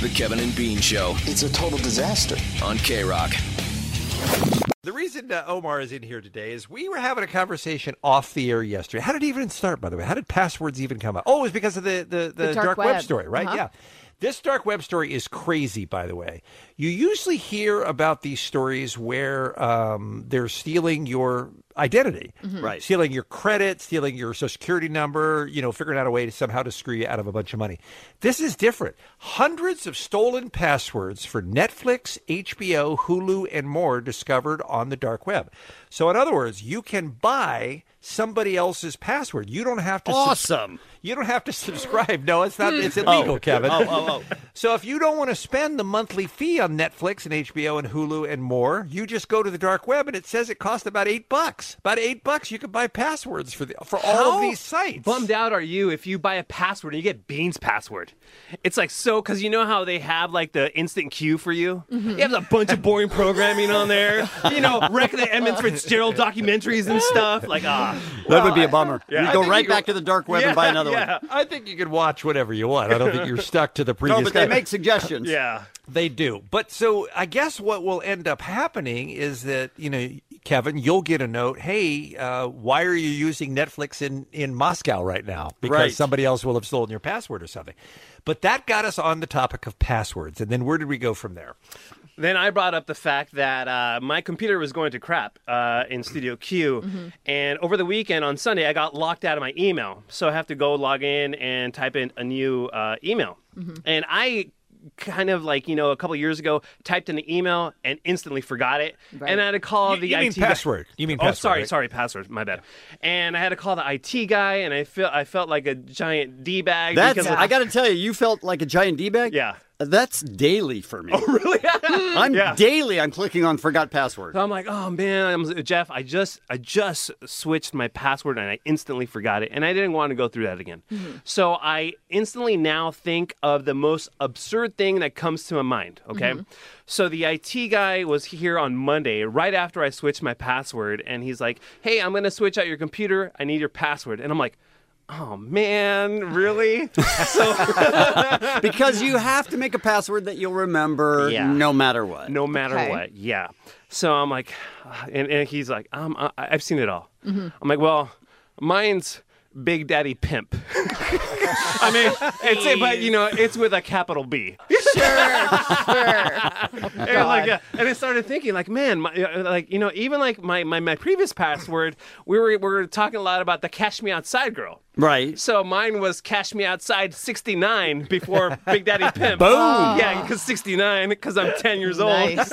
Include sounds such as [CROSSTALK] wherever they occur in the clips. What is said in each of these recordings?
The Kevin and Bean Show It's a total disaster. on K Rock. The reason uh, Omar is in here today is we were having a conversation off the air yesterday. How did it even start, by the way? How did passwords even come up? Oh, it was because of the, the, the, dark, web. Uh-huh. story, right? Yeah. This dark web story is crazy, by the way. You usually hear about these stories where um, they're stealing your identity, Right. Stealing your credit, stealing your social security number, you know, figuring out a way to somehow to screw you out of a bunch of money. This is different. Hundreds of stolen passwords for Netflix, HBO, Hulu, and more discovered on the dark web. So, in other words, you can buy somebody else's password. You don't have to. subs- Awesome. Hmm. you don't have to subscribe. No, it's not. It's illegal, Kevin. Oh, oh, oh. So if you don't want to spend the monthly fee on Netflix and HBO and Hulu and more, you just go to the dark web and it says it costs about eight bucks. About eight bucks, you can buy passwords for the, for all of these sites. bummed out are you if you buy a password and you get Bean's password? It's like so because you know how they have like the instant queue for you. Mm-hmm. You have a bunch of boring programming on there. You know, wreck the Emmons Fitzgerald documentaries and stuff. Like ah, that would be a bummer. You go think right you- back to the dark web and buy another one. yeah, I think you can watch whatever you want. I [LAUGHS] don't think you're stuck to the previous. No, but they guy. make [LAUGHS] suggestions. yeah. They do. But so I guess what will end up happening is that, you know, Kevin, you'll get a note, hey, uh, why are you using Netflix in, in Moscow right now? Because Right. somebody else will have stolen your password or something. But that got us on the topic of passwords. And then where did we go from there? Then I brought up the fact that uh, my computer was going to crap uh, in Studio Q. And over the weekend on Sunday, I got locked out of my email. So I have to go log in and type in a new uh, email. And I kind of like, you know, a couple years ago, typed in an email and instantly forgot it. And I had to call You- the you mean IT guy- password. You mean oh, password, sorry, right? sorry, password. My bad. And I had to call the IT guy, and I felt I felt like a giant d bag. That's. because I got to tell you, you felt like a giant d bag. Yeah. That's daily for [LAUGHS] me. Oh, really? [LAUGHS] I'm Yeah. daily. I'm clicking on forgot password. [LAUGHS] So I'm like, oh man, I'm, Jeff, I just I just switched my password and I instantly forgot it, and I didn't want to go through that again. So I instantly now think of the most absurd thing that comes to my mind. Okay, so the IT guy was here on Monday, right after I switched my password, and he's like, hey, I'm gonna switch out your computer. I need your password, and I'm like. Oh man, really? so because you have to make a password that you'll remember Yeah. no matter what. no matter Okay. what. Yeah. So I'm like, [SIGHS] and, and he's like, um, I, I've seen it all. I'm like, well, mine's Big Daddy Pimp. [LAUGHS] [LAUGHS] I mean, it's it, but you know, it's with a capital B. sure, sure. [LAUGHS] And, like, uh, and I started thinking, like, man, my, uh, like you know, even like my, my, my previous password, we were we were talking a lot about the Cash Me Outside girl. [LAUGHS] Right. So mine was Cash Me Outside 69 [LAUGHS] before Big Daddy Pimp. Boom. Yeah, because 69, because I'm 10 years old. nice.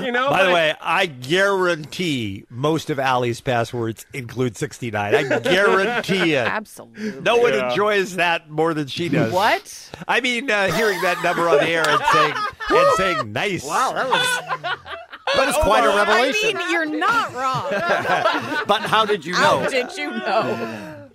[LAUGHS] You Oh, know. By but the I- way, I guarantee most of Ali's passwords include 69. I [LAUGHS] guarantee it. Absolutely. No one enjoys that more than she does. What? I mean, uh, hearing that number on the air and saying and [LAUGHS] saying nice. Wow, that was [LAUGHS] that was quite a revelation. I mean, you're not wrong. but how [LAUGHS] did you know? How did you know?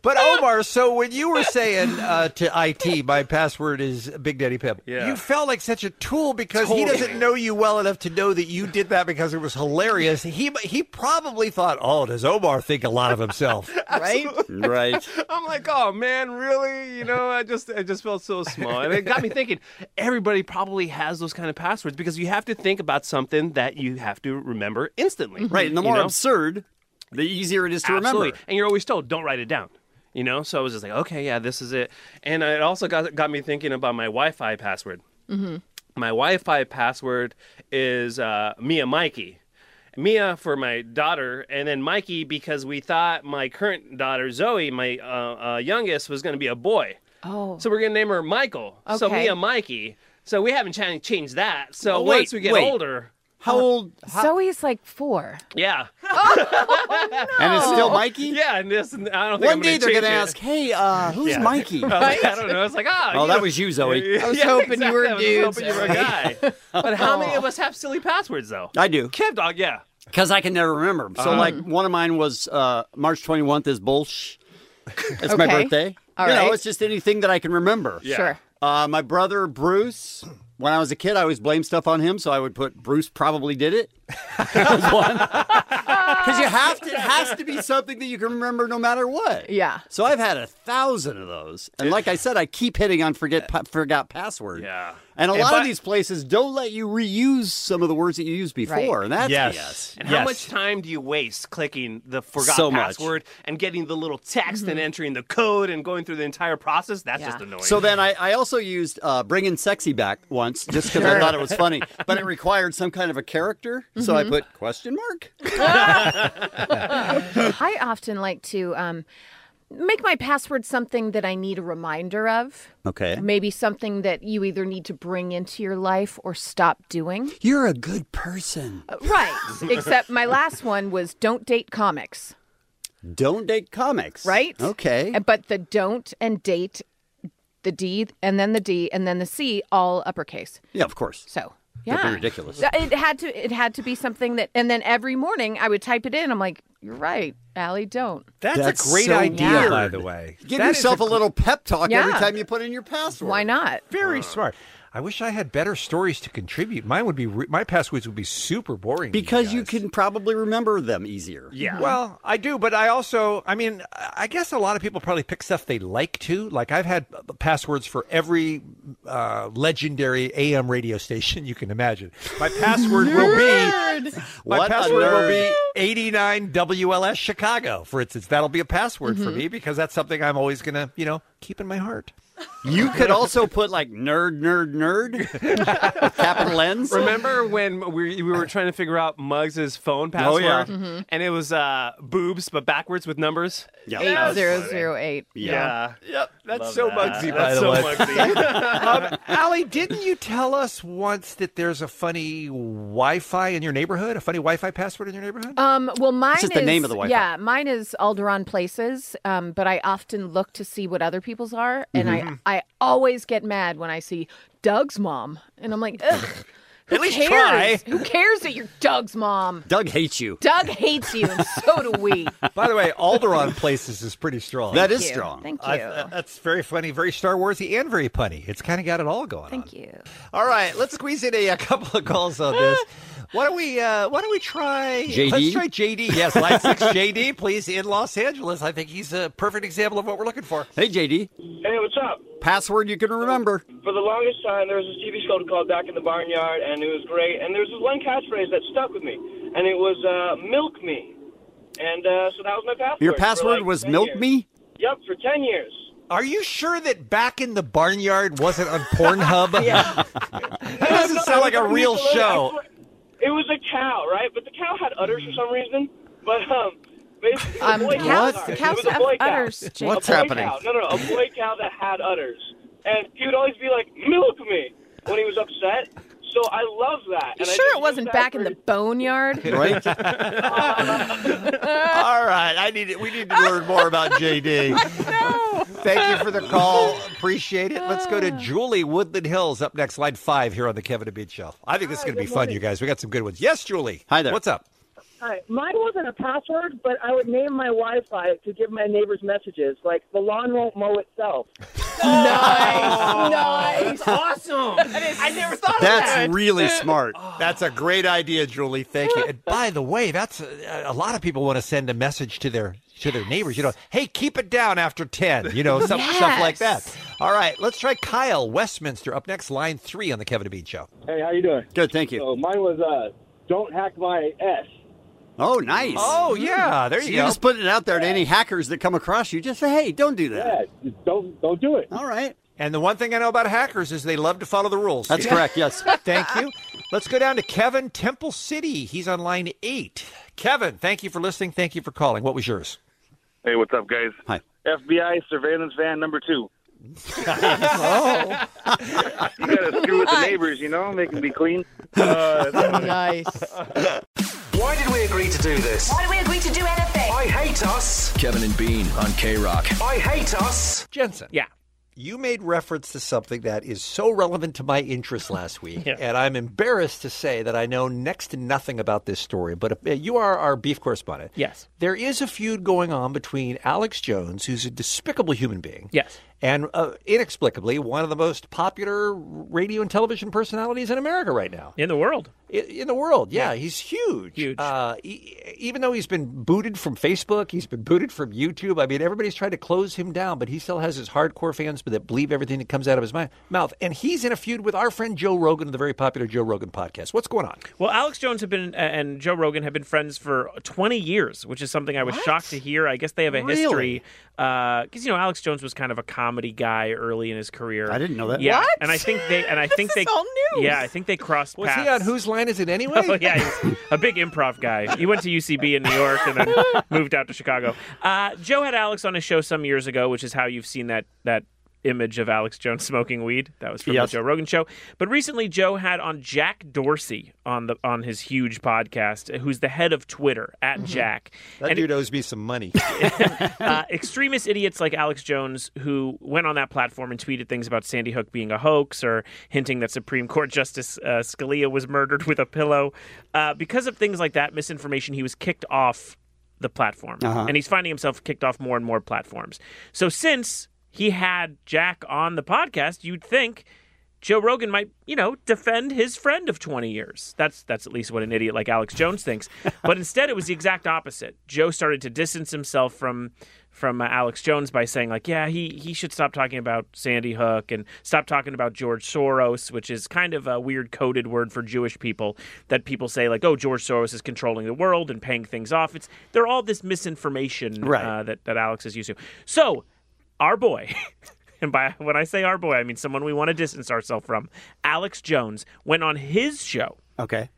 But Omar, so when you were saying uh, to IT, my password is Big Daddy Pimp. Yeah. You felt like such a tool because he Totally. doesn't know you well enough to know that you did that because it was hilarious. He he probably thought, oh, does Omar think a lot of himself? Right? Right. I'm like, oh man, really? You know, I just I just felt so small, and it got me thinking. Everybody probably has those kind of passwords because you have to think about something that you have to remember instantly. Right. And the You more know? absurd, the easier it is to Absolutely. remember. And you're always told, don't write it down. You know, so I was just like, okay, yeah, this is it. And it also got got me thinking about my Wi-Fi password. Mm-hmm. My Wi-Fi password is uh, Mia Mikey. Mia for my daughter, and then Mikey because we thought my current daughter Zoe, my uh, uh, youngest, was going to be a boy. Oh. So we're gonna name her Michael. So Okay. Mia Mikey. So we haven't ch- changed that. So Well, wait, once we get wait. older, How old? How, Zoe's like [LAUGHS] four. [LAUGHS] Yeah. And it's still Mikey. Oh, Yeah, and this, I don't think One I'm day they're going gonna to ask, "Hey, uh, who's Yeah. Mikey?" [LAUGHS] I don't know. It's like, ah. oh, you that know- was you, Zoe. I [LAUGHS] was Yeah, hoping you were Oh. exactly. I a was dude. hoping you were a guy. [LAUGHS] but how many of us have silly passwords though? I do. Kev dog, yeah. Um, Because I can never remember 'em. So, like, one of mine was uh, March 21th is bullsh. It's my Okay. birthday. All you know, right. it's just anything that I can remember. Yeah. Sure. Uh, my brother, Bruce, when I was a kid, I always blamed stuff on him. So I would put Bruce probably did it. Because you have to, it has to be something that you can remember no matter what. Yeah. So I've had a thousand of those. And like I said, I keep hitting on forget pa- forgot password. Yeah. And a And lot by- of these places don't let you reuse some of the words that you used before. And that's BS. And how much time do you waste clicking the forgot So much. password and getting the little text and entering the code and going through the entire process? That's Mm-hmm. Yeah. just annoying. So then I, I also used uh, Bringing Sexy Back once just because I thought it was [LAUGHS] funny, but it required some kind of a character. So Mm-hmm. I put question mark. I often like to um, make my password something that I need a reminder of. Okay. Maybe something that you either need to bring into your life or stop doing. You're a good person. Uh, Right. Except my last one was don't date comics, [LAUGHS] Don't date comics. right? Okay. And- But the don't and date, the D and then the D and then the C all uppercase. yeah, of course. So That'd yeah, be ridiculous. So It had to. It had to be something that. And then every morning I would type it in. I'm like, you're right, Allie. Don't. That's, That's a great so idea, weird. by the way. Give That is yourself a, little pep talk every Yeah. time you put in your password. Why not? Uh. very smart. I wish I had better stories to contribute. Mine would be re- my passwords would be super boring to Because you guys. can probably remember them easier. yeah. Well, I do, but I also, I mean, I guess a lot of people probably pick stuff they like to. Like I've had passwords for every uh, legendary AM radio station [LAUGHS] you can imagine. My [LAUGHS] password will be my [LAUGHS] What a password will nerd. be 89 WLS Chicago, for instance. That'll be a password Mm-hmm. for me because that's something I'm always gonna, you know, keep in my heart. You could also put like nerd, nerd, [LAUGHS] nerd with capital N's. Remember when we, we were trying to figure out Muggs' phone Oh, password? yeah. Mm-hmm. And it was uh, boobs, but backwards with numbers? Yeah. Eight zero zero eight. Yeah. Yep. That's so Mugsy, by That's the so way. Mugsy. [LAUGHS] [LAUGHS] Um, Allie, didn't you tell us once that there's a funny Wi-Fi in your neighborhood? A funny Wi-Fi password in your neighborhood? Um, well, mine just is the name of the Wi-Fi. Yeah, mine is Alderon Places. Um, but I often look to see what other people's are, and Mm-hmm. I I always get mad when I see Doug's mom, and [LAUGHS] I'm like, ugh. Who least cares? try. Who cares that you're Doug's mom? Doug hates you. Doug hates you, and so do [LAUGHS] we. By the way, Alderon Places is pretty strong. That is Thank you. strong. Thank you. I- uh, that's very funny, very Star Warsy, and very punny. It's kind of got it all going on. Thank you. All right, let's squeeze in a, a [LAUGHS] couple of calls on [LAUGHS] this. Why don't we? Uh, why don't we try? JD? Let's try JD. Yes, line six [LAUGHS] JD, please in Los Angeles. I think he's a perfect example of what we're looking for. Hey, JD. Hey, what's up? Password you can remember. For the longest time, there was this TV show called Back in the Barnyard, and it was great. And there was this one catchphrase that stuck with me, and it was uh, "Milk me," and uh, so that was my password. Your for, password like, was 10 milk years. me? Yep, for ten years. Are you sure that back in the barnyard wasn't on [LAUGHS] Pornhub? that doesn't sound like a real show. It was a cow, right? But the cow had udders for some reason. But um, basically, a Um, boy cows- cow, sorry. cows It was a have boy cow. udders, A Jake. What's boy happening? Cow. No, no, a boy cow that had udders, and he would always be like, "Milk me," when he was upset. So I love that. You and I sure just it wasn't used that back for in the boneyard? [LAUGHS] Right? [LAUGHS] All right, [LAUGHS] I need. We need to learn more about [LAUGHS] JD. Thank you for the call. Appreciate it. Let's go to [SIGHS] Julie Woodland Hills up next, line five here on the Kevin and Bean Show. I think this is going to be fun, you guys. We got some good ones. Yes, Julie. Hi there. What's up? Hi. Mine wasn't a password, but I would name my Wi-Fi to give my neighbors messages, like the lawn won't [LAUGHS] mow itself. nice. awesome. I never thought That's [LAUGHS] really smart. That's a great idea, Julie. Thank you. And by the way, that's uh, a, a lot of people want to send a message to their to their neighbors. You know, hey, keep it down after ten. You know, some, stuff like that. Yes. All right, let's try Kyle Westminster up next, line three on the Kevin and Bean Show. Hey, how you doing? Good, thank you. So mine was uh, don't hack my S. Oh, nice. Oh yeah, there So you you go. just put it out there to any hackers that come across you. Just say, hey, don't do Yeah, that. just don't don't do it. All right. And the one thing I know about hackers is they love to follow the rules. That's correct, yes. [LAUGHS] Thank you. Let's go down to Kevin Temple City. He's on line eight. Kevin, thank you for listening. Thank you for calling. What was yours? Hey, what's up, [GASPS] guys? Hi. [LAUGHS] FBI surveillance van number two. oh. you gotta gotta screw with the neighbors, you know, make them be clean. nice. Why did we agree to do this? Why do we agree to do anything? I hate us. Kevin and Bean on K Rock. I hate us. Jensen. Yeah. You made reference to something that is so relevant to my interest [LAUGHS] last week, and I'm embarrassed to say that I know next to nothing about this story. But uh, you are our beef correspondent. Yes. There is a feud going on between Alex Jones, who's a despicable human being, Yes. and uh, inexplicably one of the most popular radio and television personalities in America right now. in the world. I- in the world. Yeah, he's huge. Huge. Uh, e- even though he's been booted from Facebook, he's been booted from YouTube. I mean, everybody's tried to close him down, but he still has his hardcore fans that believe everything that comes out of his mi- mouth. And he's in a feud with our friend Joe Rogan of the very popular Joe Rogan podcast. What's going on? Well, Alex Jones have been and Joe Rogan have been friends for 20 years, which is something I was shocked to hear. I guess they have a Really? history because you know Alex Jones was kind of a comedy guy early in his career. I didn't know that. Yeah, What? and I think they [LAUGHS] and I think they all news. Yeah, I think they crossed Was paths. he on Whose [LAUGHS] Line Is It Anyway? Oh yeah, he's [LAUGHS] a big improv guy. He went to UCB in New York and then moved out to Chicago. Uh, Joe had Alex on his show some years ago, which is how you've seen that that image of Alex Jones [LAUGHS] smoking weed. That was from Yes. the Joe Rogan show. But recently, Joe had on Jack Dorsey on the on his huge podcast, who's the head of Twitter at Jack. That And dude owes me some [LAUGHS] money. uh, extremist idiots like Alex Jones, who went on that platform and tweeted things about Sandy Hook being a hoax or hinting that Supreme Court [LAUGHS] Justice uh, Scalia was murdered with a pillow. Uh, because of things like that, misinformation, he was kicked off the platform. And he's finding himself kicked off more and more platforms. So since he had Jack on the podcast, you'd think. Joe Rogan might, you know, defend his friend of 20 years. That's that's at least what an idiot like Alex Jones thinks. But instead, it was the exact opposite. Joe started to distance himself from from uh, Alex Jones by saying like, yeah, he he should stop talking about Sandy Hook and stop talking about George Soros, which is kind of a weird coded word for Jewish people that people say like, oh, George Soros is controlling the world and paying things off. It's they're all this misinformation Right. uh, that that Alex is used to. So, our boy. [LAUGHS] and by when I say our boy, I mean someone we want to distance ourselves from. Alex Jones went on his show Okay.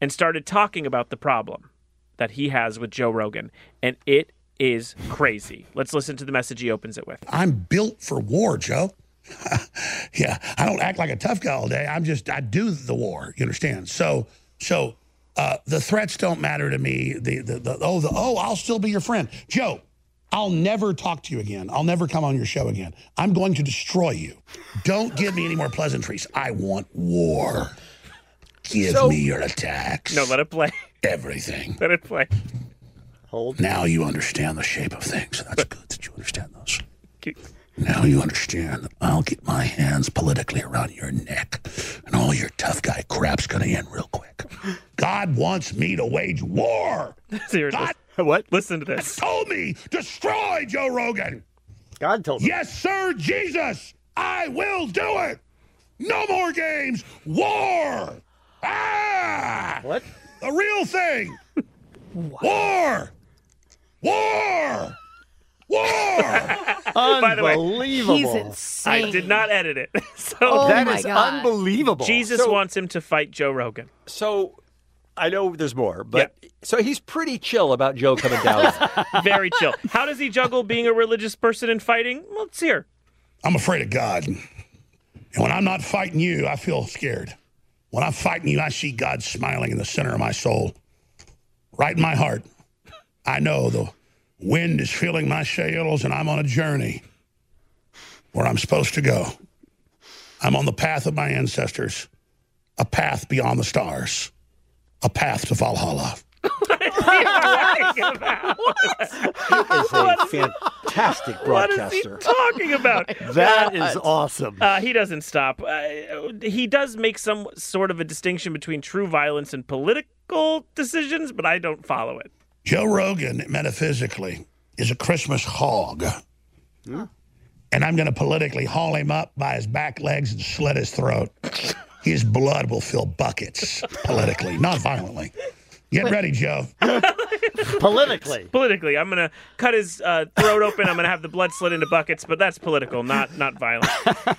and started talking about the problem that he has with Joe Rogan, and it is crazy. Let's listen to the message he opens it with. I'm built for war, Joe. [LAUGHS] yeah, I don't act like a tough guy all day. I'm just I do the war. You understand? So so uh, the threats don't matter to me. The, the the oh the oh I'll still be your friend, Joe. I'll never talk to you again. I'll never come on your show again. I'm going to destroy you. Don't give me any more pleasantries. I want war. Give So- me your attacks. No, let it play. everything. [LAUGHS] Let it play. Now you understand the shape of things. [LAUGHS] That's good that you understand those. Now you understand that I'll get my hands politically around your neck, and all your tough guy crap's gonna end real [LAUGHS] quick. God wants me to wage war. Here it is. God What? Listen to this. told me destroy Joe Rogan. God told me. Yes, sir, Jesus, I will do it. No more games. War. Ah. What? The real [LAUGHS] thing. War. War. [LAUGHS] War. Unbelievable. He's insane. I did not edit it. [LAUGHS] So Oh That my is God. unbelievable. Jesus wants him to fight Joe Rogan. so I know there's more, but so he's pretty chill about Joe coming down. [LAUGHS] Very chill. How does he juggle being a religious person and fighting? Well, let's hear. I'm afraid of God. And when I'm not fighting you, I feel scared. When I'm fighting you, I see God smiling in the center of my soul, right in my heart. I know the wind is feeling my sails, and I'm on a journey where I'm supposed to go. I'm on the path of my ancestors, a path beyond the stars, a path to Valhalla. [LAUGHS] is a fantastic What is he broadcaster. talking about? That is awesome. Uh, he doesn't stop. Uh, he does make some sort of a distinction between true violence and political decisions, but I don't follow it. Joe Rogan, metaphysically, is a Christmas hog. And I'm going to politically haul him up by his back legs and slit his throat. His blood will fill buckets politically, not violently. Get ready, Joe. Politically. [LAUGHS] Politically, I'm gonna cut his uh, throat open. I'm gonna have the blood slid into buckets, but that's political, not not violent.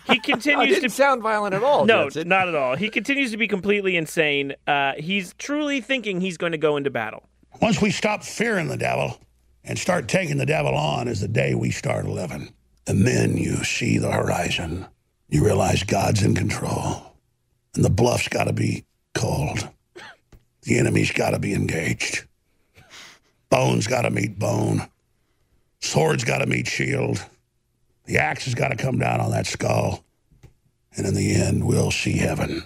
He It continues to didn't [LAUGHS] sound violent at all. No, Jensen. not at all. He continues to be completely insane. Uh, he's truly thinking he's going to go into battle. Once we stop fearing the devil and start taking the devil on is the day we start living. And then you see the horizon. You realize God's in control. And the bluff's got to be called. The enemy's got to be engaged. Bone's got to meet bone. Sword's got to meet shield. The axe has got to come down on that skull. And in the end, we'll see heaven.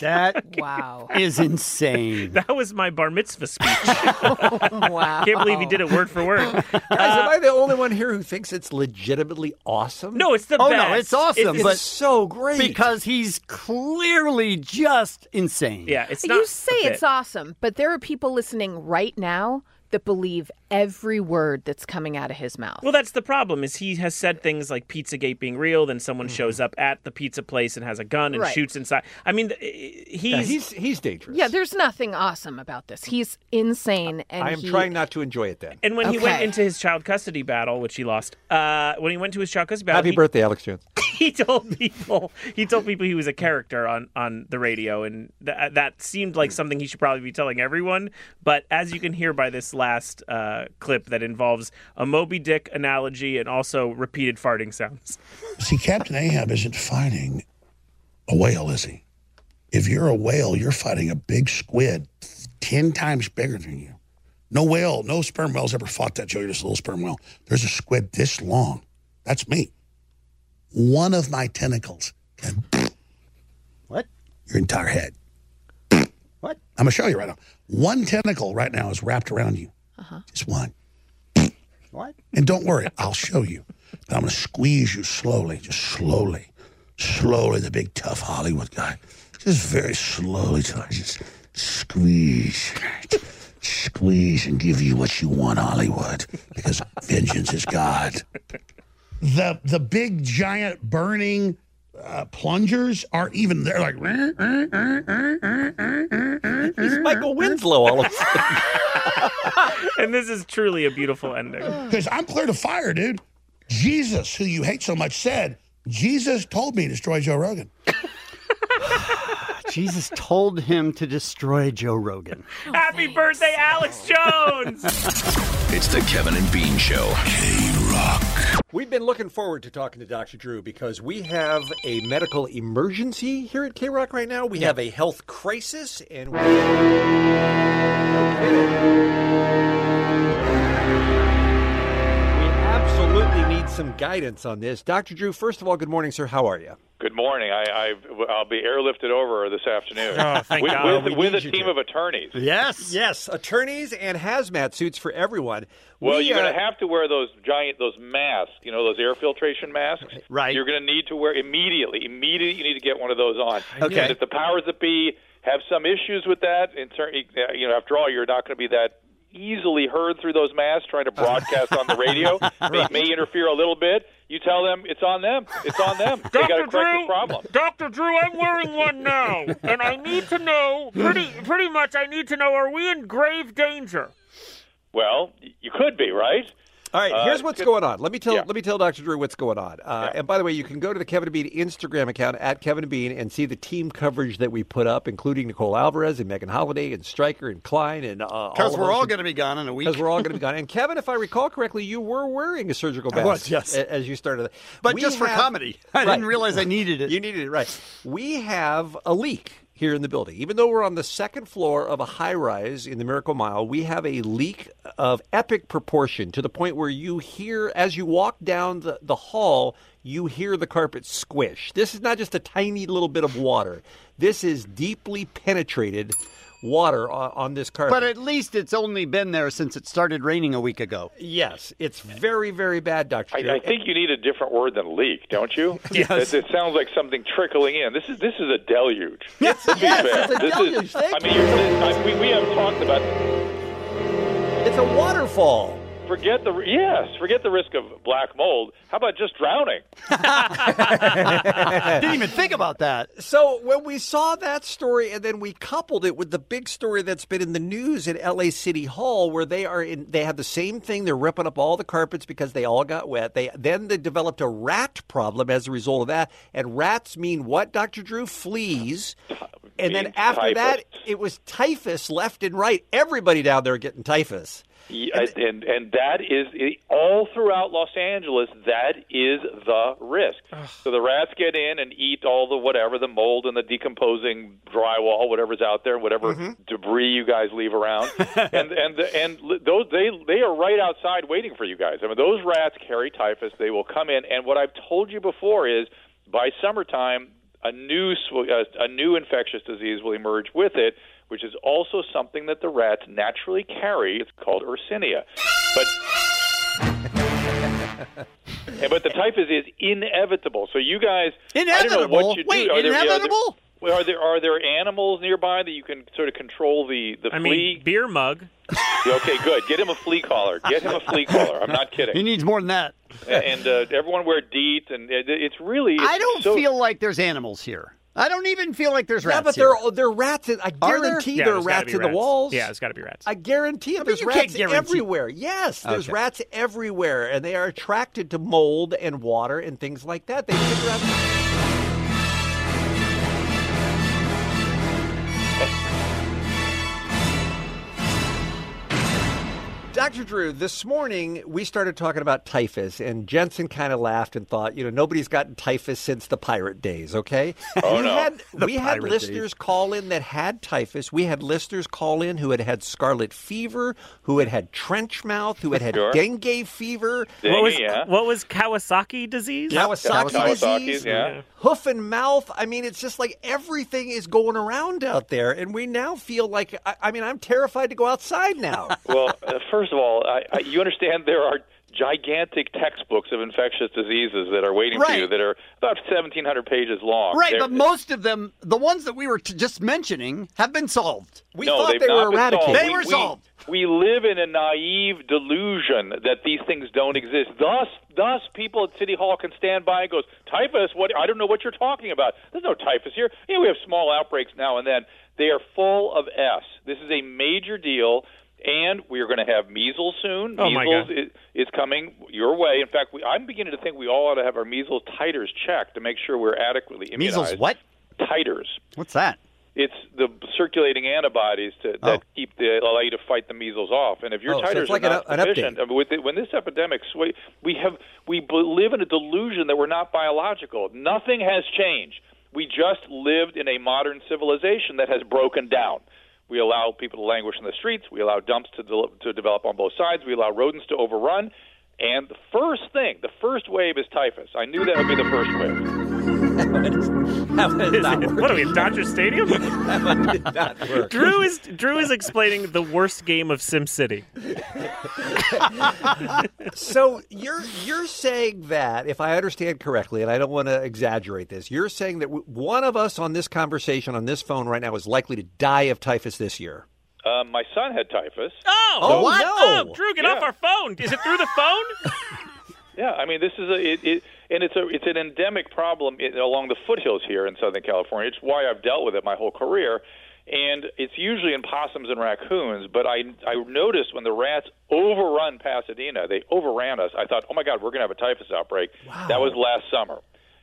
That [LAUGHS] wow is insane. That was my bar mitzvah speech. [LAUGHS] wow. Can't believe he did it word for word. Guys, Uh, am I the only one here who thinks it's legitimately awesome? No, it's the oh best. no, it's awesome, It's but so great. because he's clearly just insane. Yeah, it's not. You say okay. it's awesome, but there are people listening right now that believe every word that's coming out of his mouth. Well, that's the problem. Is he has said things like Pizzagate being real, then someone shows up at the pizza place and has a gun and Right. shoots inside. I mean, th- eh, he's, Yeah, he's he's dangerous. yeah, there's nothing awesome about this. He's insane, and I am he- trying not to enjoy it then. and when he went Okay. into his child custody battle, which he lost, uh, when he went to his child custody battle, Happy he, birthday, Alex Jones. [LAUGHS] he told people he told people he was a character on on the radio and th- that seemed like something he should probably be telling everyone but as you can hear by this last uh, clip that involves a moby dick analogy and also repeated farting sounds See, Captain Ahab isn't fighting a whale, is he? If you're a whale, you're fighting a big squid 10 times bigger than you. No whale, no sperm whale's ever fought that, Joey, just a little sperm whale. There's a squid this long. That's me. One of my tentacles can What? your entire head. What? I'm going to show you right now. One tentacle right now is wrapped around you. Just one. Uh-huh. What? And don't worry, I'll show you. But I'm going to squeeze you slowly, just slowly, slowly, the big tough Hollywood guy. Just very slowly till I just squeeze, squeeze, and give you what you want, Hollywood, because vengeance is God. The, the big, giant, burning uh, plungers are even, they're like, "Rrr, rrr, rrr, rrr, rrr, rrr, rrr, rrr." He's Michael Winslow all of a sudden. [LAUGHS] and this is truly a [LAUGHS] beautiful ending Because I'm clear to fire, dude. Jesus, who you hate so much, said, Jesus told me to destroy Joe Rogan. Jesus told him to destroy Joe [LAUGHS] Rogan. happy birthday alex jones It's the Kevin and Bean Show. We've been looking forward to talking to Dr. Drew because we have a medical emergency here at K Rock right now. We have a health crisis, and we. We absolutely need some guidance on this. Dr. Drew, first of all, good morning, sir. How are you? Good morning. I, I I'll be airlifted over this afternoon. Oh, thank with, God. With, We with need a you team to. of attorneys. Yes. Yes, attorneys and hazmat suits for everyone. Well, We, you're uh, going to have to wear those giant those masks. You know those air filtration masks. Right. You're going to need to wear immediately. Immediately, you need to get one of those on. Okay. And if the powers that be have some issues with that, and certainly, uh, you know, after all, you're not going to be that easily heard through those masks trying to broadcast on the [LAUGHS] radio. It may interfere a little bit. You tell them it's on them. It's on them. they got to correct this problem. Dr. Drew, I'm wearing one now, and I need to know pretty pretty much I need to know are we in grave danger? Well, y- you could be right. All right, Uh, here's what's good- going on. Let me tell yeah. let me tell Dr. Drew what's going on. Uh, And by the way, you can go to the Kevin and Bean Instagram account at Kevin and Bean and see the team coverage that we put up, including Nicole Alvarez and Megan Holiday and Stryker and Klein and uh, Because we're all going to be gone in a week. because we're all going to be gone. And Kevin, if I recall correctly, you were wearing a surgical mask was, yes. a- as you started. the- But We just for have- comedy. I Right. didn't realize I needed it. You needed it, right? We have a leak here in the building. Even though we're on the second floor of a high rise in the Miracle Mile, we have a leak of epic proportion to the point where you hear, as you walk down the, the hall, you hear the carpet squish. This is not just a tiny little bit of water, this is deeply penetrated water on, on this carpet. but at least it's only been there since it started raining a week ago. yes, it's very, very bad, Dr. I, Drew. I think you need a different word than leak, don't you? [LAUGHS] Yes. It, it sounds like something trickling in. This is this is a deluge. [LAUGHS] Yes, To be yes, fair. it's a This deluge. Is, Thank I mean, you're, this, I, we, we have talked about. it's a waterfall. Forget the yes. Forget the risk of black mold. How about just drowning? [LAUGHS] didn't even think about that. So when we saw that story and then we coupled it with the big story that's been in the news in LA City Hall where they are in they have the same thing they're ripping up all the carpets because they all got wet. They then they developed a rat problem as a result of that and rats mean what Dr. Drew fleas. And then Means after that typhus. it was typhus left and right. Everybody down there getting typhus. Yeah, and and that is all throughout Los Angeles. That is the risk. So the rats get in and eat all the whatever, the mold and the decomposing drywall, whatever's out there, whatever debris you guys leave around, and and the, and li- those they they are right outside waiting for you guys. I mean, those rats carry typhus. They will come in, and what I've told you before is by summertime, a new sw- uh, a new infectious disease will emerge with it, which is also something that the rats naturally carry. It's called Ursinia, but. [LAUGHS] Yeah, but the typhus is inevitable. So you guys, I don't know Inevitable? what you do. Wait, are there, inevitable? Are there, are there are there animals nearby that you can sort of control the the I flea? mean, beer mug. [LAUGHS] Yeah, okay, good. Get him a flea collar. Get him a flea collar. I'm not kidding. He needs more than that. And uh, everyone wear DEET, and it, it's really. It's I don't so, feel like there's animals here. I don't even feel like there's Yeah, rats but here. they're they're rats. In, I Are there? guarantee Yeah, there are there's gotta rats be in the rats. walls. Yeah, it's got to be rats. I guarantee it. There's you can't rats guarantee- everywhere. Yes, there's Okay. rats everywhere, and they are attracted to mold and water and things like that. They figure out. Dr. Drew, this morning we started talking about typhus, and Jensen kind of laughed and thought, you know, nobody's gotten typhus since the pirate days, okay? Oh, we no. had, we had pirate days. listeners listeners call in that had typhus. We had listeners call in who had had scarlet fever, who had had trench mouth, who had had Sure. dengue fever, Dengue, What was yeah. what was Kawasaki disease? Kawasaki, Kawasaki's, disease, yeah. hoof and mouth. I mean, it's just like [LAUGHS] everything is going around out there, and we now feel like I, I mean, I'm terrified to go [LAUGHS] outside now. Well, uh, first of all, I, I, you understand there are gigantic textbooks of infectious diseases that are waiting for Right. you that are about 1,700 pages long. right, Oh, They're- but most of them, the ones that we were t- just mentioning, have been solved. We no, thought they've they not were been solved. eradicated. They were solved. We live in a naive delusion that these things don't exist. Thus, thus people at City Hall can stand by and goes, typhus. What? I don't know what you're talking about. There's no typhus here. Yeah, we have small outbreaks now and then. They are full of s. This is a major deal. And we are going to have measles soon. Oh, my measles God. is, is coming your way. In fact, we, I'm beginning to think we all ought to have our measles titers checked to make sure we're adequately immunized. Measles, what? Titers. What's that? It's the circulating antibodies to, that Oh. keep the allow you to fight the measles off. And if your Oh, so titers it's like are an not up- an sufficient, update. I mean, with it- when this epidemic, swa- we have we b- live in a delusion that we're not biological. Nothing has changed. We just lived in a modern civilization that has broken down. We allow people to languish in the streets. We allow dumps to de- to develop on both sides. We allow rodents to overrun. And the first thing, the first wave is typhus. I knew that would be the first [LAUGHS] wave. Is it- what are we at Dodger Stadium? Drew is Drew is explaining the worst game of Sim City. so you're you're saying that if I understand correctly, and I don't want to exaggerate this, you're saying that w- one of us on this conversation on this phone right now is likely to die of typhus this year. Uh, my son had typhus. Oh, Oh, what? Oh, Drew, get Yeah. off our phone. Is it through the phone? Yeah, I mean, this is a it, it and it's a it's an endemic problem i along the foothills here in Southern California. It's why I've dealt with it my whole career, and it's usually in possums and raccoons. But I I noticed when the rats overrun Pasadena, they overran us. I thought, oh my God, we're going to have a typhus outbreak. That was last summer.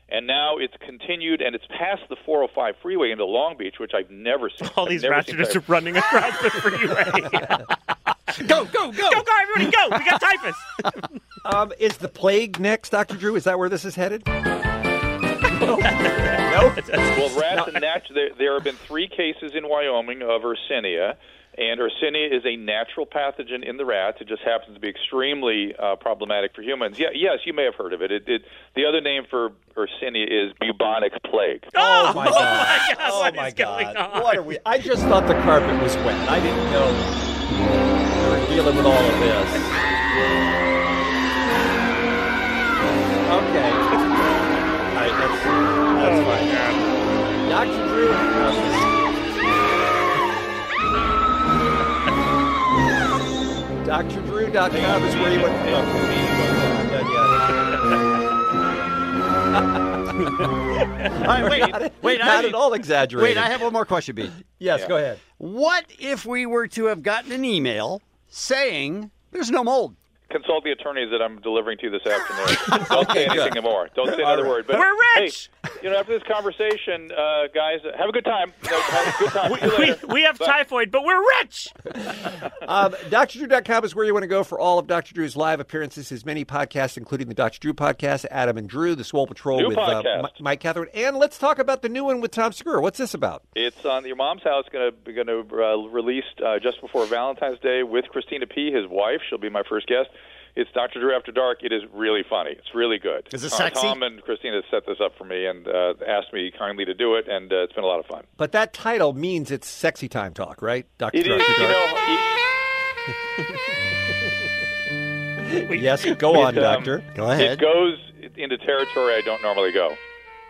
And now it's continued, and it's past the 405 freeway into Long Beach, which I've never seen. All I've these never rats seen are just typhus. running across the freeway. [LAUGHS] Go go go! go, go, everybody, go. We got typhus. Um, is the plague next, Doctor Drew? Is that where this is headed? [LAUGHS] Well, rats and nat- there, there have been three cases in Wyoming of Ursinia, and Ursinia is a natural pathogen in the rats. It just happens to be extremely uh, problematic for humans. Yeah, yes, you may have heard of it. it, it the other name for Ursinia is bubonic plague. [LAUGHS] Oh my god! [LAUGHS] oh my God, what is going on? What are we? I just thought the carpet was wet. I didn't know we were dealing with all of this. Okay. All right, that's, Oh that's fine. Dr. Drew. uh, DrDrew.com is where you went. All right, wait, wait, Not I, at all wait, exaggerated. I have one more question, [LAUGHS] B. Yes, go ahead. What if we were to have gotten an email saying there's no mold? consult the attorneys that I'm delivering to you this afternoon. [LAUGHS] Don't say anything more. Don't say another word. But We're rich. you know, after this conversation, uh, guys, have a good [LAUGHS] time. No, have a good time. See you We, later. we have Bye. typhoid, but we're rich. um, DrDrew.com is where you want to go for all of Dr. Drew's live appearances, his many podcasts, including the Dr. Drew podcast, Adam and Drew, the Swole Patrol New with uh, podcast. Mi- Mike Catherine. And let's talk about the new one with Tom Segura. What's this about? It's on your mom's house. Going to going to uh, release uh, just before Valentine's Day with Christina P, his wife. She'll be my first guest. It's Dr. Drew After Dark. It is really funny. It's really good. Is it Uh, sexy? Tom and Christina set this up for me and uh, asked me kindly to do it, and uh, it's been a lot of fun. But that title means it's sexy time talk, right? Dr. It Drew is, After you Dark. know, yes, [LAUGHS] go on, It, um, Doctor. It goes into territory I don't normally go.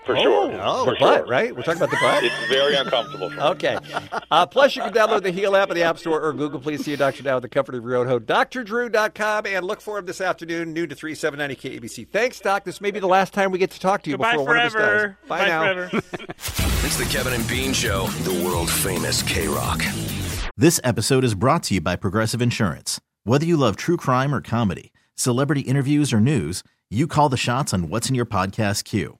For Oh, sure. oh, for the butt, sure. right? We're talking about the butt? It's very uncomfortable. For me. [LAUGHS] Okay. Uh, plus, you can download the Heal app in the App Store or Google. Please see a doctor now at the comfort of your own home. DrDrew.com and look for him this afternoon, noon to 3, 790 KABC. Thanks, Doc. This may be the last time we get to talk to you Goodbye before one of us dies. forever. Bye, Bye now. forever. [LAUGHS] It's the Kevin and Bean Show, the world famous K Rock. This episode is brought to you by Progressive Insurance. Whether you love true crime or comedy, celebrity interviews or news, you call the shots on what's in your podcast queue.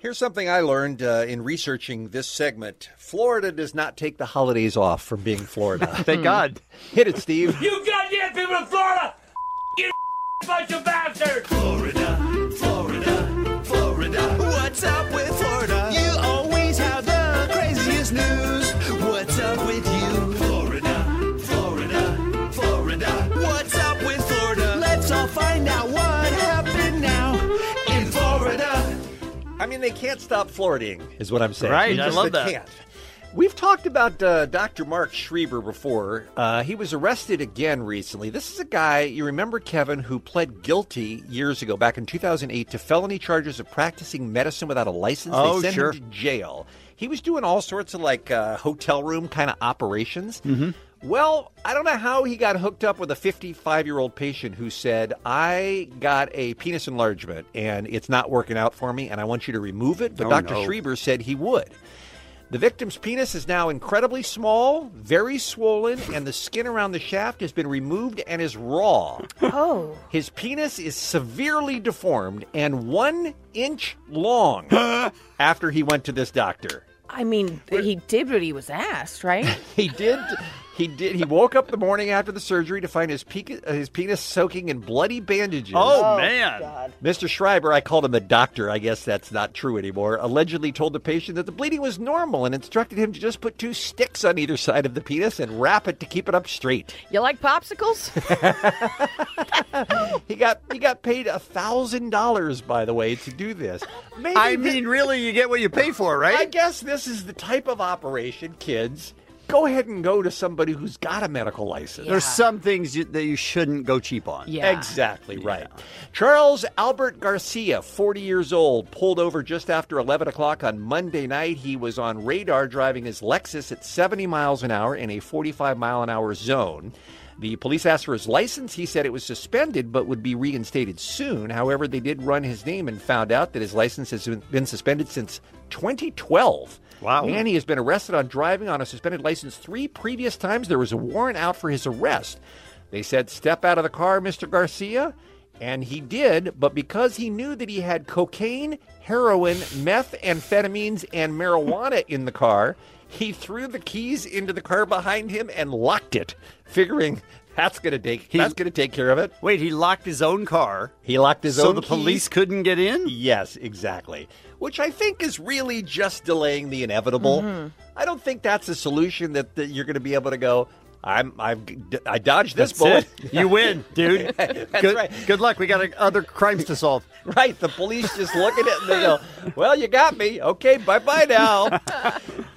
Here's something I learned uh, in researching this segment Florida does not take the holidays [LAUGHS] off from being Florida. [LAUGHS] Thank God. Hit [LAUGHS] it, Steve. You goddamn people in Florida! [LAUGHS] You bunch of bastards! Florida, Florida, Florida. What's up with Florida? You always have the craziest news. What's up with you? Florida, Florida, Florida. What's up with Florida? Let's all find out what happened now in Florida. I mean, they can't stop Floridaing, is what I'm saying. Right, They I just- love they that. Can't. We've talked about uh, Dr. Mark Schreiber before. Uh, he was arrested again recently. This is a guy, you remember, Kevin, who pled guilty years ago, back in 2008, to felony charges of practicing medicine without a license. Oh, they sent sure. him to jail. He was doing all sorts of like uh, hotel room kind of operations. Mm-hmm. Well, I don't know how he got hooked up with a 55 year old patient who said, I got a penis enlargement and it's not working out for me and I want you to remove it. But Oh, Dr. no. Schreiber said he would. The victim's penis is now incredibly small, very swollen, and the skin around the shaft has been removed and is raw. Oh. His penis is severely deformed and one inch [GASPS] long after he went to this doctor. I mean, he did what he was asked, right? He did. He did. He woke up the morning after the surgery to find his, pe- uh, his penis soaking in bloody bandages. Oh, man. Mr. Schreiber, I called him a doctor. I guess that's not true anymore. Allegedly told the patient that the bleeding was normal and instructed him to just put two sticks on either side of the penis and wrap it to keep it up straight. You like [LAUGHS] popsicles? [LAUGHS] He got he got paid a thousand dollars, by the way, to do this. Maybe I thi- mean, really, you get what you pay for, I right? guess this is the type of operation, kids. Go ahead and go to somebody who's got a medical license. There's some things you, that you shouldn't go cheap on. Exactly right. Charles Albert Garcia, 40 years old, pulled over just after 11 o'clock on Monday night. He was on radar driving his Lexus at 70 miles an hour in a 45 mile an hour zone. The police asked for his license. He said it was suspended but would be reinstated soon. However, they did run his name and found out that his license has been- been suspended since 2012. Wow. Man, he has been arrested on driving on a suspended license three previous times. There was a warrant out for his arrest. They said, Step out of the car, Mr. Garcia. And he did, but because he knew that he had cocaine, heroin, meth, amphetamines, [LAUGHS] and marijuana in the car, he threw the keys into the car behind him and locked it, figuring That's gonna take. that's gonna take care of it. Wait, he locked his own car. He locked his so own. the key? police couldn't get in. Yes, exactly. Which I think is really just delaying the inevitable. Mhm. I don't think that's a solution that, that you're going to be able to go. I'm I've d- I dodged this That's bullet. it. You [LAUGHS] win, dude. that's Good- right. Good luck. We got other crimes to solve. [LAUGHS] Right. The police just look at it and they go, "Well, you got me. Okay, bye bye now."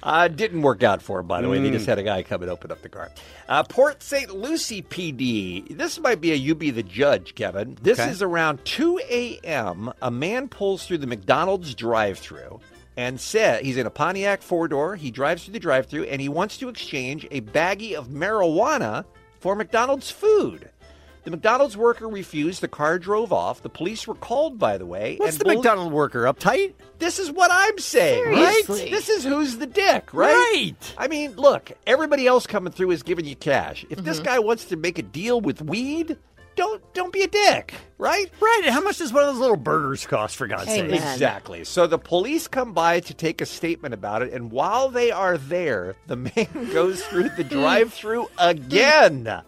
Uh, didn't work out for him, by the way. They Mm. just had a guy come and open up the car. Uh, Port St. Lucie PD. This might be a you be the judge, Kevin. This Okay. is around 2 a.m. A man pulls through the McDonald's drive through and said he's in a Pontiac four door. He drives through the drive through and he wants to exchange a baggie of marijuana for McDonald's food. The McDonald's worker refused. The car drove off. The police were called, by the way. What's and the bullied- McDonald worker uptight? This is what I'm saying, Seriously. right? This is who's the dick, right? Right. I mean, look, everybody else coming through is giving you cash. If this Mm-hmm. guy wants to make a deal with weed, don't don't be a dick, right? Right. How much does one of those little burgers cost, for God's sake? Exactly. So the police come by to take a statement about it, and while they are there, the man [LAUGHS] goes through [LAUGHS] the drive-through again.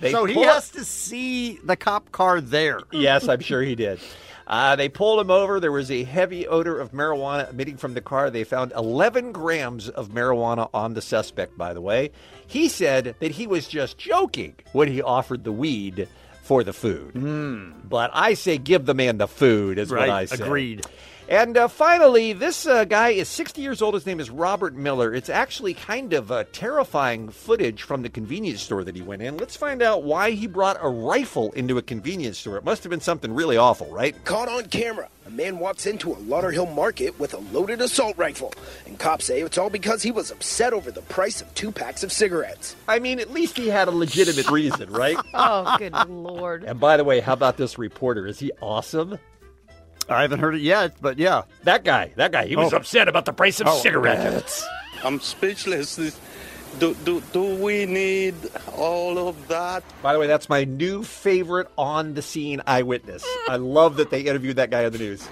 They so he pull up- has to see the cop car there. Yes, I'm sure he did. Uh, they pulled him over. There was a heavy odor of marijuana emitting from the car. They found 11 grams of marijuana on the suspect, by the way. He said that he was just joking when he offered the weed for the food. But I say give the man the food, is Hmm. Right, what I say. agreed. And uh, finally, this uh, guy is 60 years old. His name is Robert Miller. It's actually kind of uh, terrifying footage from the convenience store that he went in. Let's find out why he brought a rifle into a convenience store. It must have been something really awful, right? Caught on camera, a man walks into a Lauderhill market with a loaded assault rifle, and cops say it's all because he was upset over the price of two packs of cigarettes. I mean, at least he had a legitimate reason, right? Oh, good lord. And by the way, how about this reporter? Is he awesome? I haven't heard it yet, but yeah. That guy, that guy, he was upset about the price of Oh, cigarettes. I'm speechless. This- Do, do, do we need all of that? By the way, that's my new favorite on the scene eyewitness. I love that they interviewed that guy on the news.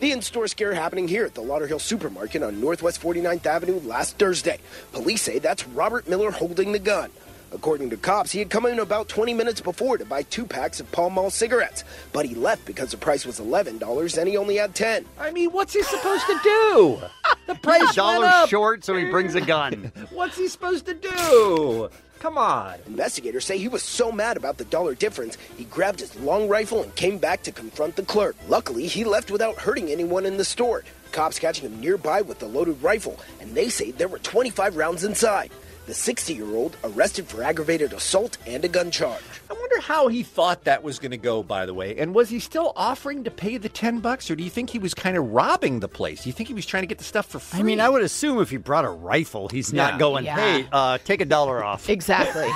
The in store scare happening here at the Lauderhill supermarket on Northwest 49th Avenue last Thursday. Police say that's Robert Miller holding the gun. According to cops, he had come in about 20 minutes before to buy two packs of Pall Mall cigarettes, but he left because the price was $11 and he only had 10. I mean, what's he supposed to do? [LAUGHS] The price went Dollar up. short, [LAUGHS] so he brings a gun. [LAUGHS] What's he supposed to do? Come on. Investigators say he was so mad about the dollar difference, he grabbed his long rifle and came back to confront the clerk. Luckily, he left without hurting anyone in the store. Cops catching him nearby with the loaded rifle, and they say there were 25 rounds inside. The 60 year old arrested for aggravated assault and a gun charge. I wonder how he thought that was going to go, by the way. And was he still offering to pay the 10 bucks, or do you think he was kind of robbing the place? Do you think he was trying to get the stuff for free? I mean, I would assume if he brought a rifle, he's Yeah. not going, Yeah. hey, uh, take a [LAUGHS] dollar off. [LAUGHS] [LAUGHS] Exactly.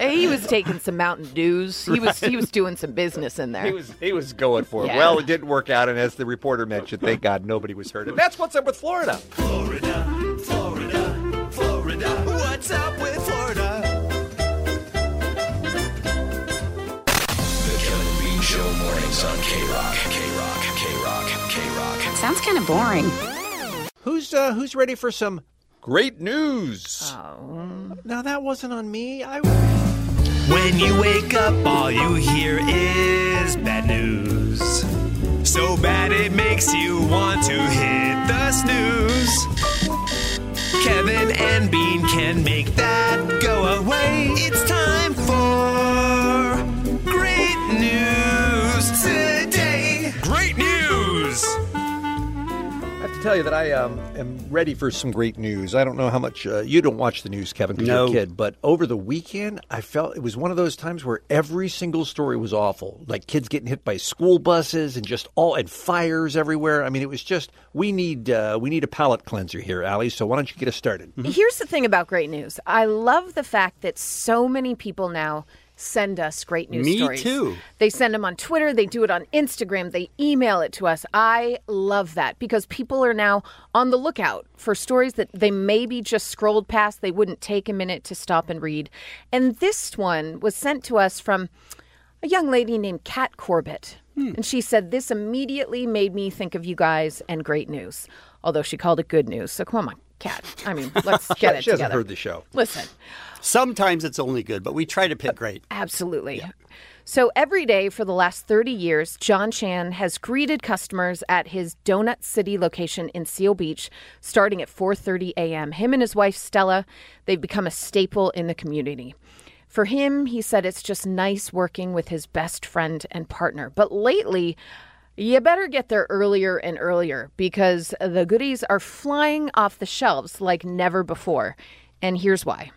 he was taking some Mountain Dews. He was he was doing some business in there. He was he was going for it. Yeah. Well, it didn't work out, and as the reporter mentioned, thank God nobody was hurt. And that's what's up with Florida. Florida. What's up with Florida? The Kevin and Bean Show mornings on K Rock. K Rock. K Rock. K Rock. Sounds kind of boring. Who's uh, who's ready for some great news? Now that wasn't on me. I When you wake up, all you hear is bad news. So bad it makes you want to hit the snooze. Kevin and Bean can make that go away. It's time for great news today. Great news! I have to tell you that I um, am ready for some great news. I don't know how much uh, you don't watch the news, Kevin, because No. you're a kid. But over the weekend, I felt it was one of those times where every single story was awful, like kids getting hit by school buses and just all and fires everywhere. I mean, it was just we need uh, we need a palate cleanser here, Allie. So why don't you get us started? Mm-hmm. Here's the thing about great news. I love the fact that so many people now send us great news Me stories. too. They send them on Twitter, they do it on Instagram, they email it to us. I love that because people are now on the lookout for stories that they maybe just scrolled past, they wouldn't take a minute to stop and read. And this one was sent to us from a young lady named Kat Corbett. Hmm. And she said, This immediately made me think of you guys and great news. Although she called it good news. So come on, cat. I mean, let's [LAUGHS] get [LAUGHS] it she hasn't together. heard the show. Listen, Sometimes it's only good, but we try to pick great. absolutely. So every day for the last 30 years, John Chan has greeted customers at his Donut City location in Seal Beach starting at 4:30 a.m. Him and his wife Stella, they've become a staple in the community. For him, he said it's just nice working with his best friend and partner. But lately, you better get there earlier and earlier because the goodies are flying off the shelves like never before. And here's why.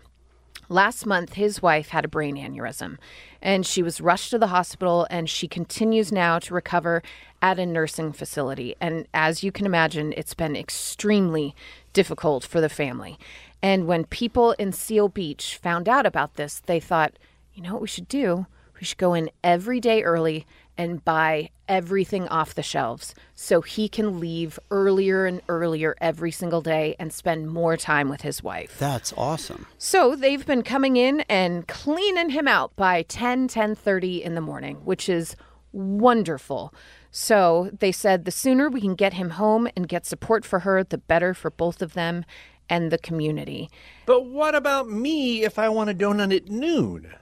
Last month, his wife had a brain aneurysm and she was rushed to the hospital and she continues now to recover at a nursing facility. And as you can imagine, it's been extremely difficult for the family. And when people in Seal Beach found out about this, they thought, you know what we should do? We should go in every day early and buy everything off the shelves so he can leave earlier and earlier every single day and spend more time with his wife. That's awesome. So they've been coming in and cleaning him out by 10, 10.30 in the morning, which is wonderful. So they said the sooner we can get him home and get support for her, the better for both of them and the community. But what about me if I want a donut at noon?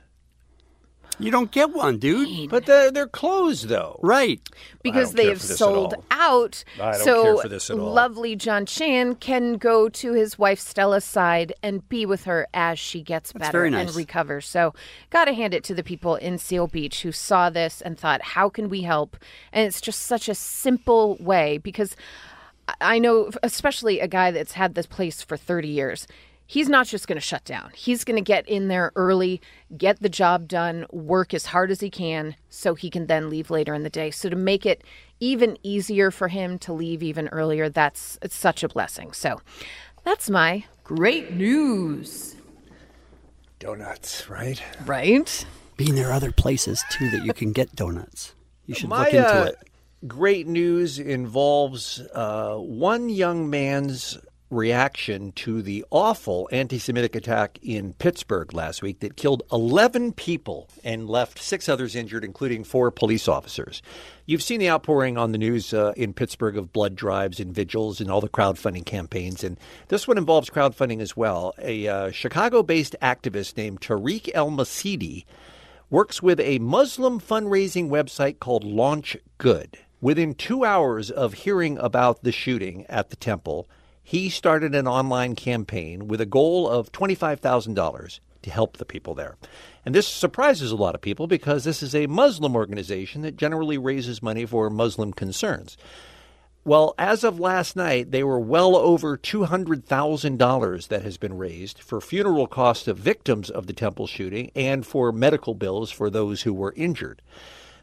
You don't get one, dude. But they're, they're closed, though. Right. Because don't they care have for this at sold all. out. I don't so care for this at all. lovely John Chan can go to his wife Stella's side and be with her as she gets better very and nice. recovers. So got to hand it to the people in Seal Beach who saw this and thought, how can we help? And it's just such a simple way because I- I know, especially a guy that's had this place for 30 years. He's not just going to shut down. He's going to get in there early, get the job done, work as hard as he can so he can then leave later in the day. So, to make it even easier for him to leave even earlier, that's it's such a blessing. So, that's my great news, Donuts, right? right? Being there are other places too that you can get donuts. You should My look into uh, it. great news involves uh, one young man's reaction to the awful anti Semitic attack in Pittsburgh last week that killed 11 people and left six others injured, including four police officers. You've seen the outpouring on the news uh, in Pittsburgh of blood drives and vigils and all the crowdfunding campaigns. And this one involves crowdfunding as well. A uh, Chicago based activist named Tariq El Masidi works with a Muslim fundraising website called Launch Good. Within two hours of hearing about the shooting at the temple, he started an online campaign with a goal of $25,000 to help the people there. And this surprises a lot of people because this is a Muslim organization that generally raises money for Muslim concerns. Well, as of last night, they were well over $200,000 that has been raised for funeral costs of victims of the temple shooting and for medical bills for those who were injured.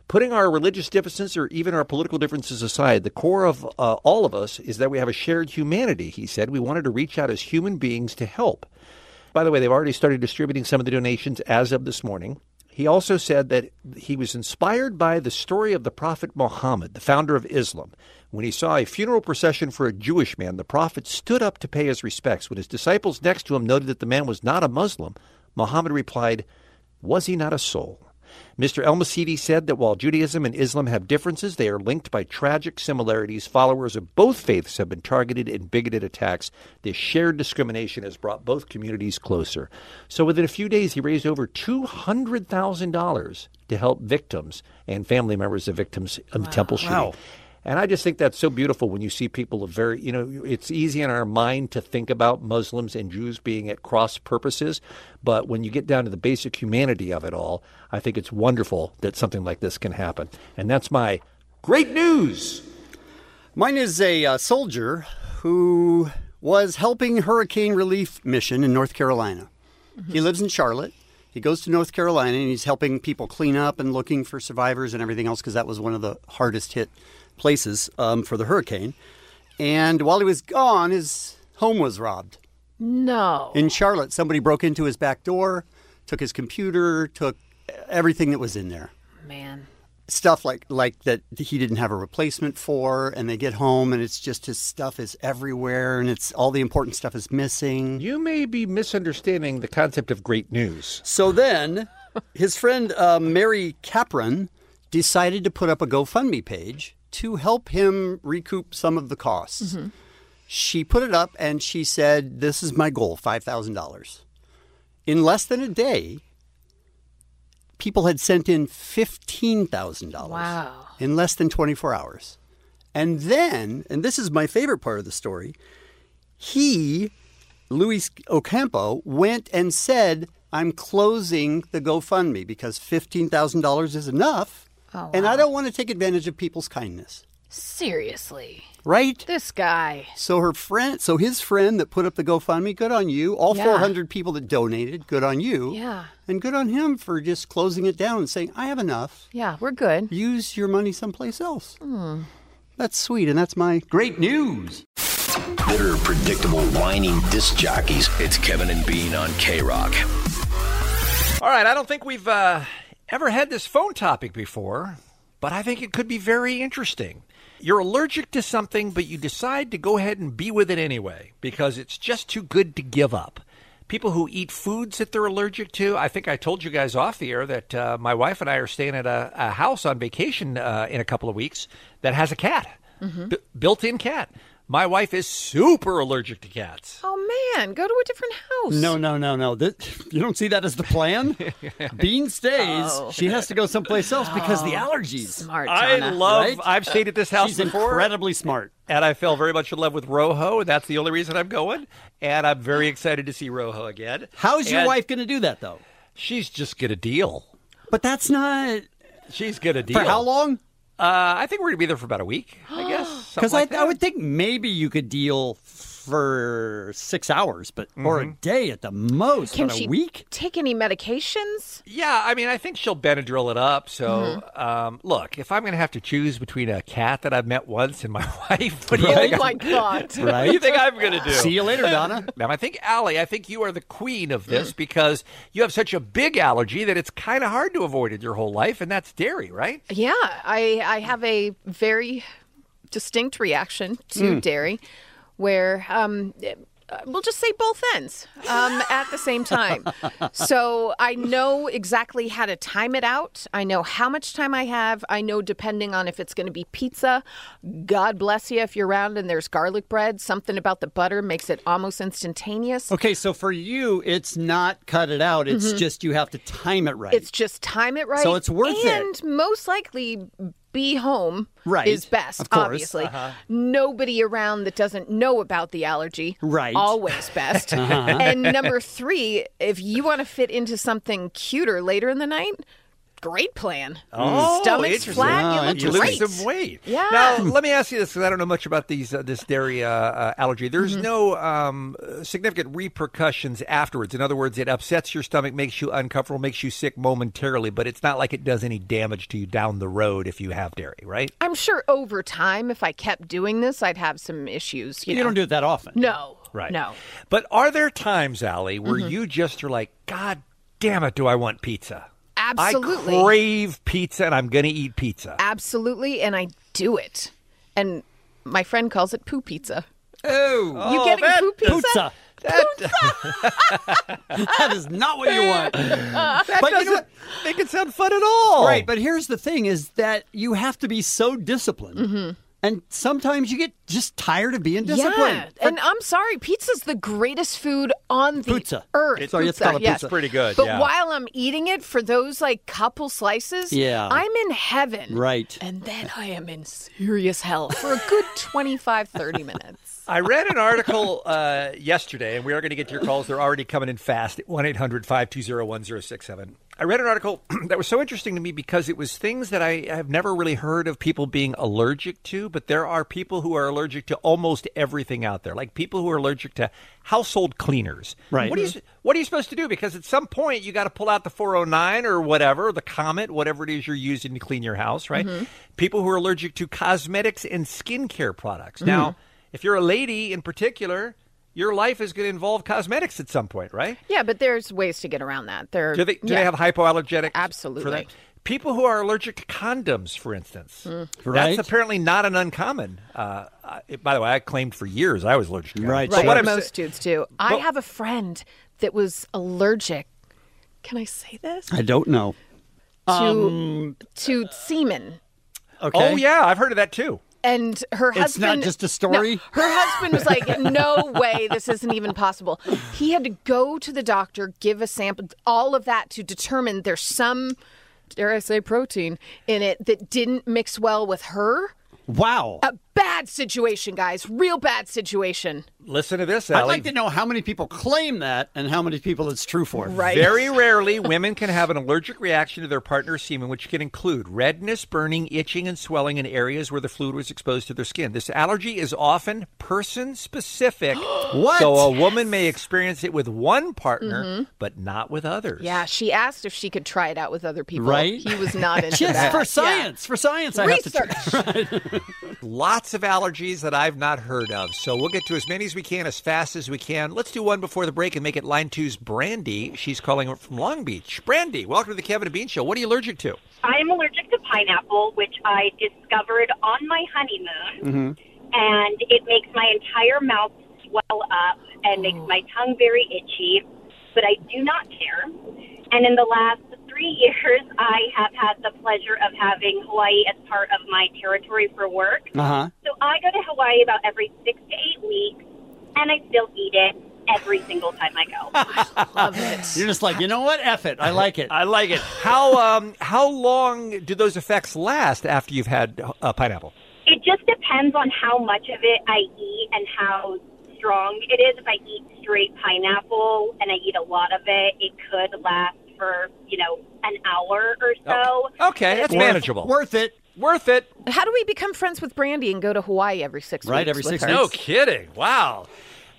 Putting our religious differences or even our political differences aside, the core of uh, all of us is that we have a shared humanity, he said. We wanted to reach out as human beings to help. By the way, they've already started distributing some of the donations as of this morning. He also said that he was inspired by the story of the Prophet Muhammad, the founder of Islam. When he saw a funeral procession for a Jewish man, the Prophet stood up to pay his respects. When his disciples next to him noted that the man was not a Muslim, Muhammad replied, Was he not a soul? Mr. El Masidi said that while Judaism and Islam have differences, they are linked by tragic similarities. Followers of both faiths have been targeted in bigoted attacks. This shared discrimination has brought both communities closer. So within a few days, he raised over $200,000 to help victims and family members of victims of the temple shooting. And I just think that's so beautiful when you see people of very, you know, it's easy in our mind to think about Muslims and Jews being at cross purposes. But when you get down to the basic humanity of it all, I think it's wonderful that something like this can happen. And that's my great news. Mine is a uh, soldier who was helping hurricane relief mission in North Carolina. He lives in Charlotte. He goes to North Carolina and he's helping people clean up and looking for survivors and everything else because that was one of the hardest hit places um, for the hurricane. And while he was gone, his home was robbed. No. In Charlotte, somebody broke into his back door, took his computer, took everything that was in there Man. stuff like like that he didn't have a replacement for and they get home and it's just his stuff is everywhere and it's all the important stuff is missing You may be misunderstanding the concept of great news. so then his friend uh, mary capron decided to put up a gofundme page to help him recoup some of the costs She put it up and she said, This is my goal $5,000. In less than a day, people had sent in $15,000 Wow. in less than 24 hours. And then, and this is my favorite part of the story, he, Luis Ocampo, went and said, I'm closing the GoFundMe because $15,000 is enough. Oh, And wow. I don't want to take advantage of people's kindness, Seriously. right? This guy. So her friend, so his friend that put up the GoFundMe, good on you. All Yeah. 400 people that donated, good on you. Yeah. And good on him for just closing it down and saying, I have enough. Yeah, we're good. Hmm. Use your money someplace else. That's sweet. And that's my great news. Bitter, predictable, whining disc jockeys. It's Kevin and Bean on K Rock. All right, I don't think we've uh, ever had this phone topic before, but I think it could be very interesting. You're allergic to something, but you decide to go ahead and be with it anyway because it's just too good to give up. People who eat foods that they're allergic to. I think I told you guys off the air that uh, my wife and I are staying at a, a house on vacation uh, in a couple of weeks that has a cat, Mm-hmm. B- built in cat. My wife is super allergic to cats. Oh man, go to a different house. No, no, no, no. Th- you don't see that as the [LAUGHS] plan? Bean stays. Oh. She has to go someplace else because the Oh, allergies. Smart. I Donna. love. right? I've stayed at this house She's before. incredibly smart. And I fell very much in love with Rojo, and that's the only reason I'm going. And I'm very excited to see Rojo again. How's your And wife going to do that, though? She's just gonna deal. But that's not. She's gonna deal. For how long? Uh, I think we're gonna be there for about a week. I [GASPS] guess. something Because like I, I that. would think maybe you could deal for six hours, but or Mm-hmm. a day at the most, Can but she a week. take any medications? Yeah, I mean, I think she'll Benadryl it up. So, Mm-hmm. um, look, if I'm gonna have to choose between a cat that I've met once and my [LAUGHS] wife, what do you think? Oh my I'm- god. [LAUGHS] What do you think I'm gonna do? See you later, Donna. [LAUGHS] Ma'am, I think Allie, I think you are the queen of Mm. this because you have such a big allergy that it's kind of hard to avoid it your whole life, and that's dairy, right? Yeah, I I have a very distinct reaction to Hmm. dairy, where um, uh, we'll just say both ends um, at the same time. so I know exactly how to time it out. I know how much time I have. I know depending on if it's going to be pizza. God bless you if you're around and there's garlic bread. Something about the butter makes it almost instantaneous. Okay, so for you, it's not cut it out. It's just you have to time it right. Mm-hmm. It's just time it right. So it's worth it. and most likely be home Right. is best, Of course. Uh-huh. obviously. Nobody around that doesn't know about the allergy. Right. Uh-huh. Always [LAUGHS] best. And number three, if you want to fit into something cuter later in the night, great plan. Oh, Mm. Stomach's interesting. Oh, flat, you You look lose great. some weight. Yeah. Now let me ask you this because I don't know much about these uh, this dairy uh, uh, allergy. There's Mm-hmm. no um, uh, significant repercussions afterwards. In other words, it upsets your stomach, makes you uncomfortable, makes you sick momentarily, but it's not like it does any damage to you down the road if you have dairy, right? I'm sure over time, if I kept doing this, I'd have some issues. You, you know. don't do it that often. No. No. But are there times, Allie, where Mm-hmm. you just are like, God damn it, do I want pizza? Absolutely. I crave pizza and I'm going to eat pizza. Absolutely. And I do it. And my friend calls it poo pizza. Oh, You getting that poo pizza? pizza. [LAUGHS] that is not what you want. Uh, but you know what? Make it sound fun at all. Right, but here's the thing: is that you have to be so disciplined, and sometimes you get just tired of being disciplined. Mm-hmm. Yeah, and I'm sorry, pizza's the greatest food on the Pizza. earth. It's- Sorry, it's called a yes. pizza. It's pretty good, But yeah. while I'm eating it for those like couple slices, Yeah. I'm in heaven. Right. And then I am in serious hell for a good 25, 30 minutes. I read an article uh, yesterday, and we are going to get to your calls. They're already coming in fast at 1 800 520 1067. I read an article [CLEARS THROAT] that was so interesting to me because it was things that I have never really heard of people being allergic to, but there are people who are allergic to almost everything out there, like people who are allergic to household cleaners. Right. What are you, what are you supposed to do? Because at some point, you got to pull out the 409 or whatever, the Comet, whatever it is you're using to clean your house, right? People who are allergic to cosmetics and skincare products. Now, if you're a lady in particular, your life is going to involve cosmetics at some point, right? Yeah, but there's ways to get around that. There, Do they, do yeah. they have hypoallergenic? For that? Absolutely. People who are allergic to condoms, for instance, Mm. Right. that's apparently not an uncommon. Uh, I, by the way, I claimed for years I was allergic. to condoms. Right, But Right, what I'm sa- most dudes do. I have a friend that was allergic. Can I say this? I don't know. Um, to to semen. Okay. Oh yeah, I've heard of that too. and her husband. It's not just a story? No, her husband was like, "No way, this isn't even possible." He had to go to the doctor, give a sample, all of that to determine there's some, dare I say, protein in it that didn't mix well with her. Wow. A bad situation, guys. Real bad situation. Listen to this, I'd Allie. like to know how many people claim that and how many people it's true for. Right. Very rarely, women can have an allergic reaction to their partner's semen, which can include redness, burning, itching, and swelling in areas where the fluid was exposed to their skin. This allergy is often person specific. What? So a woman may experience it with one partner, but not with others. Yeah, she asked if she could try it out with other people. Right? He [LAUGHS] was not into Just that. for science. For science, I have Research. to try. Lots of allergies that I've not heard of. So we'll get to as many as we can as fast as we can. Let's do one before the break and make it line two's Brandy. She's calling from Long Beach. Brandy, welcome to the Kevin and Bean Show. What are you allergic to? I am allergic to pineapple, which I discovered on my honeymoon, Mm-hmm. and it makes my entire mouth swell up and makes my tongue very itchy, but I do not care. And in the last three [LAUGHS] years, I have had the pleasure of having Hawaii as part of my territory for work. Uh-huh. So I go to Hawaii about every six to eight weeks, and I still eat it every single time I go. [LAUGHS] You're just like, you know what? F it. I like it. I like it. How um how long do those effects last after you've had uh, pineapple? It just depends on how much of it I eat and how strong it is. If I eat straight pineapple and I eat a lot of it, it could last for, you know, an hour or so. Okay, that's Worth- manageable. Worth it. Worth it. How do we become friends with Brandy and go to Hawaii every six Right, weeks? every with six her? weeks. No kidding. Wow.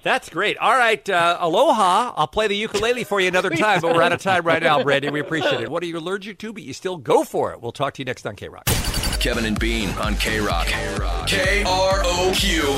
That's great. All right, uh, aloha. I'll play the ukulele for you another time, but we're out of time right now, Brandy. We appreciate [LAUGHS] it. What are you allergic to, but you still go for it? We'll talk to you next on K Rock. Kevin and Bean on K Rock. K R O Q.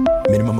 Minimum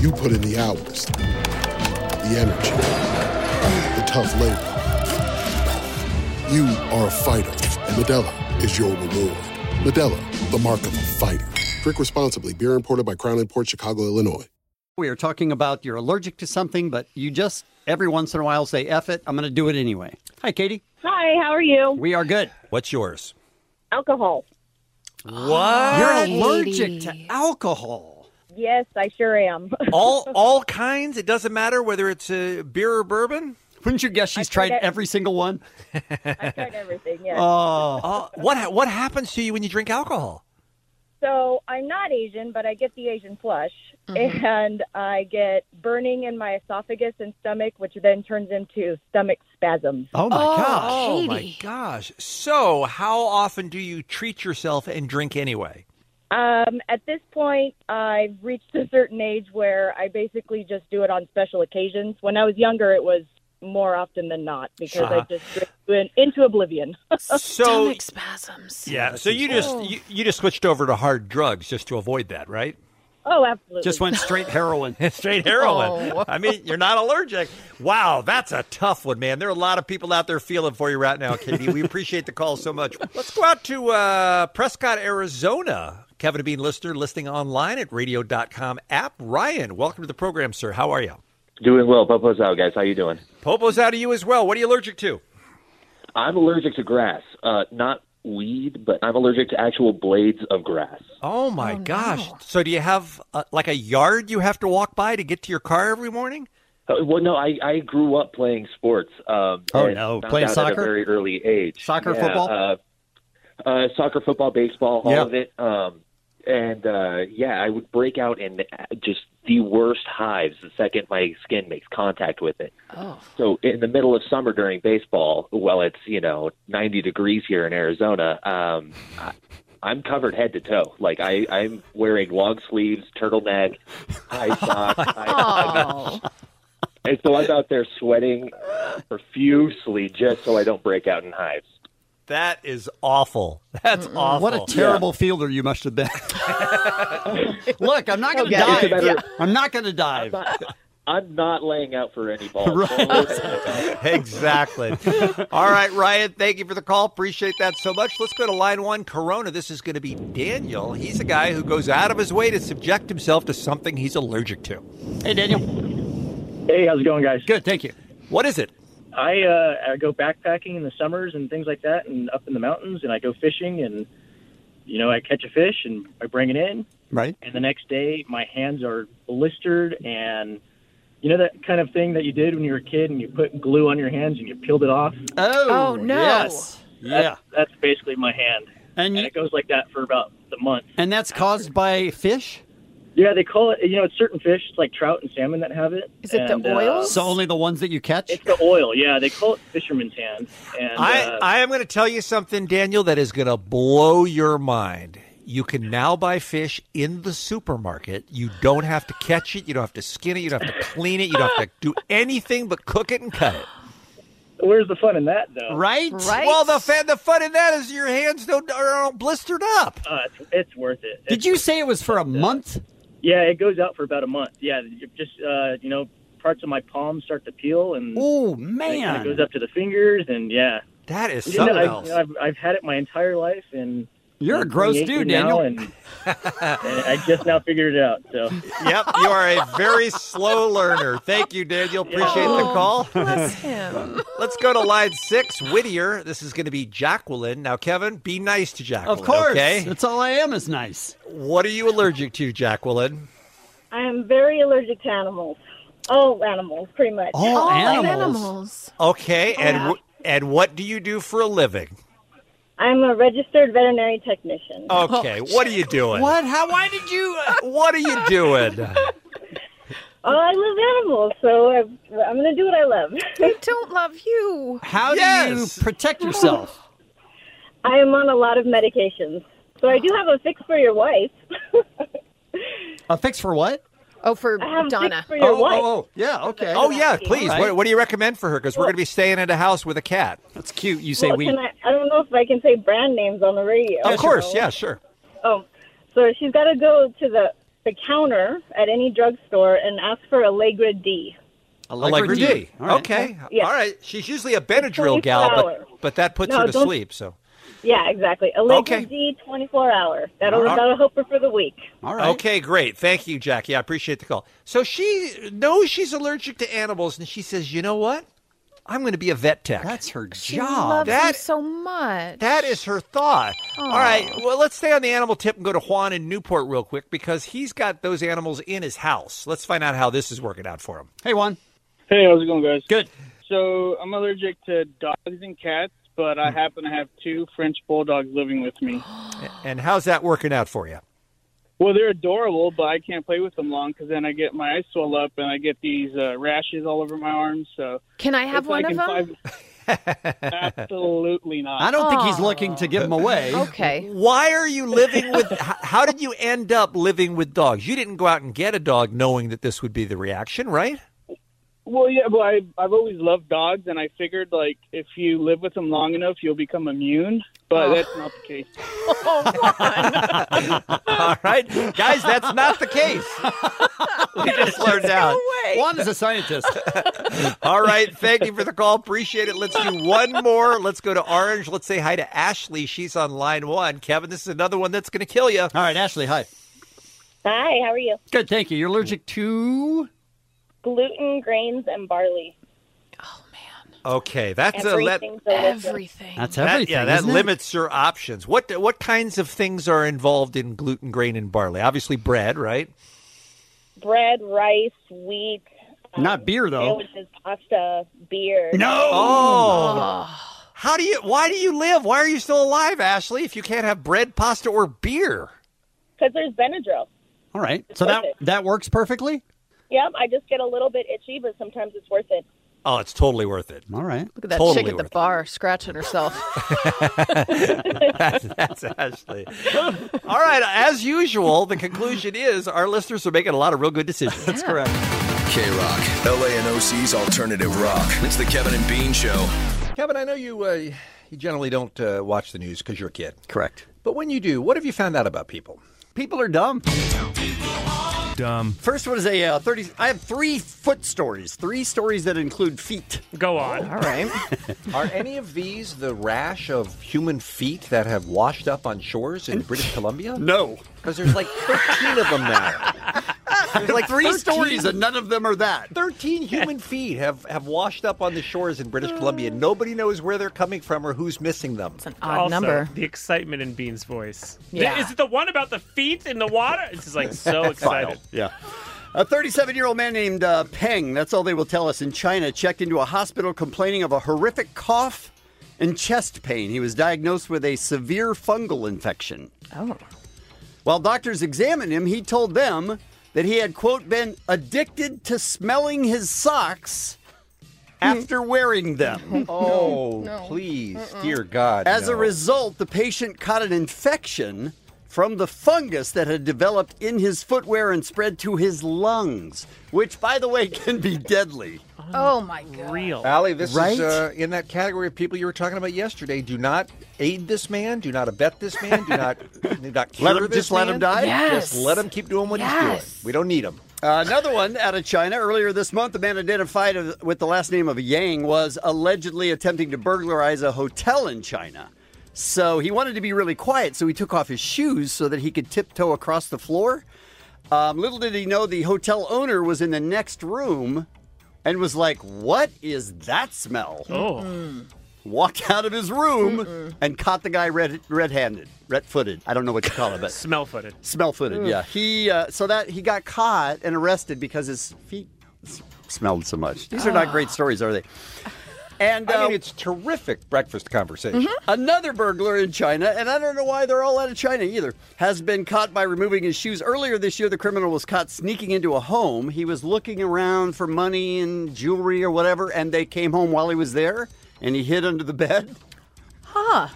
You put in the hours, the energy, the tough labor. You are a fighter, and Medella is your reward. Medella, the mark of a fighter. Drink responsibly, beer imported by Crown Port Chicago, Illinois. We are talking about you're allergic to something, but you just every once in a while say, F it. I'm going to do it anyway. Hi, Katie. Hi, how are you? We are good. What's yours? Alcohol. What? You're allergic to alcohol. Yes, I sure am. [LAUGHS] all all kinds. It doesn't matter whether it's uh, beer or bourbon. Wouldn't you guess she's tried tried it. every single one? I've tried everything, yes. [LAUGHS] Oh. Uh, what ha- what happens to you when you drink alcohol? So I'm not Asian, but I get the Asian flush, Mm-hmm. and I get burning in my esophagus and stomach, which then turns into stomach spasms. Oh my gosh! So, how often do you treat yourself and drink anyway? Um, at this point, I've reached a certain age where I basically just do it on special occasions. When I was younger, it was more often than not because Uh-huh. I just went into oblivion. [LAUGHS] So- spasms. Yeah. So you just Oh. you, you just switched over to hard drugs just to avoid that, right? Oh, absolutely. straight heroin. [LAUGHS] straight heroin. Oh. I mean, you're not allergic. Wow, that's a tough one, man. There are a lot of people out there feeling for you right now, Katie. We appreciate the call so much. Let's go out to uh, Prescott, Arizona. Kevin and Bean listener listening online at radio.com app. Ryan, welcome to the program, sir. How are you? Doing well. Popo's out, guys. How you doing? Popo's out of you as well. What are you allergic to? I'm allergic to grass. Uh, not weed, but I'm allergic to actual blades of grass. Oh my gosh. So do you have uh, like a yard you have to walk by to get to your car every morning? Uh, well, no, I, I grew up playing sports. Um, Oh, and no. found Playing out soccer? at a very early age. Soccer, Yeah, football? Uh, uh, soccer, football, baseball, all Yeah. of it. Um, and uh, yeah, I would break out in just the worst hives the second my skin makes contact with it. Oh. So in the middle of summer during baseball, while it's you know 90 degrees here in Arizona, um, I, I'm covered head to toe. Like I, I'm wearing long sleeves, turtleneck, [LAUGHS] high Oh socks. high- and so I'm out there sweating profusely just so I don't break out in hives. That is awful. That's awful. What a terrible fielder you must have been. [LAUGHS] Look, I'm not going to [LAUGHS] Okay. It's a dive. matter- Yeah. I'm not going to dive. I'm not laying out for any [LAUGHS] balls. [LAUGHS] exactly. [LAUGHS] All right, Ryan, thank you for the call. Appreciate that so much. Let's go to line one, Corona. This is going to be Daniel. He's a guy who goes out of his way to subject himself to something he's allergic to. Hey, Daniel. Hey, how's it going, guys? Good, thank you. What is it? I uh, I go backpacking in the summers and things like that, and up in the mountains, and I go fishing, and you know I catch a fish and I bring it in, Right? and the next day my hands are blistered, and you know that kind of thing that you did when you were a kid, and you put glue on your hands and you peeled it off. Oh, no. yes. Yeah. that's basically my hand, and, it goes like that for about the month. And that's caused by fish? Yeah, they call it. You know, it's certain fish, it's like trout and salmon, that have it. and, uh, so only the ones that you catch? it's the oil. Yeah, they call it fisherman's hand. And I, uh, I am going to tell you something, Daniel, that is going to blow your mind. You can now buy fish in the supermarket. You don't have to catch it. You don't have to skin it. You don't have to clean it. You don't have to do anything but cook it and cut it. Where's the fun in that, though? Right? Right. Well, the, fa- the fun in that is your hands don't are all blistered up. [LAUGHS] Uh, it's, it's worth it. Did you say it was for a month? Yeah, it goes out for about a month. Yeah, you just uh, you know, parts of my palms start to peel, and oh it kinda man. goes up to the fingers, and yeah, that is You something know, I've, else. you know, I've, I've had it my entire life, and You're a I'm gross 28 dude, now, Daniel. and, and I just now figured it out. So yep, you are a very slow learner. Thank you, Daniel. Appreciate the Oh, [LAUGHS] call. bless him. [LAUGHS] Let's go to line six, Whittier. This is going to be Jacqueline. Now, Kevin, be nice to Jacqueline. Of course. Okay? That's all I am is nice. What are you allergic to, Jacqueline? I am very allergic to animals. All animals, pretty much. All All animals. Okay, and wh- and what do you do for a living? I'm a registered veterinary technician. Okay, what are you doing? What? How? Why did you? uh, [LAUGHS] What are [LAUGHS] you doing? Oh, I love animals, so I, I'm going to do what I love. [LAUGHS] They don't love you. How Yes. do you protect yourself? I am on a lot of medications. So I do have a fix for your wife. a fix for what? Oh, for I have a Donna. fix for your oh, wife. oh, oh, yeah, okay. Oh yeah, please. All right. What, what do you recommend for her? Because we're going to be staying in a house with a cat. That's cute. You Well, can I, I don't know if I can say brand names on the radio. of course, yeah, sure. Oh, so she's got to go to the, the counter at any drugstore and ask for Allegra D. Allegra D. D. All right. Okay, Yeah. all right. She's usually a Benadryl gal, 24 but but that puts No, her to don't- sleep. So Yeah, exactly. Allegra Okay. D, 24 hour. That'll, All right. that'll help her for the week. all right. Okay, great. Thank you, Jackie. I appreciate the call. So she knows she's allergic to animals, and she says, "You know what? I'm going to be a vet tech." That's her She loves That you so much. That is her thought. Aw. All right. Well, let's stay on the animal tip and go to Juan in Newport real quick because he's got those animals in his house. Let's find out how this is working out for him. Hey, Juan. Hey, how's it going, guys? Good. So I'm allergic to dogs and cats, but Hmm. I happen to have two French bulldogs living with me. And how's that working out for you? Well, they're adorable, but I can't play with them long because then I get my eyes swell up and I get these uh, rashes all over my arms. So Can I have it's one like in of them? [LAUGHS] five- Absolutely not. I don't think he's looking to give him away. Okay. Why are you [LAUGHS] living with? h- how did you end up living with dogs? You didn't go out and get a dog knowing that this would be the reaction, right? Well, yeah, but I, I've always loved dogs, and I figured like if you live with them long enough, you'll become immune. But Oh. that's not the case. [LAUGHS] All right, guys, that's not the case. We [LAUGHS] just learned out. Juan is a scientist. [LAUGHS] All right. Thank you for the call. Appreciate it. Let's do one more. Let's go to Orange. Let's say hi to Ashley. She's on line one. Kevin, this is another one that's going to kill you. All right, Ashley. Hi. Hi, how are you? Good, thank you. You're allergic to Gluten, grains, and barley. Okay, that's a that, Everything's delicious. Everything. That's that- everything. yeah, that isn't it? limits your options. What what kinds of things are involved in gluten, grain, and barley? Obviously, bread, right? Bread, rice, wheat, Not beer though. sandwiches, pasta, beer. Oh. How do you? Why do you live? Why are you still alive, Ashley? If you can't have bread, pasta, or beer? Because there's Benadryl. All right. So that Perfect. that works perfectly. Yep, I just get a little bit itchy, but sometimes it's worth it. Oh, it's totally worth it. All right. Look at that totally chick at the worth bar [LAUGHS] scratching herself. it. [LAUGHS] that's, that's Ashley. All right. As usual, the conclusion is our listeners are making a lot of real good decisions. That's correct. K Rock, LA and OC's alternative rock. It's the Kevin and Bean Show. Kevin, I know you uh, you generally don't uh, watch the news because you're a kid. Correct. But when you do, what have you found out about people? People are dumb. Dumb. First one is a uh, 30. I have three foot stories, three stories that include feet. Go on. all right. [LAUGHS] Are any of these the rash of human feet that have washed up on shores [LAUGHS] in British Columbia? No. Because there's like 13 of them now. There's like three 13 stories and none of them are that. 13 human feet have, have washed up on the shores in [SIGHS] British Columbia. Nobody knows where they're coming from or who's missing them. It's an also, The excitement in Bean's voice. Yeah. Is it the one about the feet in the water? It's just like [LAUGHS] so excited. yeah. A 37 year old man named uh, Peng, that's all they will tell us, in China checked into a hospital complaining of a horrific cough and chest pain. He was diagnosed with a severe fungal infection. Oh. While doctors examined him, he told them that he had, quote, been addicted to smelling his socks after wearing them. Oh, please, dear God. As a no. result, the patient caught an infection from the fungus that had developed in his footwear and spread to his lungs, which, by the way, [LAUGHS] can be deadly. oh my god. Real. Allie, this Right? is uh, in that category of people you were talking about yesterday. Do not aid this man. Do not abet this man. Do not, do not [LAUGHS] cure Let him- this just let man. him die? Just let him keep doing what he's doing. We don't need him. Uh, another one out of China earlier this month, a man identified as- with the last name of Yang was allegedly attempting to burglarize a hotel in China. So he wanted to be really quiet, so he took off his shoes so that he could tiptoe across the floor. Um, little did he know the hotel owner was in the next room and was like, What is that smell? Oh. Walked [LAUGHS] out of his room and caught the guy red red handed, red footed. I don't know what you call it, but Smell footed. Smell footed, Ugh. yeah. He uh, so that he got caught and arrested because his feet s- smelled so much. These are not great stories, are they? And I uh, mean, it's terrific [LAUGHS] breakfast conversation. another burglar in China, and I don't know why they're all out of China either, has been caught by removing his shoes. Earlier this year, the criminal was caught sneaking into a home. He was looking around for money and jewelry or whatever, and they came home while he was there, and he hid under the bed. [LAUGHS] Huh.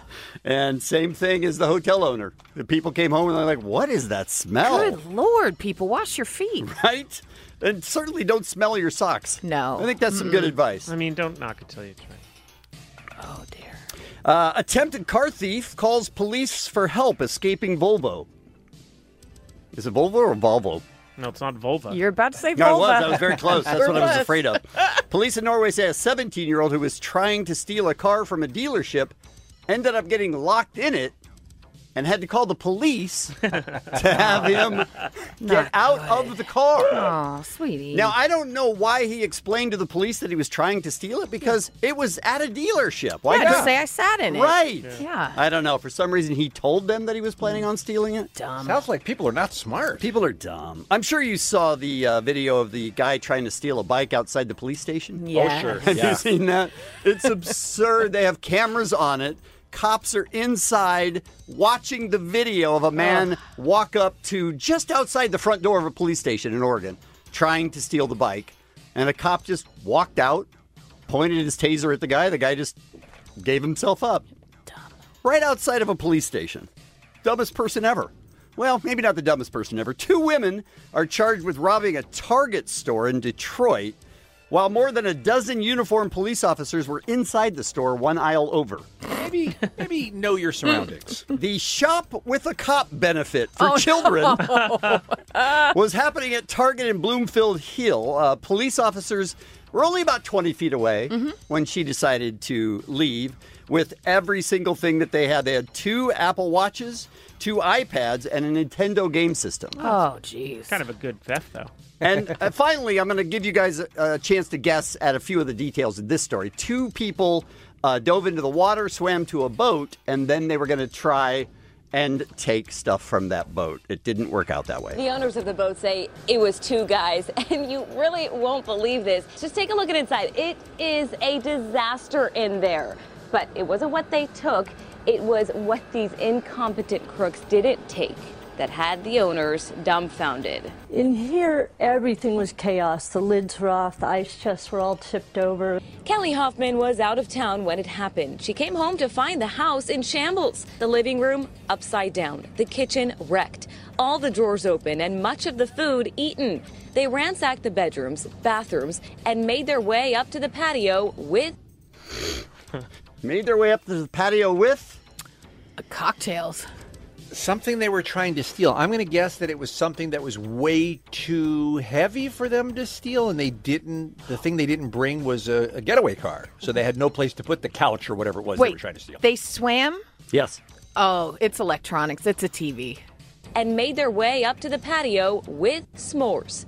And same thing as the hotel owner. The people came home and they're like, "What is that smell?" Good lord, people, wash your feet. [LAUGHS] right? And certainly don't smell your socks. No. I think that's some good advice. I mean, don't knock it till you try. Uh, attempted car thief calls police for help escaping Volvo. Is it Volvo or Volvo? No, it's not vulva. You're about [LAUGHS] to say No, I vulva. was. I was very close. That's Sure what I was was. afraid of. Police in Norway say a 17 year old who was trying to steal a car from a dealership ended up getting locked in it and had to call the police [LAUGHS] to have [LAUGHS] him get out of the car. Oh, sweetie. Now, I don't know why he explained to the police that he was trying to steal it because it was at a dealership. Why yeah, not? just say I sat in it. Right. Yeah. Mm. I don't know. For some reason, he told them that he was planning on stealing it. Dumb. Sounds like people are not smart. People are dumb. I'm sure you saw the uh, video of the guy trying to steal a bike outside the police station. Yeah. Oh, sure. Have Yeah. you seen that? It's absurd. they have cameras on it. Cops are inside watching the video of a man walk up to just outside the front door of a police station in Oregon trying to steal the bike. And a cop just walked out, pointed his taser at the guy. The guy just gave himself up. Right outside of a police station. Dumbest person ever. Well, maybe not the dumbest person ever. Two women are charged with robbing a Target store in Detroit while more than a dozen uniformed police officers were inside the store one aisle over. [LAUGHS] Maybe, maybe know Mm. your surroundings. The Shop with a Cop benefit for children Uh, was happening at Target in Bloomfield Hill. Uh, police officers were only about 20 feet away when she decided to leave with every single thing that they had. They had two Apple Watches, two iPads, and a Nintendo game system. Oh, jeez. Kind of a good theft, though. [LAUGHS] And uh, finally, I'm going to give you guys a, a chance to guess at a few of the details of this story. Two people uh, dove into the water, swam to a boat, and then they were going to try and take stuff from that boat. It didn't work out that way. The owners of the boat say it was two guys, [LAUGHS] and you really won't believe this. Just take a look at inside. It is a disaster in there. But it wasn't what they took, it was what these incompetent crooks didn't take. that had the owners dumbfounded. In here, everything was chaos. The lids were off, the ice chests were all tipped over. Kelly Hoffman was out of town when it happened. She came home to find the house in shambles, the living room upside down, the kitchen wrecked, all the drawers open, and much of the food eaten. They ransacked the bedrooms, bathrooms, and made their way up to the patio with. Made their way up to the patio with cocktails. Something they were trying to steal. I'm going to guess that it was something that was way too heavy for them to steal, and they didn't. The thing they didn't bring was a, a getaway car, so they had no place to put the couch or whatever it was Wait, they were trying to steal. They swam? yes. Oh, it's electronics. It's a TV. and made their way up to the patio with s'mores.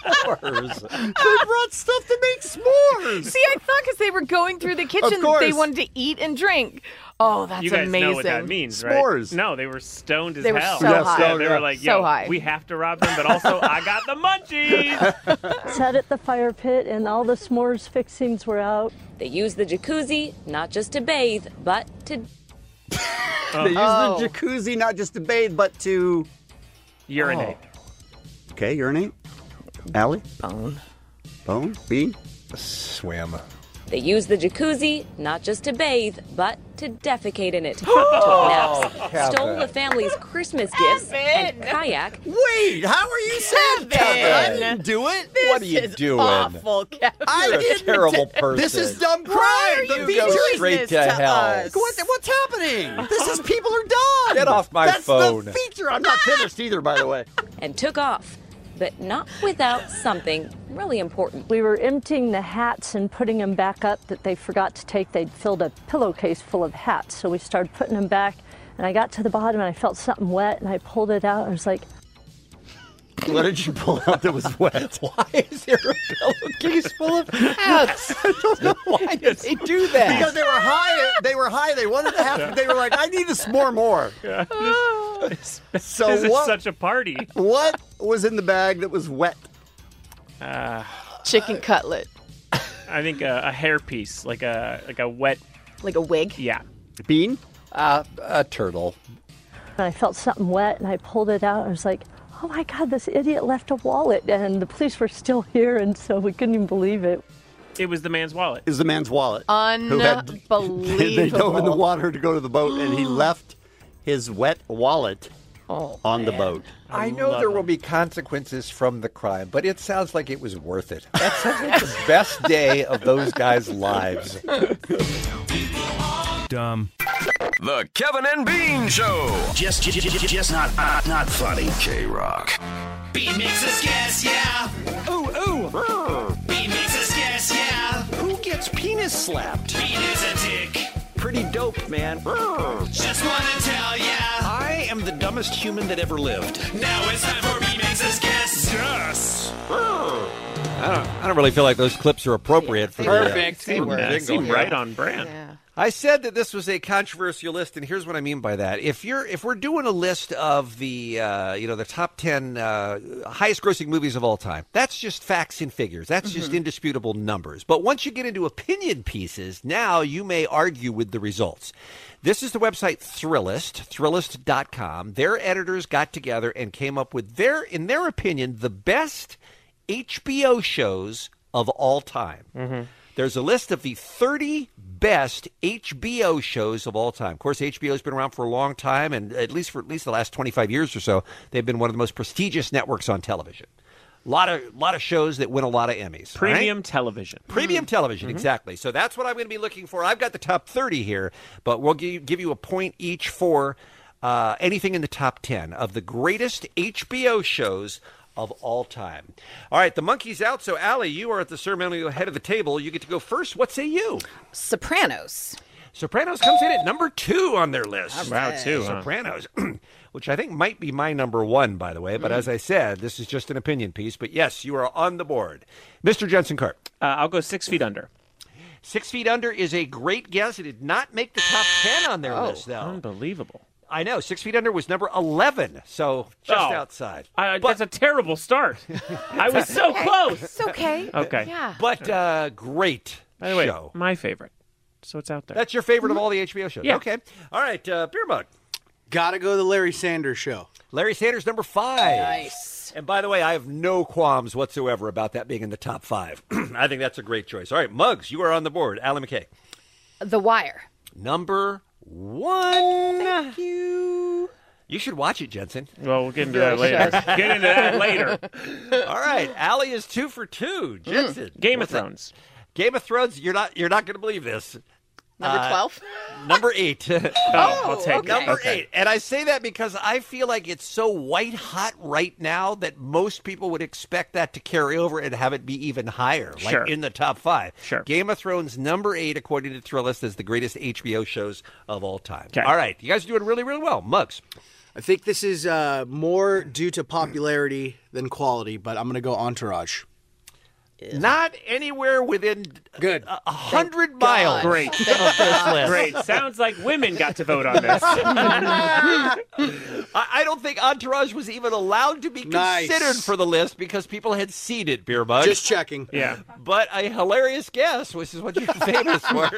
s'mores. [LAUGHS] they brought stuff to make s'mores. See, I thought because they were going through the kitchen, they course. wanted to eat and drink. Oh, that's you guys amazing. know what that means, right? S'mores. No, they were stoned as They were hell. so Yes, high. Yeah, they were like, so yo, high. we have to rob them, but also I got the munchies. Sat at the fire pit, and all the s'mores fixings were out. They used the jacuzzi not just to bathe, but to They used the jacuzzi not just to bathe, but to Oh. urinate. Okay, urinate. Allie? Bone. Bone? Bean? Swim. they used the jacuzzi not just to bathe, but to defecate in it. Took naps, Kevin. stole the family's Christmas gifts and kayak. Wait, how are you saying Kevin? I didn't do it. What are you doing? I You're a didn't terrible do- person. This is dumb crime. The you feature go is- straight to hell. What, what's happening? This is people are dumb. Get off my That's phone. The feature. I'm not finished either, by the way. Ah! and took off, but not without something really important. We were emptying the hats and putting them back up that they forgot to take. They'd filled a pillowcase full of hats, so we started putting them back. And I got to the bottom, and I felt something wet, and I pulled it out. I was like, What did you pull out that was wet? [LAUGHS] Why is there a pillowcase full of hats? [LAUGHS] I don't know why [LAUGHS] did they do that? Because they were high. They were high. They wanted to have. They were like, I need to s'more [LAUGHS] more. [LAUGHS] So this what- is such a [LAUGHS] party. What was in the bag that was wet? Uh, Ah. Chicken cutlet. I think a, a hair piece, like a like a wet, like a wig. Yeah. Bean? Uh, a turtle. and I felt something wet, and I pulled it out. I was like, oh my God, this idiot left a wallet, and the police were still here, and so we couldn't even believe it. It was the man's wallet. Is the man's wallet? Who had- they Unbelievable. dove in the water to go to the boat, and he left his wet wallet on the boat. [LAUGHS] I, know there will be consequences from the crime, but it sounds like it was worth it. That sounds like the best day of those guys' lives. Dumb. The Kevin and Bean Show. Just, just, just not, uh, not funny. K Rock. Bean makes us guess, yeah. Ooh, ooh. Bean makes us guess, yeah. Who gets penis slapped? Bean is a dick. Pretty dope, man. Just wanna tell ya. I am the dumbest human that ever lived. Now it's time for Bean makes us guess. Yes. I don't, I don't really feel like those clips are appropriate for the, uh, Perfect. for the Seemed, uh, jingle seemed here. right on brand. I said that this was a controversial list, and here's what I mean by that. If you're if we're doing a list of the uh, you know the top ten uh, highest grossing movies of all time, that's just facts and figures. That's just Mm-hmm. Mhm. indisputable numbers. But once you get into opinion pieces, now you may argue with the results. This is the website Thrillist, Thrillist.com. Their editors got together and came up with their, in their opinion, the best HBO shows of all time. There's a list of the 30 best HBO shows of all time. Of course, HBO's been around for a long time, and at least for at least the last 25 years or so, they've been one of the most prestigious networks on television. A lot of lot of shows that win a lot of Emmys. all right? Premium television. Mm-hmm. Premium television, exactly. So that's what I'm going to be looking for. I've got the top 30 here, but we'll give, give you a point each for uh, anything in the top 10 of the greatest HBO shows of all time. All right, the monkey's out. So, Allie, you are at the ceremonial head of the table. You get to go first. What say you? Sopranos. Sopranos comes in at number two on their list. Wow, right. two, huh? Sopranos, which I think might be my number one, by the way. But Mm. as I said, this is just an opinion piece. But yes, you are on the board. Mr. Jensen Carp. Uh, I'll go six feet under. Six Feet Under is a great guess. It did not make the top 10 on their list, though. Oh, Unbelievable. I know. Six Feet Under was number 11, so just Oh. outside. I, that's a terrible [LAUGHS] start. I was so Okay. close. It's okay. Okay. Yeah. But uh, great By the way, show. my favorite. So it's out there. That's your favorite of all the HBO shows. Mm-hmm. Yeah. Okay. All right, uh, Beer Mug. Gotta go to the Larry Sanders show. Larry Sanders, number five. Nice. And by the way, I have no qualms whatsoever about that being in the top five. [CLEARS THROAT] I think that's a great choice. All right, Muggs, you are on the board. Allie McKay. The Wire. Number one. Mm-hmm. Thank you. You should watch it, Jensen. Well, we'll get into that later. [LAUGHS] get into that later. Mm, All right, Allie is two for two. Jensen, Game what's of up? Thrones. Game of Thrones. You're not. You're not going to believe this. Number Uh, 12? Number [LAUGHS] eight. oh, I'll take it. Number Okay. eight. And I say that because I feel like it's so white hot right now that most people would expect that to carry over and have it be even higher, like Sure. in the top five. Sure. Game of Thrones, number eight, according to Thrillist, is the greatest HBO shows of all time. All right. You guys are doing really, really well. Mugs. I think this is uh, more due to popularity than quality, but I'm going to go Entourage. Not anywhere within good a hundred miles. Great. [LAUGHS] of this list. Great. Sounds like women got to vote on this. [LAUGHS] I, I don't think Entourage was even allowed to be Nice. considered for the list because people had seen it, beer mug. Just checking. Yeah. But a hilarious guess, which is what you're [LAUGHS] famous [LAUGHS] for.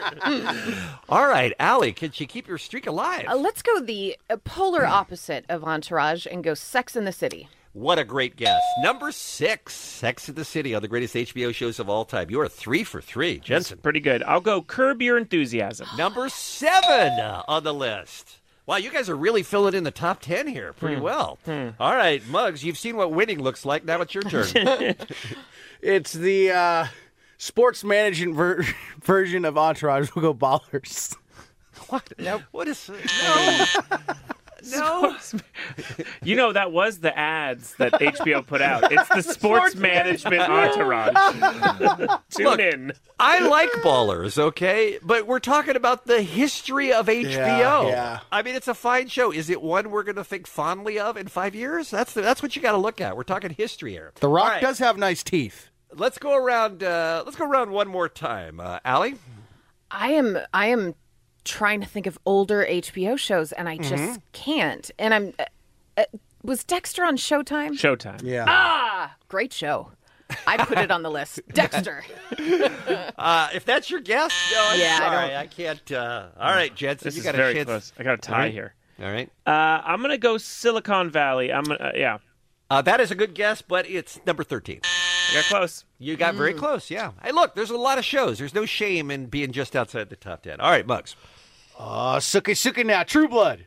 All right, Allie, can she keep your streak alive? Uh, let's go the uh, polar opposite of Entourage and go Sex in the City. What a great guess. Number six, Sex in the City, on the greatest HBO shows of all time. You are three for three, Jensen. pretty good. I'll go curb your enthusiasm. Number seven uh, on the list. Wow, you guys are really filling in the top ten here pretty Hmm. well. Hmm. All right, Muggs, you've seen what winning looks like. Now it's [LAUGHS] your turn. It's the uh, sports management ver- [LAUGHS] version of Entourage. We'll go Ballers. Nope. [LAUGHS] What is no? no. You know, that was the ads that HBO put out. It's the sports, [LAUGHS] management entourage. Tune Look, in. I like ballers, okay? But we're talking about the history of HBO. yeah. I mean, it's a fine show. Is it one we're going to think fondly of in five years? That's the, that's what you got to look at. We're talking history here. The Rock All right, does have nice teeth. Let's go around. Uh, let's go around one more time, uh, Allie. I am I am trying to think of older HBO shows and I just Mhm. can't. And I'm uh, uh, was Dexter on Showtime? Showtime. Yeah. Ah, great show. I put it on the list. Dexter. Uh, if that's your guess, no, I'm Yeah, I sorry, don't- I, can't. Uh, all right, Jensen, This you is got very a chance. close. I got a tie All right. here. All right. Uh, I'm gonna go Silicon Valley. I'm gonna, uh, yeah. Uh, that is a good guess, but it's number thirteen. I got close. You got Mm. very close, yeah. Hey, look, there's a lot of shows. There's no shame in being just outside the top ten. All right, Mugs. Uh, Suki Suki now. True Blood.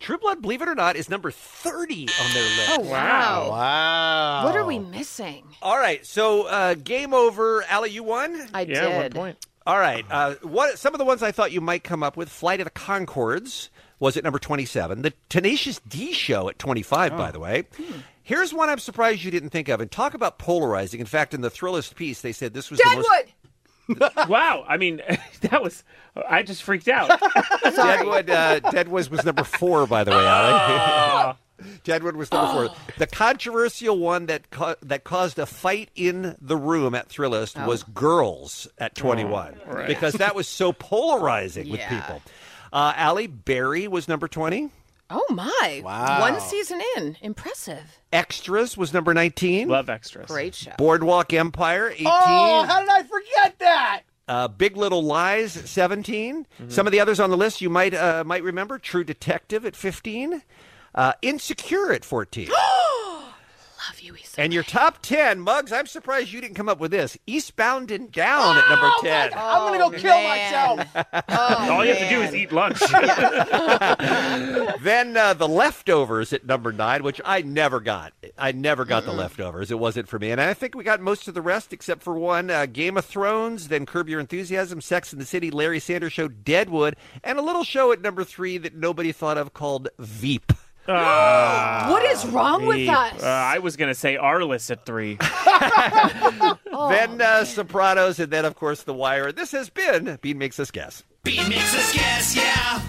True Blood, believe it or not, is number 30 on their list. Oh, wow. Wow. What are we missing? All right, so uh, game over. Allie, you won? I Yeah, one did. point. All right. Uh, what Some of the ones I thought you might come up with Flight of the Concords was at number 27. The Tenacious D show at 25, Oh. by the way. Here's one I'm surprised you didn't think of. And talk about polarizing. In fact, in the Thrillist piece, they said this was the most. wow. I mean, [LAUGHS] that was. I just freaked out. [LAUGHS] Deadwood, uh, Deadwood was number four, by the way, Allie. [LAUGHS] Deadwood was number four. The controversial one that ca- that caused a fight in the room at Thrillist was Girls at 21 Oh, right. because that was so polarizing with Yeah. people. Uh, Allie Berry was number 20. Oh my. Wow. One season in. Impressive. Extras was number 19. Love Extras. Great show. Boardwalk Empire, 18. Oh, how did I forget that? Uh, Big Little Lies, 17. Mm-hmm. Some of the others on the list you might uh, might remember: True Detective at 15, uh, Insecure [GASPS] at 14. And your top 10, Muggs, I'm surprised you didn't come up with this. Eastbound and Down at number 10. I'm gonna Oh, go kill myself. Oh, All you have to do is eat [LAUGHS] lunch. [LAUGHS] then uh, The Leftovers at number 9, which I never got. I never got The Leftovers. It wasn't for me. And I think we got most of the rest except for one uh, Game of Thrones, then Curb Your Enthusiasm, Sex in the City, Larry Sanders Show, Deadwood, and a little show at number 3 that nobody thought of called Veep. Ah, [GASPS] What is wrong with deep. us? Uh, I was gonna say our list at three. [LAUGHS] Oh. then uh, Sopranos, and then, of course, The Wire. This has been Bean Makes Us Guess. Beat makes us guess, yeah.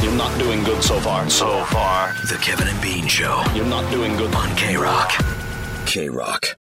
You're not doing good so far. So far. The Kevin and Bean Show. You're not doing good on K Rock. K Rock.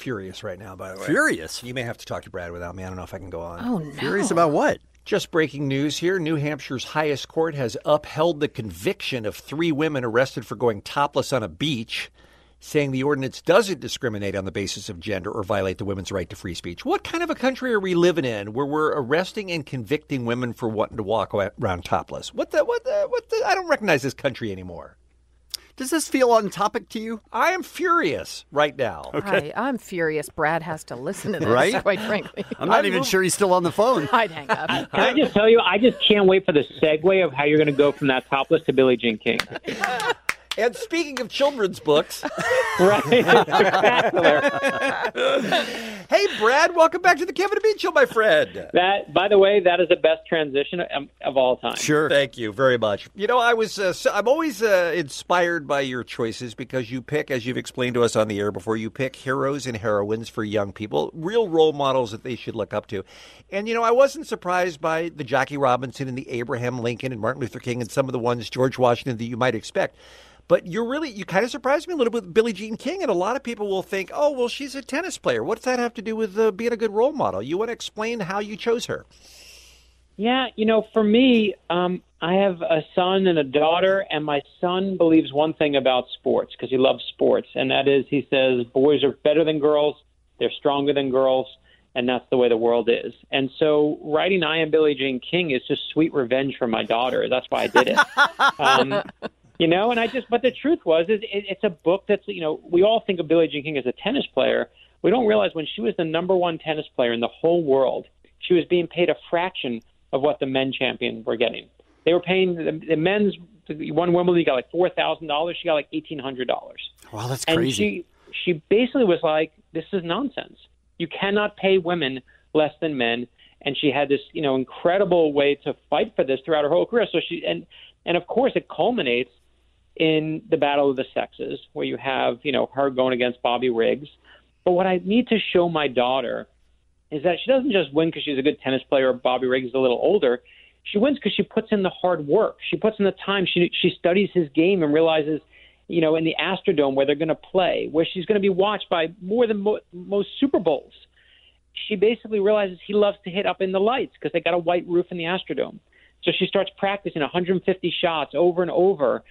Furious right now, by the way. Furious? You may have to talk to Brad without me. I don't know if I can go on. Oh, no. Furious about what? Just breaking news here New Hampshire's highest court has upheld the conviction of three women arrested for going topless on a beach, saying the ordinance doesn't discriminate on the basis of gender or violate the women's right to free speech. What kind of a country are we living in where we're arresting and convicting women for wanting to walk around topless? What the, what the, what the, I don't recognize this country anymore. Does this feel on topic to you? I am furious right now. Hi, I'm furious. Brad has to listen to this, Right? quite frankly. I'm not even [LAUGHS] sure he's still on the phone. I'd hang up. Can I just tell you, I just can't wait for the segue of how you're going to go from that topless to Billie Jean King. [LAUGHS] And speaking of children's [LAUGHS] books, [LAUGHS] hey, Brad, welcome back to the Kevin and Bean Show, my friend. That, by the way, that is the best transition of, of all time. Sure. Thank you very much. You know, I was uh, so, I'm always uh, inspired by your choices because you pick, as you've explained to us on the air before, you pick heroes and heroines for young people, real role models that they should look up to. And you know, I wasn't surprised by the Jackie Robinson and the Abraham Lincoln and Martin Luther King and some of the ones George Washington that you might expect. But you're really you kind of surprised me a little bit with Billie Jean King, and a lot of people will think, "Oh, well, she's a tennis player. What's that have to do with uh, being a good role model?" You want to explain how you chose her? Yeah, you know, for me, um, I have a son and a daughter, and my son believes one thing about sports because he loves sports, and that is he says boys are better than girls, they're stronger than girls, and that's the way the world is. And so, writing I Am Billie Jean King is just sweet revenge for my daughter. That's why I did [LAUGHS] it. um, you know, and I just, but the truth was, is it, it's a book that's, you know, we all think of Billie Jean King as a tennis player. We don't realize when she was the number one tennis player in the whole world, she was being paid a fraction of what the men champion were getting. They were paying the, the men's one Wimbledon, you got like four thousand dollars. She got like eighteen hundred dollars. Wow, that's and crazy. she she basically was like, "This is nonsense. You cannot pay women less than men." And she had this, you know, incredible way to fight for this throughout her whole career. So she and and of course it culminates in the battle of the sexes, where you have you know her going against Bobby Riggs. But what I need to show my daughter is that she doesn't just win because she's a good tennis player. Or Bobby Riggs is a little older. She wins because she puts in the hard work. She puts in the time. She she studies his game and realizes, you know, in the Astrodome where they're going to play, where she's going to be watched by more than mo- most Super Bowls. She basically realizes he loves to hit up in the lights because they got a white roof in the Astrodome. So she starts practicing 150 shots over and over.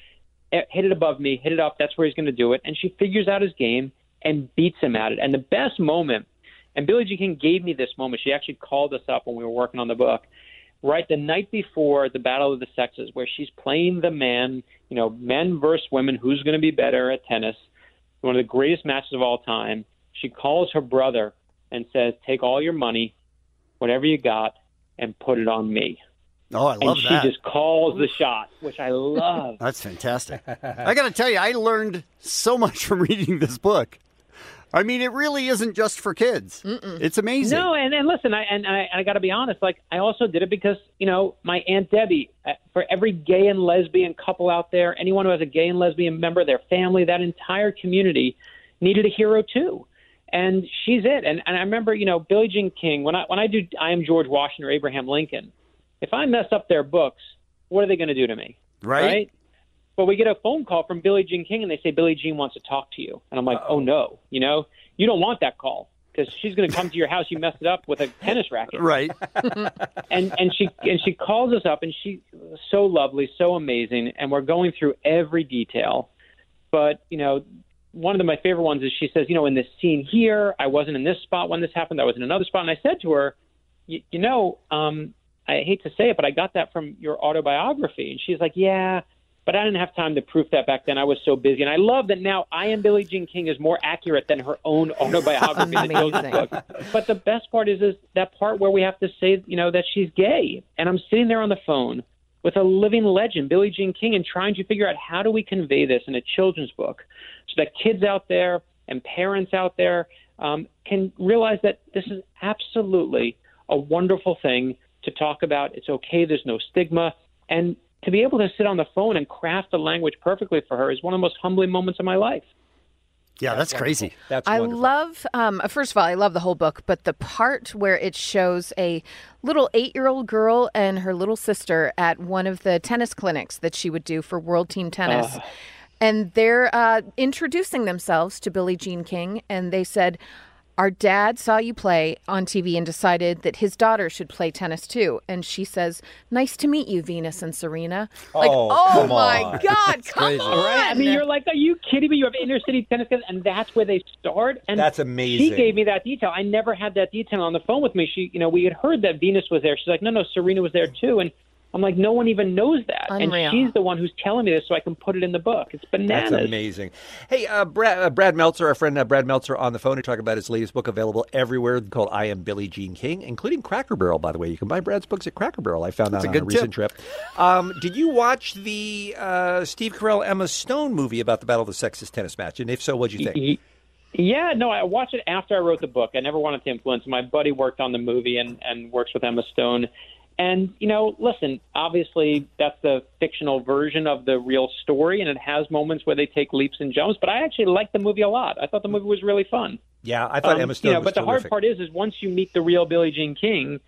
Eh, Hit it above me, hit it up. That's where he's going to do it. And she figures out his game and beats him at it. And the best moment and Billie Jean King gave me this moment. She actually called us up when we were working on the book, right the night before the Battle of the Sexes, where she's playing the man, you know, men versus women, who's going to be better at tennis, one of the greatest matches of all time. She calls her brother and says, Take all your money, whatever you got, and put it on me. Oh, I and love she that. just calls the shot, which I love. That's fantastic. I got to tell you, I learned so much [LAUGHS] from reading this book. I mean, it really isn't just for kids. It's amazing. No, and, and listen, I and I, I got to be honest. Like, I also did it because you know my aunt Debbie. uh, For every gay and lesbian couple out there, anyone who has a gay and lesbian member, of their family, that entire community needed a hero too, and she's it. And and I remember, you know, Billie Jean King. When I when I do, I am George Washington or Abraham Lincoln. If I mess up their books, what are they going to do to me? Right. Right. But we get a phone call from Billie Jean King, and they say Billie Jean wants to talk to you. And I'm like, oh no, you know, you don't want that call because she's going to come to your house. You messed it up with a tennis racket, right? and and she and she calls us up, and she so lovely, so amazing, and we're going through every detail. But you know, one of the, my favorite ones is she says, you know, in this scene here, I wasn't in this spot when this happened. I was in another spot, and I said to her, you, you know, um, I hate to say it, but I got that from your autobiography. And she's like, yeah, but I didn't have time to proof that back then. I was so busy. And I love that now I Am Billie Jean King is more accurate than her own autobiography. that goes with the book. But the best part is, is that part where we have to say, you know, that she's gay. And I'm sitting there on the phone with a living legend, Billie Jean King, and trying to figure out how do we convey this in a children's book so that kids out there and parents out there um, can realize that this is absolutely a wonderful thing to talk about. It's okay. There's no stigma. And to be able to sit on the phone and craft the language perfectly for her is one of the most humbling moments of my life. Yeah, that's, crazy. That's I love, um, first of all, I love the whole book, but the part where it shows a little eight year old girl and her little sister at one of the tennis clinics that she would do for World Team Tennis. Ah. And they're uh, introducing themselves to Billie Jean King, and they said, Our dad saw you play on TV and decided that his daughter should play tennis too. And she says, Nice to meet you, Venus and Serena. Like, Oh, oh, come my on. God, That's come crazy. on. Right? I mean, you're like, are you kidding me? You have inner city tennis kids, and that's where they start. And That's She amazing. gave me that detail. I never had that detail on the phone with me. She, you know, we had heard that Venus was there. She's like, no, no, Serena was there too, and I'm like, no one even knows that, Unreal. and she's the one who's telling me this, so I can put it in the book. It's bananas. That's amazing. Hey, uh, Brad, uh, Brad Meltzer, our friend uh, Brad Meltzer on the phone to talk about his latest book available everywhere called I Am Billie Jean King, including Cracker Barrel, by the way. You can buy Brad's books at Cracker Barrel. I found That's out a on good a recent trip. Um, did you watch the uh, Steve Carell Emma Stone movie about the Battle of the Sexes tennis match? And if so, what'd you think? Yeah, no, I watched it after I wrote the book. I never wanted to influence. My buddy worked on the movie and, and works with Emma Stone. And, you know, listen, obviously that's the fictional version of the real story, and it has moments where they take leaps and jumps, but I actually liked the movie a lot. I thought the movie was really fun. yeah, I thought Um, Emma Stone you know, was but the terrific. hard part is, is once you meet the real Billie Jean King,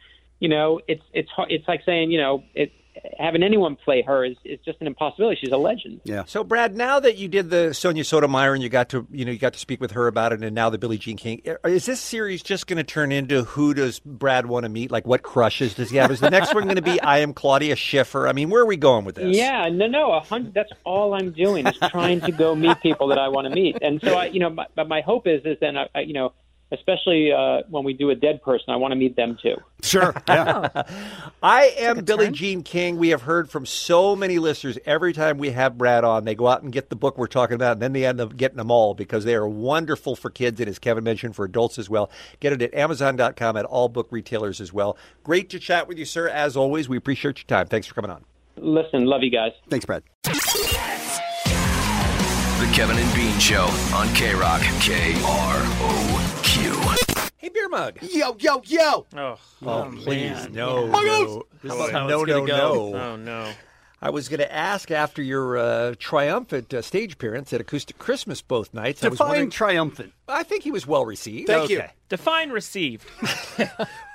you know, it's it's har- it's like saying, you know, it, having anyone play her is, is just an impossibility. She's a legend. Yeah. So, Brad, now that you did the Sonia Sotomayor and you got to, you know, you got to speak with her about it, and now the Billie Jean King, uh, is this series just going to turn into who does Brad want to meet? Like, what crushes does he have? Is the next one going to be I am Claudia Schiffer? I mean, where are we going with this? Yeah, no, no, a hundred. That's all I'm doing is trying to go meet people that I want to meet. And so, I, you know, my, but my hope is, is then, I, I, you know, especially uh, when we do a dead person, I want to meet them too. [LAUGHS] Sure. Yeah. Oh. I am Billie Jean King. We have heard from so many listeners every time we have Brad on. They go out and get the book we're talking about, and then they end up getting them all because they are wonderful for kids and, as Kevin mentioned, for adults as well. Get it at Amazon.com at all book retailers as well. Great to chat with you, sir. As always, we appreciate your time. Thanks for coming on. Listen, love you guys. Thanks, Brad. The Kevin and Bean Show on K Rock. K R O Q. Hey, beer mug. Yo, yo, yo. Oh, Oh, please, no, My no. goats. This Hello. is How no, it's gonna no, go. no. Oh, no. I was going to ask after your uh, triumphant uh, stage appearance at Acoustic Christmas both nights. I was wondering- triumphant. I think he was well received. Okay. Define received. [LAUGHS]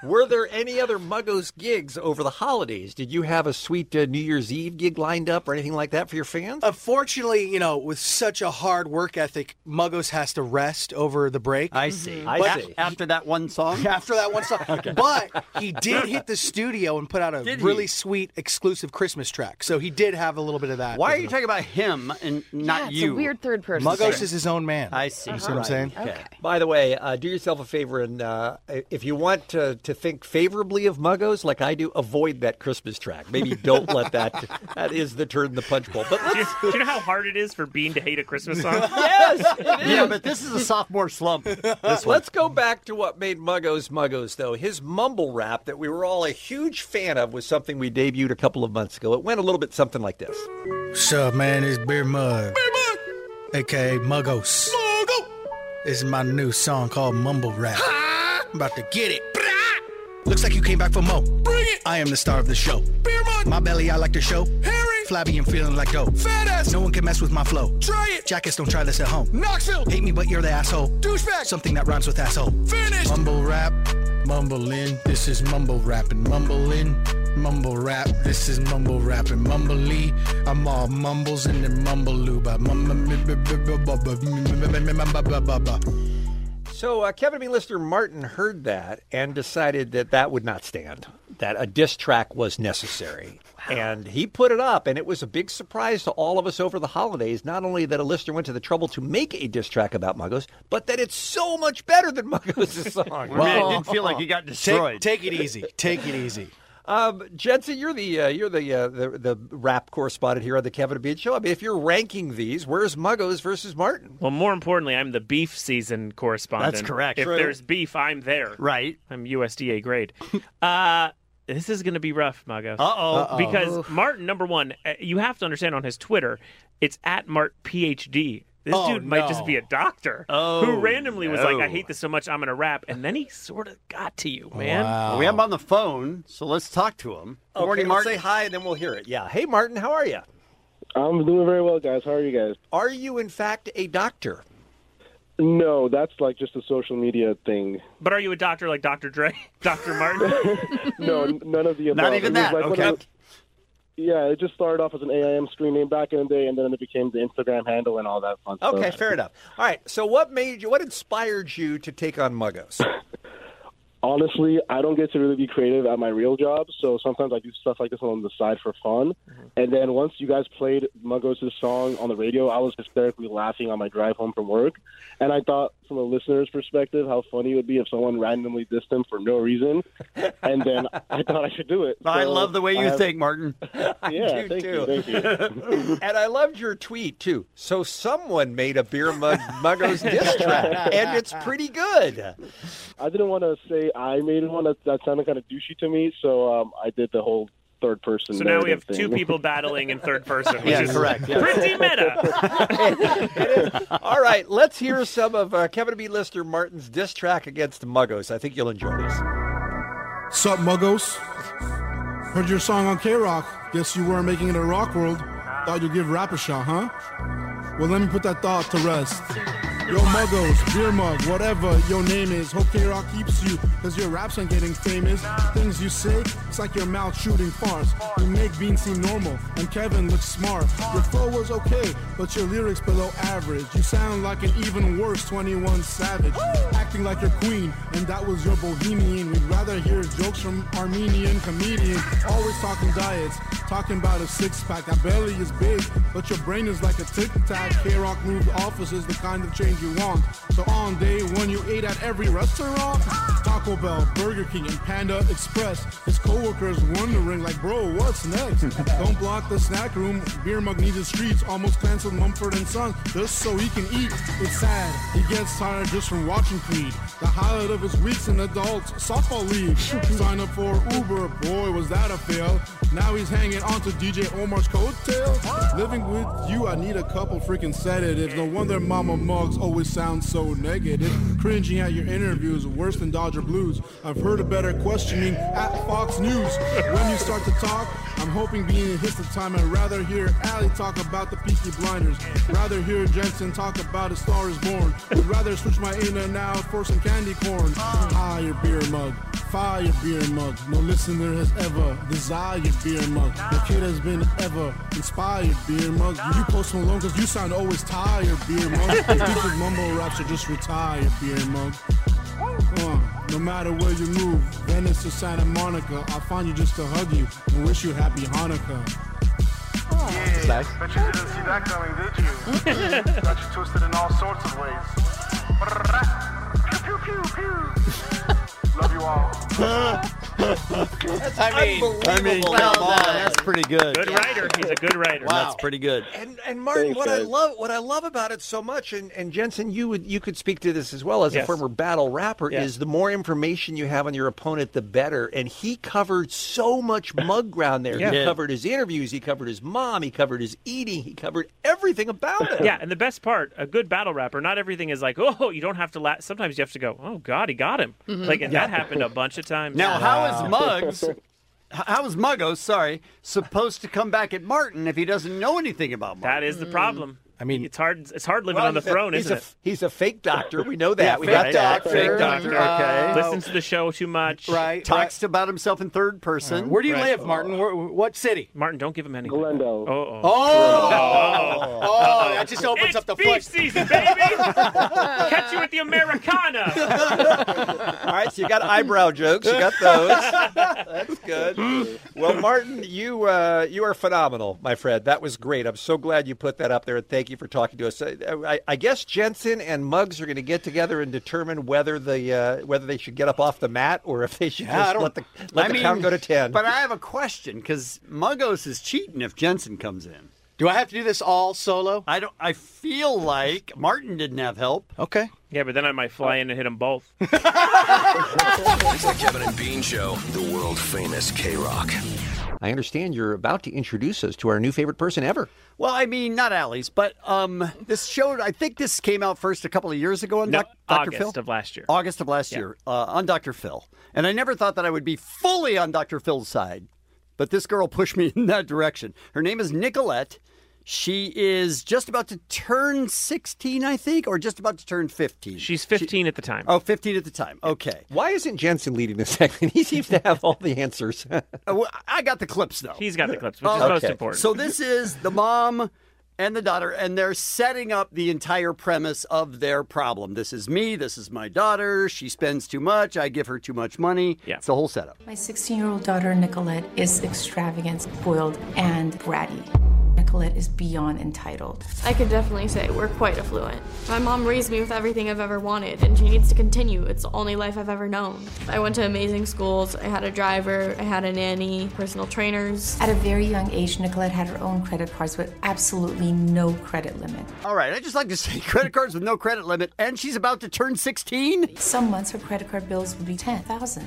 Were there any other Muggos gigs over the holidays? Did you have a sweet uh, New Year's Eve gig lined up or anything like that for your fans? Unfortunately, you know, with such a hard work ethic, Muggos has to rest over the break. I see. Mm-hmm. But- I see. [LAUGHS] After that one song? After that one song. But he did hit the studio and put out a Did he? really sweet exclusive Christmas track. So he did have a little bit of that. Why are with you him. talking about him and not Yeah, it's you? a weird third person. Muggos thing. is his own man. I see. You see what I'm saying? Okay. By the way, uh, do yourself a favor and uh, if you want to, to think favorably of Muggos like I do, avoid that Christmas track. Maybe don't let that. [LAUGHS] That is the turn in the punch bowl. But do, you, do you know how hard it is for Bean to hate a Christmas song? [LAUGHS] yes, Yeah, but this is a sophomore slump. This one. Let's go back to what made Muggos Muggos, though. His mumble rap that we were all a huge fan of was something we debuted a couple of months ago. It went a little bit something like this. What's up, man? It's Beer Mug. AKA Muggos. Muggo! This is my new song called Mumble Rap. I'm about to get it. Looks like you came back for mo. Bring it! I am the star of the show. Beer Mug! My belly, I like to show. Harry! Flabby and feeling like dope. Fat ass! No one can mess with my flow. Try it! Jackets, don't try this at home. Knoxville! Hate me, but you're the asshole. Douchebag! Something that rhymes with asshole. Finish! Mumble Rap. Mumble in, this is mumble rapping. Mumble in, mumble rap, this is mumble rapping. Mumbly, I'm all mumbles and then mumble looba. So uh, Kevin Bean listener Martin heard that and decided that that would not stand, that a diss track was necessary. And he put it up, and it was a big surprise to all of us over the holidays. Not only that a listener went to the trouble to make a diss track about Muggos, but that it's so much better than [LAUGHS] Muggos' song. Well, it didn't feel like you got Take- destroyed. take it easy. Take it easy. Um, Jensen, you're the uh, you're the, uh, the the rap correspondent here on the Kevin and Bean Show. I mean, if you're ranking these, where's Muggos versus Martin? Well, more importantly, I'm the beef season correspondent. That's correct. If True. there's beef, I'm there. Right. I'm [LAUGHS] USDA grade. uh, this is going to be rough, Mago. Uh-oh. Uh-oh. Because Oof. Martin, number one, uh, you have to understand on his Twitter, it's at Mart PhD. This Oh, dude might just no. be a doctor Oh, who randomly was like, no. I hate this so much, I'm going to rap. And then he sort of got to you, man. Well, we have him on the phone, so let's talk to him. Good Okay, morning, let's Martin. say hi, and then we'll [LAUGHS] hear it. Yeah. Hey, Martin, how are you? I'm doing very well, guys. How are you guys? Are you, in fact, a doctor? No, that's like just a social media thing. But are you a doctor like Dr. Dre, [LAUGHS] Dr. Martin? No, n- none of the above. Not even It was that, like one okay. of the- yeah, it just started off as an AIM screen name back in the day, and then it became the Instagram handle and all that fun stuff. Okay, fair enough. All right. So, what made you? What inspired you to take on Muggos? Honestly, I don't get to really be creative at my real job, so sometimes I do stuff like this on the side for fun. Mm-hmm. And then once you guys played Muggos' song on the radio, I was hysterically laughing on my drive home from work. And I thought, from a listener's perspective, how funny it would be if someone randomly dissed him for no reason. And [LAUGHS] then I thought I should do it. I So love the way I you have- think, Martin. [LAUGHS] I [LAUGHS] Yeah, do thank you, too. thank [LAUGHS] you. and I loved your tweet too. So someone made a beer mug Muggos diss track, and it's pretty good. I didn't want to say I made one. That, that sounded kind of douchey to me, so um, I did the whole third person. So now we have narrative two thing. people battling in third person, which Yeah, is correct, yeah. pretty meta. [LAUGHS] All right, let's hear some of uh, Kevin B. Lister Martin's diss track against the Muggos. I think you'll enjoy this. Sup, muggos? Heard your song on K Rock. Guess you weren't making it in Rock World. Thought you'd give rap a shot, huh? Well, let me put that thought to rest. Yo, muggos, beer mug, whatever your name is. Hope K Rock keeps you, cause your raps ain't getting famous. Things you say, it's like your mouth shooting farce. You make Bean seem normal, and Kevin looks smart. Your flow was okay, but your lyrics below average. You sound like an even worse 21 Savage. Acting like your queen, and that was your bohemian. We'd rather hear jokes from Armenian comedian. Always talking diets, talking about a six pack. That belly is big, but your brain is like a tic tac. K Rock moved offices, the kind of change you want. So on day one, you ate at every restaurant Taco Bell, Burger King, and Panda Express. His coworkers wondering, like, bro, what's next? Don't block the snack room. Beer mug needs the streets. Almost canceled Mumford and Sons just so he can eat. It's sad. He gets tired just from watching Creed. The highlight of his weeks in adults softball league. Sign up for Uber. Boy, was that a fail. Now he's hanging on to DJ Omar's coattail. Living with you, I need a couple freaking sedatives. No wonder Mama Mugs always sounds so negative. Cringing at your interviews, worse than Dodger Blues. I've heard of better questioning at Fox News. When you start to talk, I'm hoping being hits the time. I'd rather hear Ali talk about the Peaky Blinders. Rather hear Jensen talk about A Star is Born. Would rather switch my in and out for some candy corn. Higher beer mug. Fire beer mug. No listener has ever desired beer mug. The kid has been ever inspired beer mug. You post Malone because you sound always tired beer mug. Stupid mumble raps are just retired beer mug. Uh, no matter where you move, Venice to Santa Monica, I'll find you just to hug you and wish you happy Hanukkah. Nice. But you didn't see that coming, did you? Got you twisted in all sorts of ways. Pew, pew, pew, pew. Love you all. That's I mean- unbelievable. I mean, Come well on, done. that's pretty good. Good writer. He's a good writer. Wow. Wow. That's pretty good. And, and Martin, Thanks, what I guys. love, what I love about it so much, and, and Jensen, you would you could speak to this as well as a Yes. former battle rapper, Yeah. is the more information you have on your opponent, the better. And he covered so much mug ground there. Yeah. He Yeah. covered his interviews, he covered his mom, [LAUGHS] he covered his eating, he covered everything about it. Yeah, and the best part, a good battle rapper, not everything is like, oh, you don't have to laugh. Sometimes you have to go, oh, God, he got him. Mhm. Like, and that Yeah. happened a bunch of times. Now, how is [LAUGHS] Muggs, h- how is Muggos, sorry, supposed to come back at Martin if he doesn't know anything about Martin? That is the problem. Hmm. I mean, it's hard. It's hard [LAUGHS] living Well, on the he's a- throne, he's isn't a- it? He's a fake doctor. We know that. Yeah, we got fake that. doctor. Fake doctor. Uh, Listens to the show too much. Right. Talks about himself in third person. Where do you live, Martin? what city? Martin, don't give him anything. Glendale. Oh. Oh. Uh-oh. Oh, that just opens It's up the beef flood- season, baby. Catch you with the Americana. All right, so you got eyebrow jokes. You got those. That's good. [LAUGHS] Well, Martin, you uh, you are phenomenal, my friend. That was great. I'm so glad you put that up there, and thank you for talking to us. I, I, I guess Jensen and Muggs are going to get together and determine whether the uh, whether they should get up off the mat or if they should Yeah, I just don't- let the let I the mean, count go to ten. But I have a question because Muggos is cheating if Jensen comes in. Do I have to do this all solo? I don't. I feel like Martin didn't have help. Oh. Okay. yeah, but then I might fly in and hit them [LAUGHS] both. It's the Kevin and Bean Show, the world famous K Rock. I understand you're about to introduce us to our new favorite person ever. Well, I mean, not Allie's, but um, this showed. I think this came out first a couple of years ago on No, Doc- Dr. August Phil. of last year. August of last year uh, on Dr. Phil, and I never thought that I would be fully on Dr. Phil's side, but this girl [LAUGHS] pushed me in that direction. Her name is Nicolette. She is just about to turn 16, I think, or just about to turn 15. She's 15 at the time. Oh, 15 at the time. Okay. Why isn't Jensen leading this [LAUGHS] segment? He seems to have all the answers. [LAUGHS] Uh, I got the clips, though. He's got the clips, which is Okay. most important. So this is the mom and the daughter, and they're setting up the entire premise of their problem. This is me. This is my daughter. She spends too much. I give her too much money. Yeah. It's the whole setup. My 16 year old daughter, Nicolette, is extravagant, spoiled, and bratty. Nicolette is beyond entitled. I could definitely say we're quite affluent. My mom raised me with everything I've ever wanted, and she needs to continue. It's the only life I've ever known. I went to amazing schools. I had a driver, I had a nanny, personal trainers. At a very young age, Nicolette had her own credit cards with absolutely no credit limit. All right. I just like to say [LAUGHS] credit cards with no credit limit, and she's about to turn 16. Some months her credit card bills would be 10000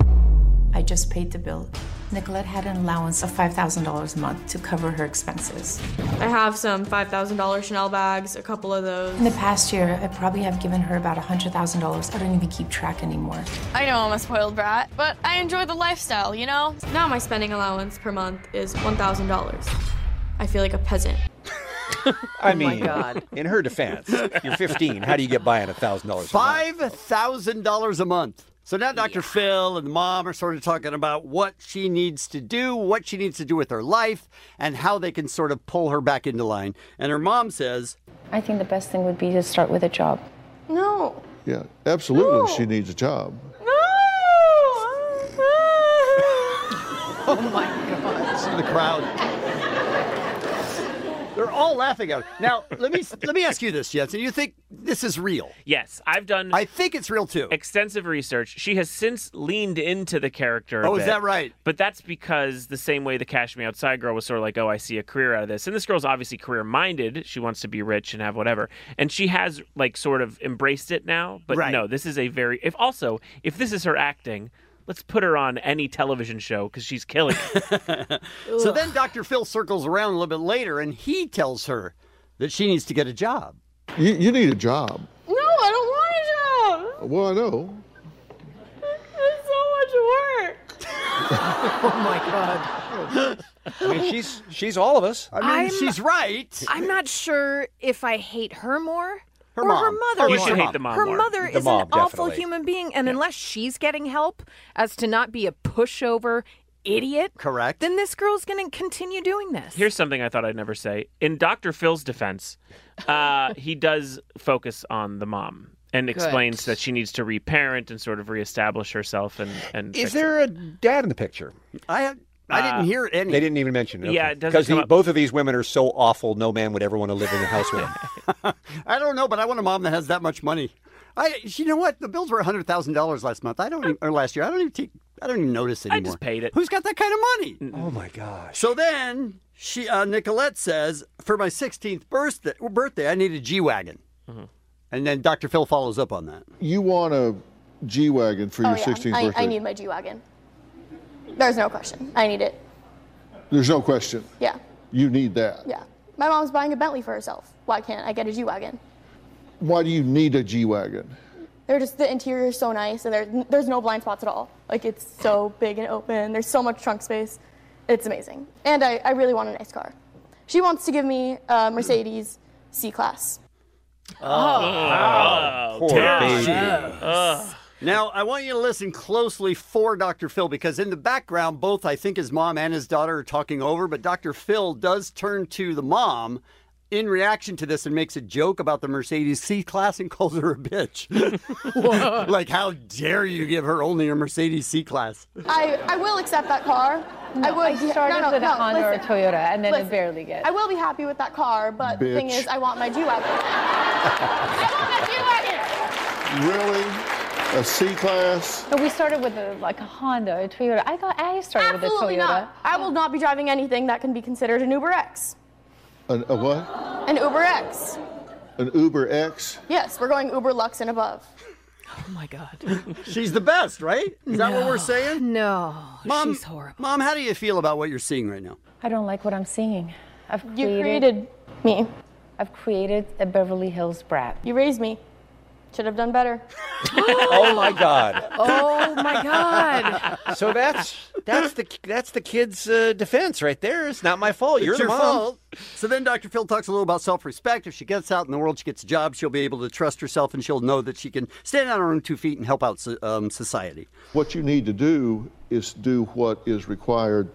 I just paid the bill. Nicolette had an allowance of $5,000 a month to cover her expenses. I have some $5,000 Chanel bags, a couple of those. In the past year, I probably have given her about $100,000. I don't even keep track anymore. I know I'm a spoiled brat, but I enjoy the lifestyle, you know? Now my spending allowance per month is $1,000. I feel like a peasant. I Oh my mean, God. in her defense, you're 15. How do you get by on $1,000 a month? $5,000 a month. So now Dr. Phil and the mom are sort of talking about what she needs to do, what she needs to do with her life, and how they can sort of pull her back into line. And her mom says, I think the best thing would be to start with a job. No. Yeah, absolutely. She needs a job. [LAUGHS] Oh my gosh. the crowd. They're all laughing at her. Now, let me let me ask you this, Jensen. You think this is real? Yes, I've done. I think it's real too. Extensive research. She has since leaned into the character. a Oh, is bit, that right? But that's because the same way the Cash Me Outside girl was sort of like, oh, I see a career out of this, and this girl's obviously career minded. She wants to be rich and have whatever, and she has like sort of embraced it now. But Right. no, this is a very. If also, if this is her acting. Let's put her on any television show because she's killing. it. So then Dr. Phil circles around a little bit later and he tells her that she needs to get a job. You, you need a job. No, I don't want a job. Well, I know. It's so much work. [LAUGHS] Oh my god. I Oh. mean, she's she's all of us. I mean, she's right. I'm not sure if I hate her more. Her or her mom. mother. Oh, You more. should hate the mom Her more. mother The is mom, an awful definitely. human being, and unless she's getting help as to not be a pushover idiot, [LAUGHS] correct, then this girl's going to continue doing this. Here's something I thought I'd never say. In Dr. Phil's defense, uh, he does focus on the mom and Good. explains that she needs to reparent and sort of reestablish herself. And, and Is fix Uh, there a dad in the picture? I [LAUGHS] I didn't hear any. They didn't even mention it. Yeah, it doesn't because come up- both of these women are so awful. No man would ever want to live in the [LAUGHS] house with them. I don't know, but I want a mom that has that much money. I, you know what? The bills were hundred thousand dollars last month. I don't, even, or last year. I don't even take. I don't even notice anymore. I just paid it. Who's got that kind of money? Oh my gosh. So then she, uh, Nicolette says, for my sixteenth birthday, birthday, I need a G wagon, and then Dr. Phil follows up on that. You want a G wagon for your 16th Oh, I, birthday. I need my G wagon. There's no question. I need it. There's no question. Yeah, You need that. yeah. My mom's buying a Bentley for herself. Why can't I get a G wagon? Why do you need a G wagon? They're just the interior is so nice, and there's there's no blind spots at all. Like it's so big and open. There's so much trunk space. It's amazing. And I, I really want a nice car. She wants to give me a Mercedes C class. Oh, poor baby. Now, I want you to listen closely for Dr. Phil because in the background, both I think his mom and his daughter are talking over, but Dr. Phil does turn to the mom in reaction to this and makes a joke about the Mercedes C class and calls her a bitch. [LAUGHS] like, how dare you give her only a Mercedes C class? I, I will accept that car. I would. I started no, no, with a no, Honda or a listen, Toyota, and then it listen. barely gets. I will be happy with that car, but the thing Bitch. is, I want my G wagon. Really? A C class? But we started with a, like a Honda, a Toyota. I thought I started Absolutely with a Toyota. not. I will not be driving anything that can be considered an Uber X. An, a what? An Uber X. An Uber X? Yes, we're going Uber Lux and above. Oh my God. She's the best, right? Is that what we're No. saying? No, Mom, she's horrible. Mom, how do you feel about what you're seeing right now? I don't like what I'm seeing. I've You created, created me. I've created a Beverly Hills brat. You raised me. Should have done better. oh my God. [LAUGHS] Oh my God. [LAUGHS] So that's that's the that's the kid's uh, defense right there. It's not my fault. It's You're the your mom. fault. So then Dr. Phil talks a little about self respect. If she gets out in the world, she gets a job, she'll be able to trust herself and she'll know that she can stand on her own two feet and help out so- um, society. What you need to do is do what is required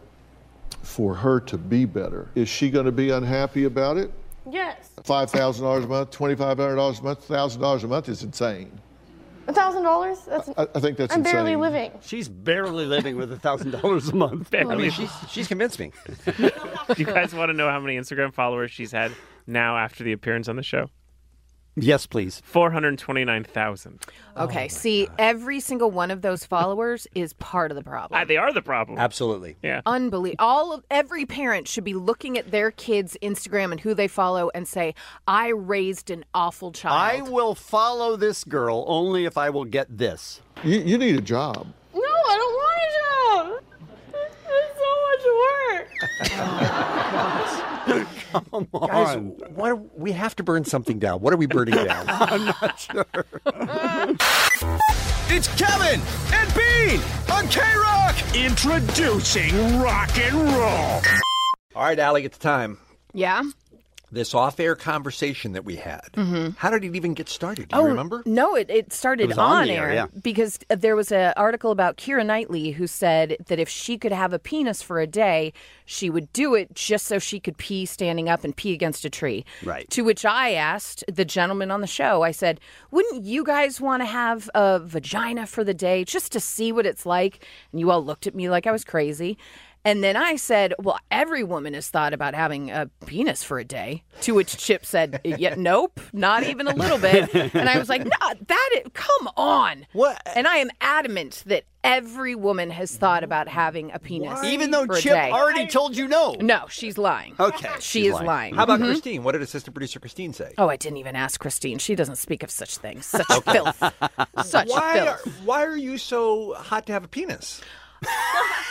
for her to be better. Is she going to be unhappy about it? Yes. $5,000 a month, $2,500 a month, $1,000 a month is insane. A thousand dollars? That's I, I think Uh, that's I'm insane. barely living. [LAUGHS] She's barely living with $1,000 a month. Barely. I mean, she's, she's convinced me. Do [LAUGHS] you guys want to know how many Instagram followers she's had now after the appearance on the show? Yes, please. 429,000. Okay, see, every single one of those followers is part of the problem. Ah, they are the problem. Absolutely. Yeah. Unbelievable. All of every parent should be looking at their kids' Instagram and who they follow and say, "I raised an awful I child." will follow this girl only if I will get this. You, you need a job. No, I don't want a job. It's so much work. [LAUGHS] [LAUGHS] [LAUGHS] Come on. Guys, what are, we have to burn something down. What are we burning down? [LAUGHS] I'm not sure. It's Kevin and Bean on K Rock. Introducing rock and roll. All right, Allie, it's time. yeah. This off-air conversation that we had. Mhm. How did it even get started? Oh, Do you remember? Oh, No, it, it started It was on, on the air, air, yeah. because uh, there was an article about Kira Knightley who said that if she could have a penis for a day, she would do it just so she could pee standing up and pee against a tree. Right. To which I asked the gentleman on the show, I said, wouldn't you guys want to have a vagina for the day just to see what it's like? And you all looked at me like I was crazy. And then I said, well, every woman has thought about having a penis for a day. To which Chip said, yeah, nope, [LAUGHS] not even a little bit. And I was like, no, that is, come on. What? And I am adamant that every woman has thought about having a penis. Even though for a Chip day. already told you no. No, she's lying. Okay. She She's is lying. How about Mhm. Christine? What did assistant producer Christine say? Oh, I didn't even ask Christine. She doesn't speak of such things. Such filth. Such why filth. Are, why are you so hot to have a [LAUGHS] penis?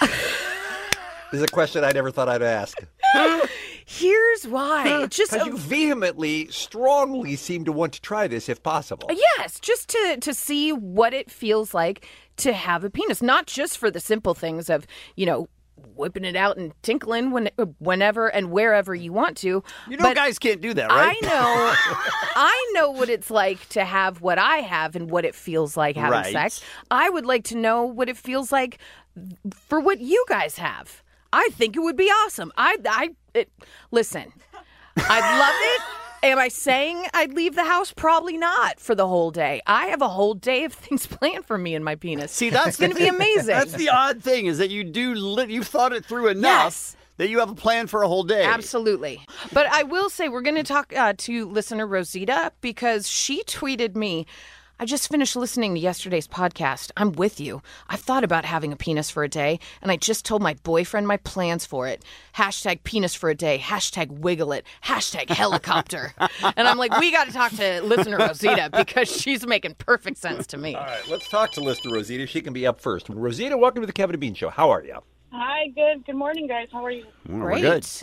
this is a question I never thought I'd [LAUGHS] ask. Here's why. [LAUGHS] Just 'Cause you vehemently, strongly seem to want to try this if possible. Yes, just to to see what it feels like to have a penis, not just for the simple things of you know whipping it out and tinkling when whenever and wherever you want to. You know, guys can't do that, right? I know, I know what it's like to have what I have and what it feels like having Right. sex. I would like to know what it feels like for what you guys have. I think it would be awesome. I, I, it, listen, I'd love it. Am I saying I'd leave the house? Probably not for the whole day. I have a whole day of things [LAUGHS] planned for me and my penis. [LAUGHS] See, that's going to be amazing. That's the odd thing is that you do li- you've thought it through enough that you have a plan for a whole day. Absolutely. But I will say, we're going to talk uh, to listener Rosita because she tweeted me. I just finished listening to yesterday's podcast. I'm with you. I've thought about having a penis for a day, and I just told my boyfriend my plans for it. Hashtag penis for a day, hashtag wiggle it, hashtag helicopter. and I'm like, we got to talk to listener Rosita because she's making perfect sense to me. All right, let's talk to Lister Rosita. She can be up first. Rosita, welcome to the Kevin and Bean Show. How are you? Hi, good. Good morning, guys. How are you?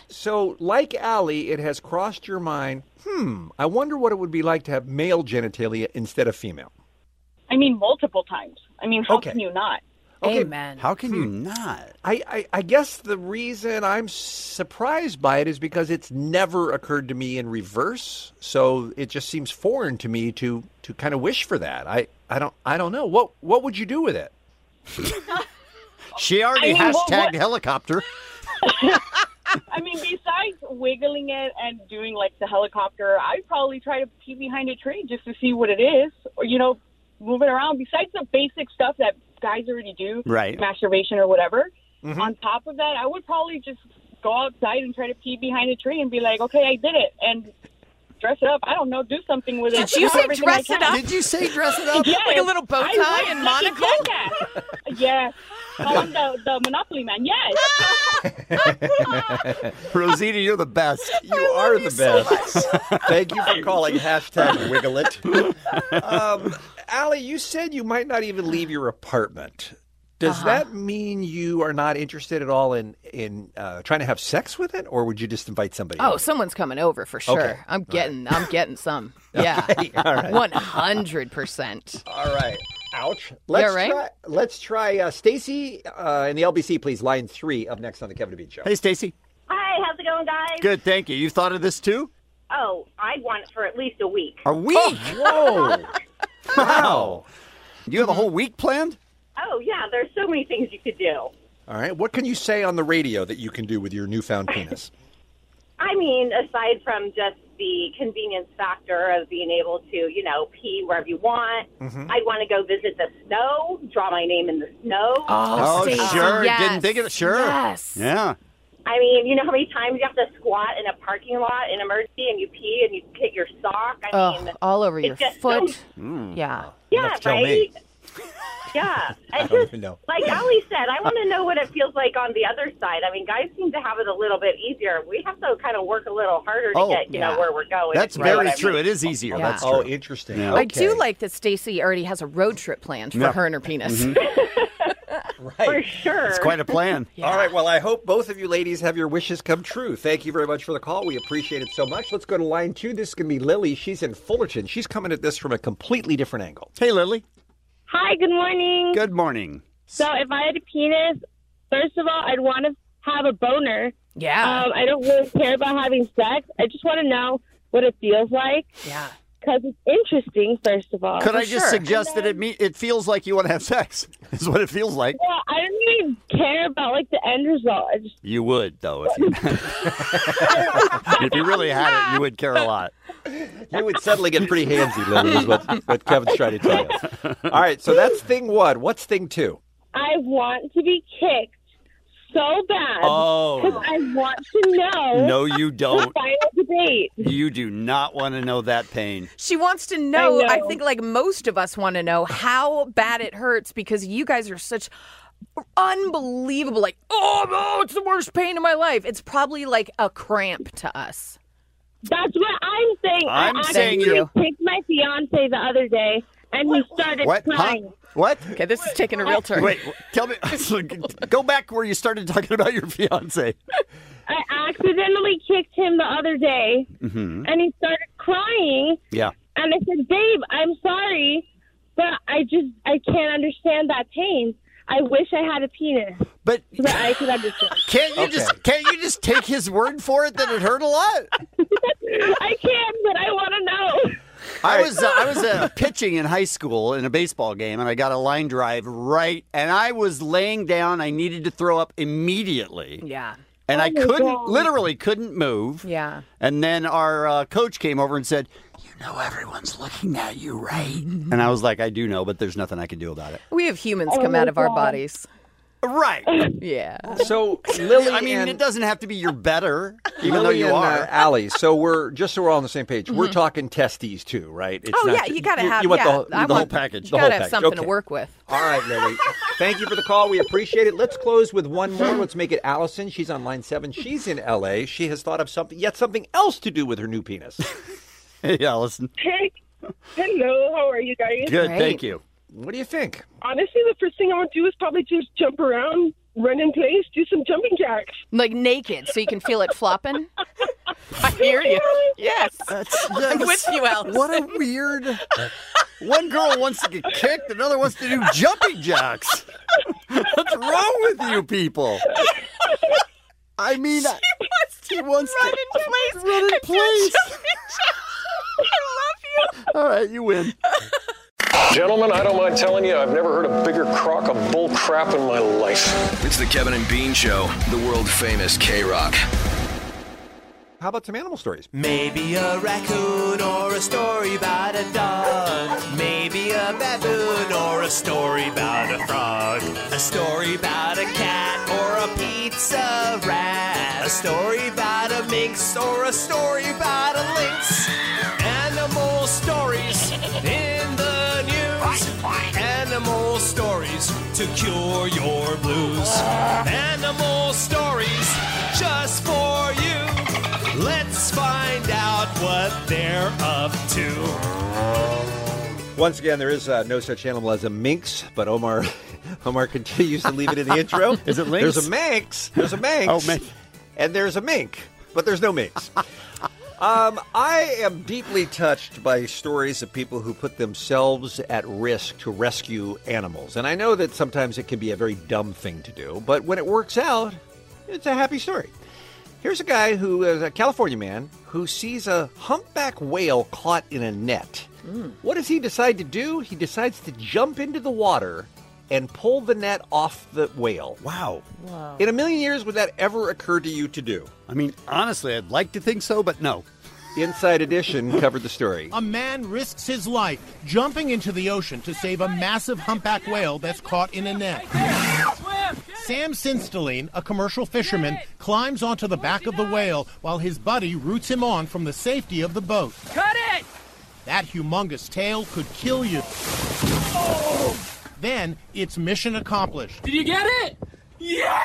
So, like Allie, it has crossed your mind, hmm, I wonder what it would be like to have male genitalia instead of female. I mean, multiple times. I mean, how Okay. can you not? Amen. How can you Hmm. not? I, I, I guess the reason I'm surprised by it is because it's never occurred to me in reverse. So it just seems foreign to me to to kind of wish for that. I, I don't I don't know. What what would you do with [LAUGHS] it? she already I mean, what- hashtagged what- helicopter. I mean, besides wiggling it and doing like the helicopter, I'd probably try to pee behind a tree just to see what it is, or you know, move it around. Besides the basic stuff that guys already do, Right. Masturbation or whatever. Mhm. On top of that, I would probably just go outside and try to pee behind a tree and be like, okay, I did it, and dress it up. I don't know, do something with it. Did you Do say everything I dress it can. up? Did you say dress it up? Yes. Like a little bow I tie wish and that you monocle? [LAUGHS] did that. Yes. Oh, I'm the, the Monopoly man. Yes. [LAUGHS] Rosita, you're the best. [LAUGHS] You are [LAUGHS] the best. Thank you for calling hashtag wiggle it. um, Allie, you said you might not even leave your apartment. Does Uh-huh. that mean you are not interested at all in in uh, trying to have sex with it, or would you just invite somebody? Oh, over? someone's coming over for Okay. sure. I'm getting, I'm [LAUGHS] getting some. Yeah, all right. one hundred percent. All right. Ouch. Yeah, Let's right? try. Let's try uh, Stacy uh, in the LBC, please. Line three up next on the Kevin DeBeat Show. Hey, Stacy. Hi, how's it going, guys? Good, thank you. You've thought of this too? Oh, I'd want it for at least a week. A week? Oh, whoa. wow. You have a whole week planned? Oh, yeah, there's so many things you could do. All right. What can you say on the radio that you can do with your newfound penis? I mean, aside from just the convenience factor of being able to, you know, pee wherever you want, Mhm. Mm-hmm. I'd want to go visit the snow, draw my name in the Oh, snow. Oh, sure. Didn't think of it. Sure. Yeah. I mean, you know how many times you have to squat in a parking lot in emergency and you pee and you hit your sock? I Ugh, mean, all over it's your just so- foot. Mm. Yeah. yeah, have to tell right? me. yeah. I don't even know. Like Ali said, I want to know what it feels like on the other side. I mean, guys seem to have it a little bit easier. We have to kind of work a little harder to Oh, get, you know, yeah. where we're going. That's if you know what very I true. mean. It is easier. Oh, That's true. that's- oh, interesting. Yeah. I do like that Stacy already has a road trip planned for Yeah. her and her penis. Mm-hmm. Mhm. [LAUGHS] For sure. It's quite a [LAUGHS] plan. All right. Well, I hope both of you ladies have your wishes come true. Thank you very much for the call. We appreciate it so much. Let's go to line two. This is going to be Lily. She's in Fullerton. She's coming at this from a completely different angle. Hey, Lily. Hi, good morning. Good morning. [LAUGHS] So, if I had a penis, first of all, I'd want to have a boner. Yeah. Um, I don't really care about having sex. I just want to know what it feels like Yeah. because it's interesting, first of all. Could I just suggest that it me- it feels like you want to have sex? [LAUGHS] Is what it feels like. Yeah, I don't even care about like the end result. I just You would though if you [LAUGHS] if you really had it, you would care a lot. You would suddenly get pretty handsy, Lily, is [LAUGHS] what, what Kevin's trying to tell us. All right. So that's thing one. What's thing two? I want to be kicked so bad Oh. because I want to know. No, you The don't. final debate. You do not want to know that pain. She wants to know, I I, know. think, like most of us want to know, how bad it hurts because you guys are such unbelievable, like, oh, no, it's the worst pain in my life. It's probably like a cramp to us. That's what I'm saying. I I'm actually saying you- kicked my fiance the other day, and he started What? Huh? crying. What? Okay, this is taking a real turn. Wait, tell me. [LAUGHS] go back where you started talking about your fiance. I accidentally kicked him the other day, Mm-hmm. and he started crying. Yeah. And I said, "Babe, I'm sorry, but I just I can't understand that pain. I wish I had a penis, but so that I could understand. [LAUGHS] Can't you just can't you just take his word for it that it hurt a [LAUGHS] lot? I can, but I want to know. [LAUGHS] I was uh, I was uh, pitching in high school in a baseball game, and I got a line drive right, and I was laying down. I needed to throw up immediately, Yeah. and I Oh my couldn't God. literally couldn't move. Yeah. And then our uh, coach came over and said, "You know everyone's looking at you, [LAUGHS] right?" And I was like, "I do know, but there's nothing I can do about it." We have humans Oh come my out of our [LAUGHS] God. bodies. [LAUGHS] Right. Yeah. So, Lily, I mean, and- it doesn't have to be your better, even though Lily you and, are. uh, Allie. So we're just so we're all on the same page. Mm-hmm. We're talking testes too, right? It's oh, not yeah. ju- You got to have You want yeah, the, whole- I the whole want- package. You the whole got to have package. something Okay. to work with. All right, Lily. Thank you for the call. We appreciate it. Let's close with one more. Let's make it Allison. She's on line seven. She's in LA. She has thought of something yet something else to do with her new penis. [LAUGHS] hey, Allison. Hey, hello, how are you guys? you. What do you think? Honestly, the first thing I want to do is probably just jump around, run in place, do some jumping jacks. Like naked, so you can feel it flopping. [LAUGHS] I hear you. Yes. [LAUGHS] I'm with you, Alice. What a [LAUGHS] weird. One girl wants to get kicked, another wants to do jumping jacks. [LAUGHS] What's wrong with you people? I mean, I- He wants run to in place. Run [LAUGHS] in place. I love you. all right, you win. [LAUGHS] Gentlemen, I don't mind telling you, I've never heard a bigger crock of bull crap in my life. It's the Kevin and Bean Show, the world famous K Rock. How about some animal stories? Maybe a raccoon or a story about a dog. Maybe a baboon or a story about a frog. A story about a cat or a pizza rat. A story about a minx or a story about a lynx. Animal stories in the news. Animal stories to cure your blues. Animal stories just for you. Let's find out what they're up to. Once again, there is uh, no such animal as a minx, but Omar [LAUGHS] Omar continues to leave it in the [LAUGHS] intro. [LAUGHS] Is it lynx? There's a manx. There's a manx. Oh, man. And there's a mink, but there's no minx. um, I am deeply touched by stories of people who put themselves at risk to rescue animals. And I know that sometimes it can be a very dumb thing to do, but when it works out, it's a happy story. Here's a guy who is a California man who sees a humpback whale caught in a net. What does he decide to do? He decides to jump into the water and pull the net off the whale. Wow. Wow. In a million years, would that ever occur to you to do? I mean, honestly, I'd like to think so, but no. Inside Edition covered [LAUGHS] the story. A man risks his life jumping into the ocean to save a massive humpback whale that's caught in a net. Sam Sinsteline, a commercial fisherman, climbs onto the back of the whale while his buddy roots him on from the safety of the boat. Cut it! That humongous tail could kill you. Then it's mission accomplished. Did you get it? Yeah!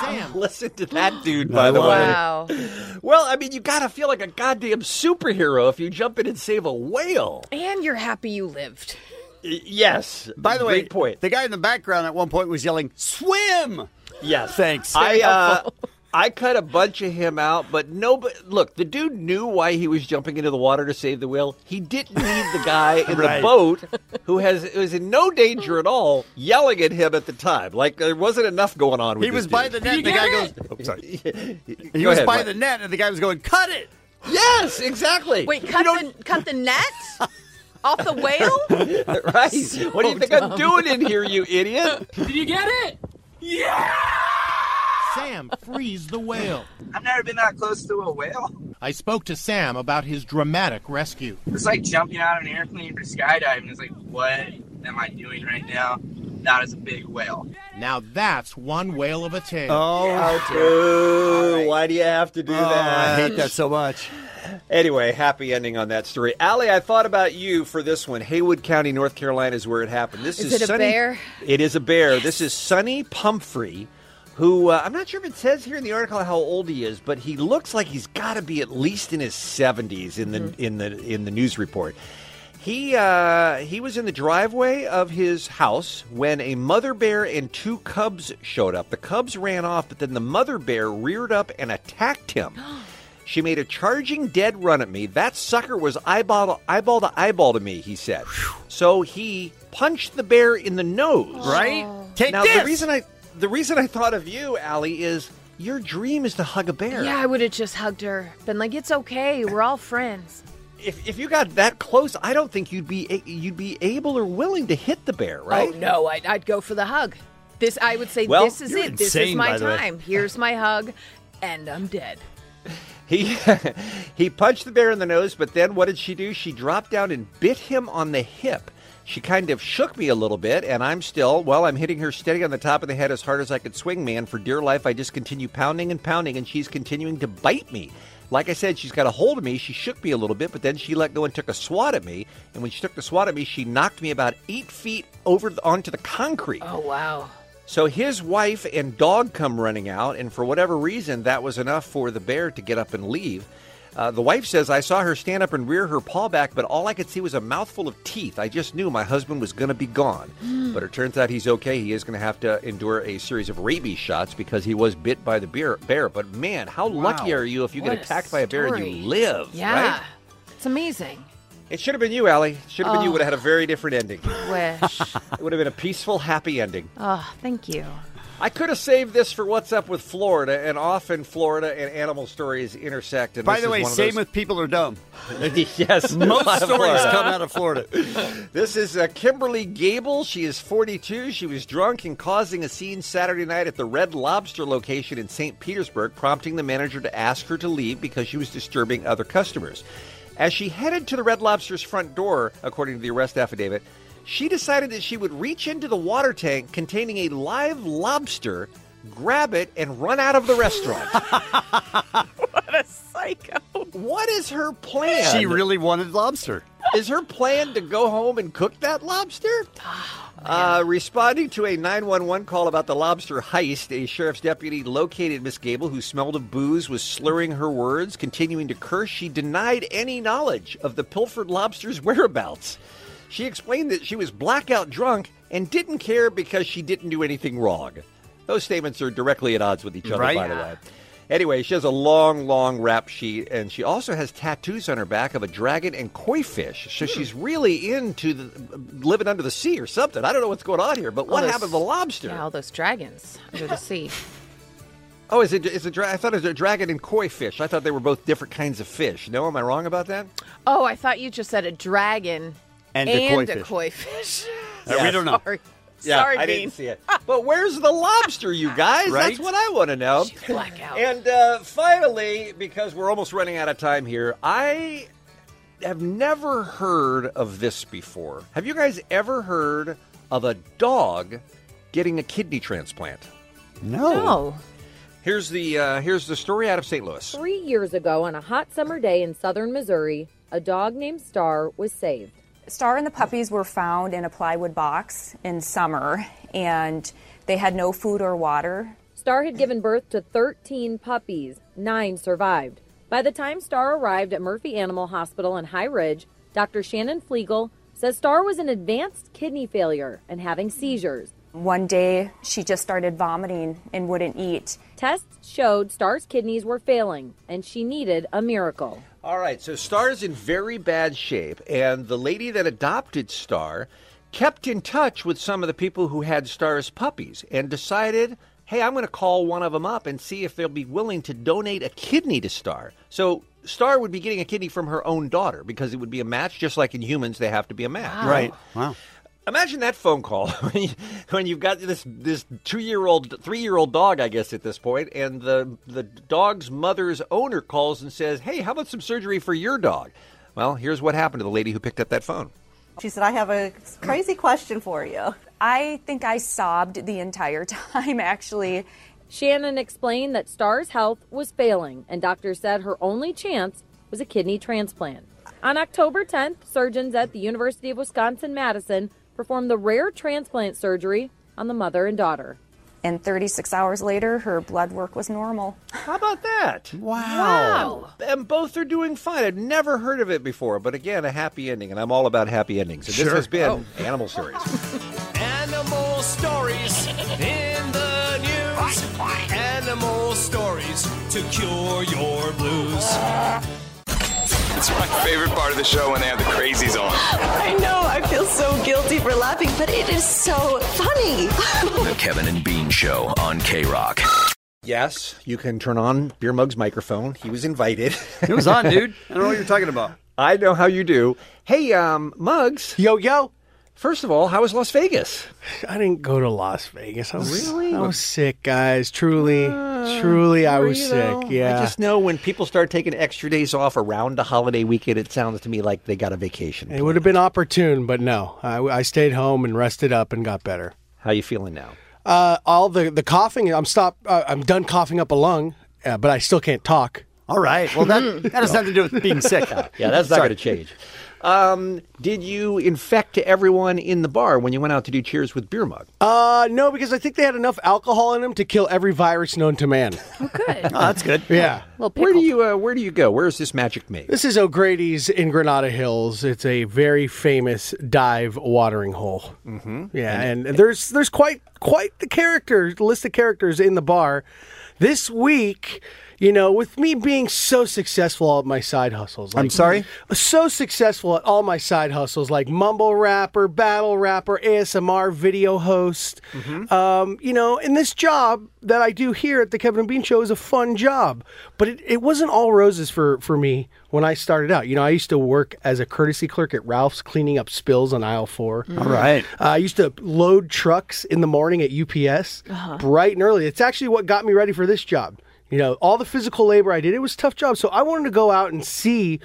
Sam. Listen to that dude, by the Wow. way. Well, I mean, you got to feel like a goddamn superhero if you jump in and save a whale. And you're happy you lived. Yes. By the way, Great point. the guy in the background at one point was yelling, swim! Yes. Thanks. I uh, I cut a bunch of him out, but nobody. Look, the dude knew why he was jumping into the water to save the whale. He didn't need the guy in [LAUGHS] Right. the boat who has was in no danger at all, yelling at him at the time. Like there wasn't enough going on. With He this was by the net. dude. The guy goes, Oh, sorry. [LAUGHS] he Go was ahead, by Mike. the net, and the guy was going, cut it! Yes, exactly. Wait, cut the cut the net [LAUGHS] off the whale? [LAUGHS] right? what do you think I'm dumb. doing in here, you idiot? Did you get it? Sam frees the whale. I've never been that close to a whale. I spoke to Sam about his dramatic rescue. It's like jumping out of an airplane for skydiving. It's like, what am I doing right now? That is a big whale. Now that's one whale of a tail. Oh, Oh, Why do you have to do that? I hate [LAUGHS] that so much. Anyway, happy ending on that story. Allie, I thought about you for this one. Haywood County, North Carolina is where it happened. This Is is, it a Sunny- bear? It is a bear. This is Sonny Pumphrey, who uh, I'm not sure if it says here in the article how old he is, but he looks like he's got to be at least in his 70s in the Mm-hmm. in the in the news report. He uh, he was in the driveway of his house when a mother bear and two cubs showed up. The cubs ran off, but then the mother bear reared up and attacked [GASPS] him. [GASPS] She made a charging dead run at me. That sucker was eyeball to eyeball to, eyeball to me, he said. So he punched the bear in the nose. Right? Take now this! the reason I the reason I thought of you, Allie, is your dream is to hug a bear. Yeah, I would have just hugged her. Been like, it's okay, we're all friends. If, if you got that close, I don't think you'd be a- you'd be able or willing to hit the bear, right? Oh no, I'd, I'd go for the hug. This I would say Well, this is you're it. This is insane, my by the way. time. Here's my hug, and I'm dead. He he punched the bear in the nose, but then what did she do? She dropped down and bit him on the hip. She kind of shook me a little bit, and I'm still, well, I'm hitting her steady on the top of the head as hard as I could swing me, and for dear life, I just continue pounding and pounding, and she's continuing to bite me. Like I said, she's got a hold of me. She shook me a little bit, but then she let go and took a swat at me. And when she took the swat at me, she knocked me about eight feet over the, onto the concrete. Oh wow. So his wife and dog come running out, and for whatever reason, that was enough for the bear to get up and leave. Uh, the wife says, I saw her stand up and rear her paw back, but all I could see was a mouthful of teeth. I just knew my husband was going to be gone. Hmm. But it turns out he's okay. He is going to have to endure a series of rabies shots because he was bit by the bear. bear. But man, how lucky are you if you What get a attacked by a bear and story. you live? Yeah. Right? It's amazing. It should have been you, Allie. Should have been you. Oh. Would have had a very different [LAUGHS] ending. Wish. it would have been a peaceful, happy ending. oh, thank you. I could have saved this for what's up with Florida, and often Florida and animal stories intersect. And By this the is way, one of same those- with people are dumb. [LAUGHS] [LAUGHS] yes, Most a lot of stories Florida. come out of Florida. [LAUGHS] This is uh, Kimberly Gable. She is 42. She was drunk and causing a scene Saturday night at the Red Lobster location in St. Petersburg, prompting the manager to ask her to leave because she was disturbing other customers. As she headed to the Red Lobster's front door, according to the arrest affidavit, she decided that she would reach into the water tank containing a live lobster, grab it, and run out of the restaurant. What a psycho. What is her plan? She really wanted lobster. is her plan to go home and cook that lobster? Uh, responding to a 911 call about the lobster heist, a sheriff's deputy located Miss Gable, who smelled of booze, was slurring her words, continuing to curse. She denied any knowledge of the pilfered lobster's whereabouts. She explained that she was blackout drunk and didn't care because she didn't do anything wrong. Those statements are directly at odds with each other, Right. by the way. Anyway, she has a long, long rap sheet, and she also has tattoos on her back of a dragon and koi fish. So she's really into the, living under the sea or something. I don't know what's going on here, but All what those- happened to the lobster? Yeah, all those dragons under the sea. Oh, is it? Is a dra- I thought it was a dragon and koi fish. I thought they were both different kinds of fish. No, am I wrong about that? Oh, I thought you just said a dragon And a koi fish. koi fish. Uh, we don't know. [LAUGHS] Sorry. Yeah, Sorry, I Dean. didn't see it. But where's the lobster, you guys? That's Right? what I want to know. blackout. And uh, finally, because we're almost running out of time here, I have never heard of this before. Have you guys ever heard of a dog getting a kidney transplant? No. No. Here's the uh, here's the story out of St. Louis. Three years ago, on a hot summer day in southern Missouri, a dog named Star was saved. Star and the puppies were found in a plywood box in summer, and they had no food or water. Star had given birth to 13 puppies, nine survived. By the time Star arrived at Murphy Animal Hospital in High Ridge, Dr. Shannon Flegel says Star was in advanced kidney failure and having seizures. One day, she just started vomiting and wouldn't eat. Tests showed Star's kidneys were failing and she needed a miracle. All right, so Star's in very bad shape, and the lady that adopted Star kept in touch with some of the people who had Star's puppies and decided, hey, I'm going to call one of them up and see if they'll be willing to donate a kidney to Star. So Star would be getting a kidney from her own daughter because it would be a match, just like in humans, they have to be a match. Right. Wow. Imagine that phone call [LAUGHS] when you- when you've got this this two year old, three year old dog, I guess at this point, and the the dog's mother's owner calls and says, "Hey, how about some surgery for your dog?" Well, here's what happened to the lady who picked up that phone. She said, I have a crazy question for you. I think I sobbed the entire [LAUGHS] time, actually. Shannon explained that Star's health was failing, and doctors said her only chance was a kidney transplant. On October 10th, surgeons at the University of Wisconsin Madison performed the rare transplant surgery on the mother and daughter. And 36 hours later, her blood work was normal. How about that? Wow. And both are doing fine. I've never heard of it before, but again, a happy ending, and I'm all about happy endings. And this Sure. has been Oh. Animal Stories. Animal stories in the news. Animal stories to cure your blues. It's my favorite part of the show when they have the crazies on. I know, I feel so guilty for laughing, but it is so funny. [LAUGHS] The Kevin and Bean Show on K Rock. Yes, you can turn on Beer Mug's microphone. He [LAUGHS] was invited. It was on, dude. I don't know what you're talking about. I know how you do. Hey, um, Muggs. Yo, yo. First of all, how was Las Vegas? I didn't go to Las Vegas. I was, Really? Uh, I was sick, guys. Truly, truly, I were was you, sick. though? Yeah. I just know when people start taking extra days off around the holiday weekend, it sounds to me like they got a vacation. It would have been opportune, but no. I, I stayed home and rested up and got better. How you feeling now? Uh, all the the coughing. I'm stop. Uh, I'm done coughing up a lung, uh, but I still can't talk. All right. Well, [LAUGHS] that that has nothing to do with being sick. Mm-hmm. Yeah, that's not Sorry. going to change. Um, did you infect everyone in the bar when you went out to do cheers with Beer Mug? Uh, no, because I think they had enough alcohol in them to kill every virus known to man. [LAUGHS] [LAUGHS] Oh, good. Oh, that's good. Yeah. Where do you uh, Where do you go? Where is this magic made? This is O'Grady's in Granada Hills. It's a very famous dive watering hole. Mm-hmm. Yeah, and, and there's there's quite quite the character list of characters in the bar. This week, you know, with me being so successful at my side hustles, I'm sorry? so successful at all my side hustles, like mumble rapper, battle rapper, ASMR video host. Mm-hmm. Um, you know, and this job that I do here at the Kevin and Bean Show is a fun job, but it, it wasn't all roses for, for me when I started out. You know, I used to work as a courtesy clerk at Ralph's cleaning up spills on aisle four. Mm-hmm. All right. Uh, I used to load trucks in the morning at UPS Uh-huh. bright and early. It's actually what got me ready for this job. You know, all the physical labor I did, it was a tough job. So I wanted to go out and see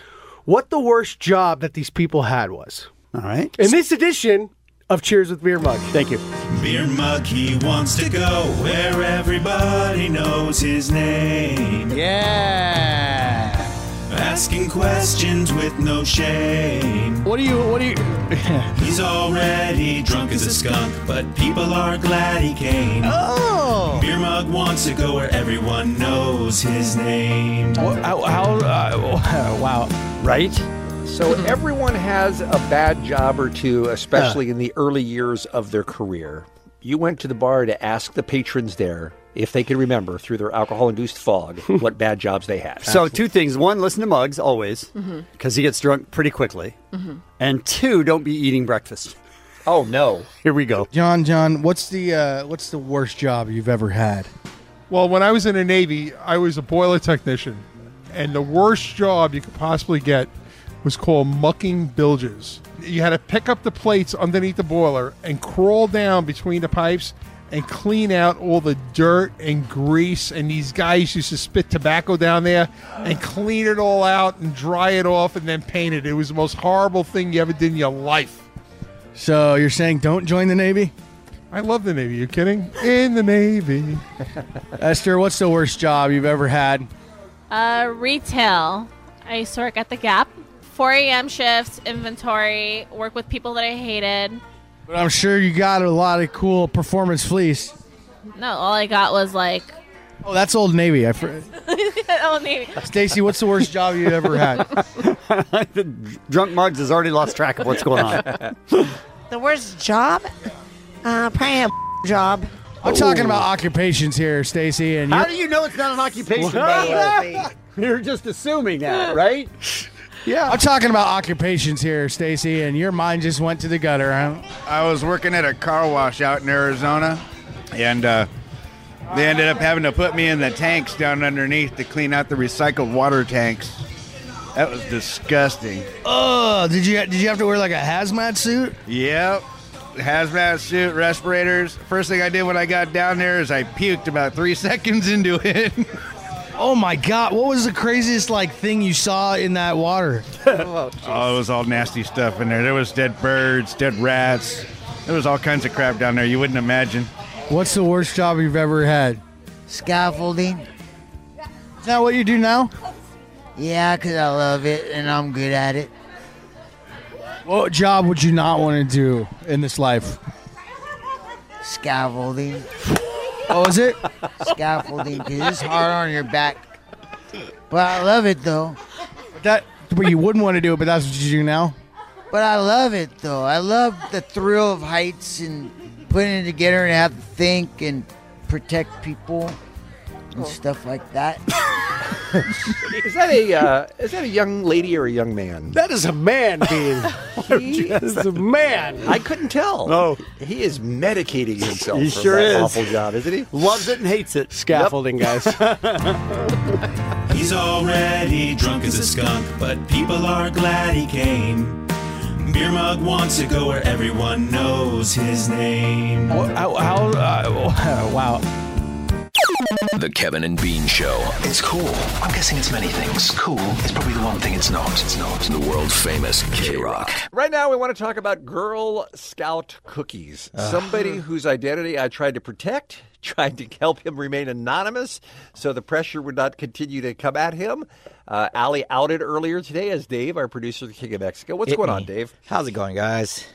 what the worst job that these people had was. All right. In this edition of Cheers with Beer Mug. Thank you. Beer Mug, he wants to go where everybody knows his name. Yeah. Ask asking questions with no shame. What do you? What do you? [LAUGHS] He's already drunk as a skunk, but people are glad he came. Oh! Beer mug wants to go where everyone knows his name. How? how uh, wow. Right? So Mm-hmm. everyone has a bad job or two, Uh. especially in the early years of their career. You went to the bar to ask the patrons there if they can remember through their [LAUGHS] alcohol-induced fog what bad jobs they had. So, two things. One, listen to Muggs always, Mhm. because he gets drunk pretty quickly. Mm-hmm. And two, don't be eating breakfast. Oh, no. Here we go. John, John, what's the uh, what's the worst job you've ever had? Well, when I was in the Navy, I was a boiler technician, and the worst job you could possibly get was called mucking bilges. You had to pick up the plates underneath the boiler and crawl down between the pipes and clean out all the dirt and grease. And these guys used to spit tobacco down there and clean it all out and dry it off and then paint it. It was the most horrible thing you ever did in your life. So you're saying don't join the Navy? I love the Navy. You kidding? In the Navy. [LAUGHS] Esther, what's the worst job you've ever had? Uh, retail. I used to work at the Gap. 4 a.m. shifts, inventory, work with people that I hated. But I'm sure you got a lot of cool performance fleece. No, all I got was like. [LAUGHS] Oh, that's Old Navy. I fr- Old Navy. Stacy, what's the worst job you've ever [LAUGHS] had? Drunk Muggs has already lost track of what's going on. The worst job? Uh, probably a [LAUGHS] job. I'm talking about occupations here, Stacy. And you you know it's not an occupation, by [LAUGHS] the You're just assuming that, right? Yeah. I'm talking about occupations here, Stacy, and your mind just went to the gutter. Huh? I was working at a car wash out in Arizona, and uh, they ended up having to put me in the tanks down underneath to clean out the recycled water tanks. That was disgusting. Oh, did you did you have to wear like a hazmat suit? Yep. Hazmat suit, respirators. First thing I did when I got down there is I puked about three [LAUGHS] seconds into it. Oh my god, what was the craziest like thing you saw in that water? Oh, it was all nasty stuff in there. There was dead birds, dead rats. There was all kinds of crap down there you wouldn't imagine. What's the worst job you've ever had? Scaffolding. Is that what you do now? Yeah, 'cause I love it and I'm good at it. What job would you not want to do in this life? Scaffolding. Oh, is it? Scaffolding, 'cause it's hard on your back. But I love it though. That but you wouldn't want to do it, but that's what you do now. But I love it though. I love the thrill of heights and putting it together and have to think and protect people Oh. and stuff [COUGHS] like that. Is that a uh, is that a young lady or a young man? That is a man, [LAUGHS] [LAUGHS] Dean. he is a man. I couldn't tell. No. he is medicating himself. He for sure that is. Awful job, isn't he? Loves it and hates it. [LAUGHS] Scaffolding, guys. He's already drunk as a skunk, but people are glad he came. Beer mug wants to go where everyone knows his name. How? how uh, [LAUGHS] wow. The Kevin and Bean Show. It's cool. I'm guessing it's many things. Cool It's probably the one thing it's not. It's not. The world famous K Rock. Right now, we want to talk about Girl Scout cookies. Ah. Ugh. Somebody whose identity I tried to protect, [LAUGHS] tried to help him remain anonymous so the pressure would not continue to come at him. Uh, Ali outed earlier today as Dave, our producer, the King of Mexico. What's Hit going me. on, Dave? How's it going, guys?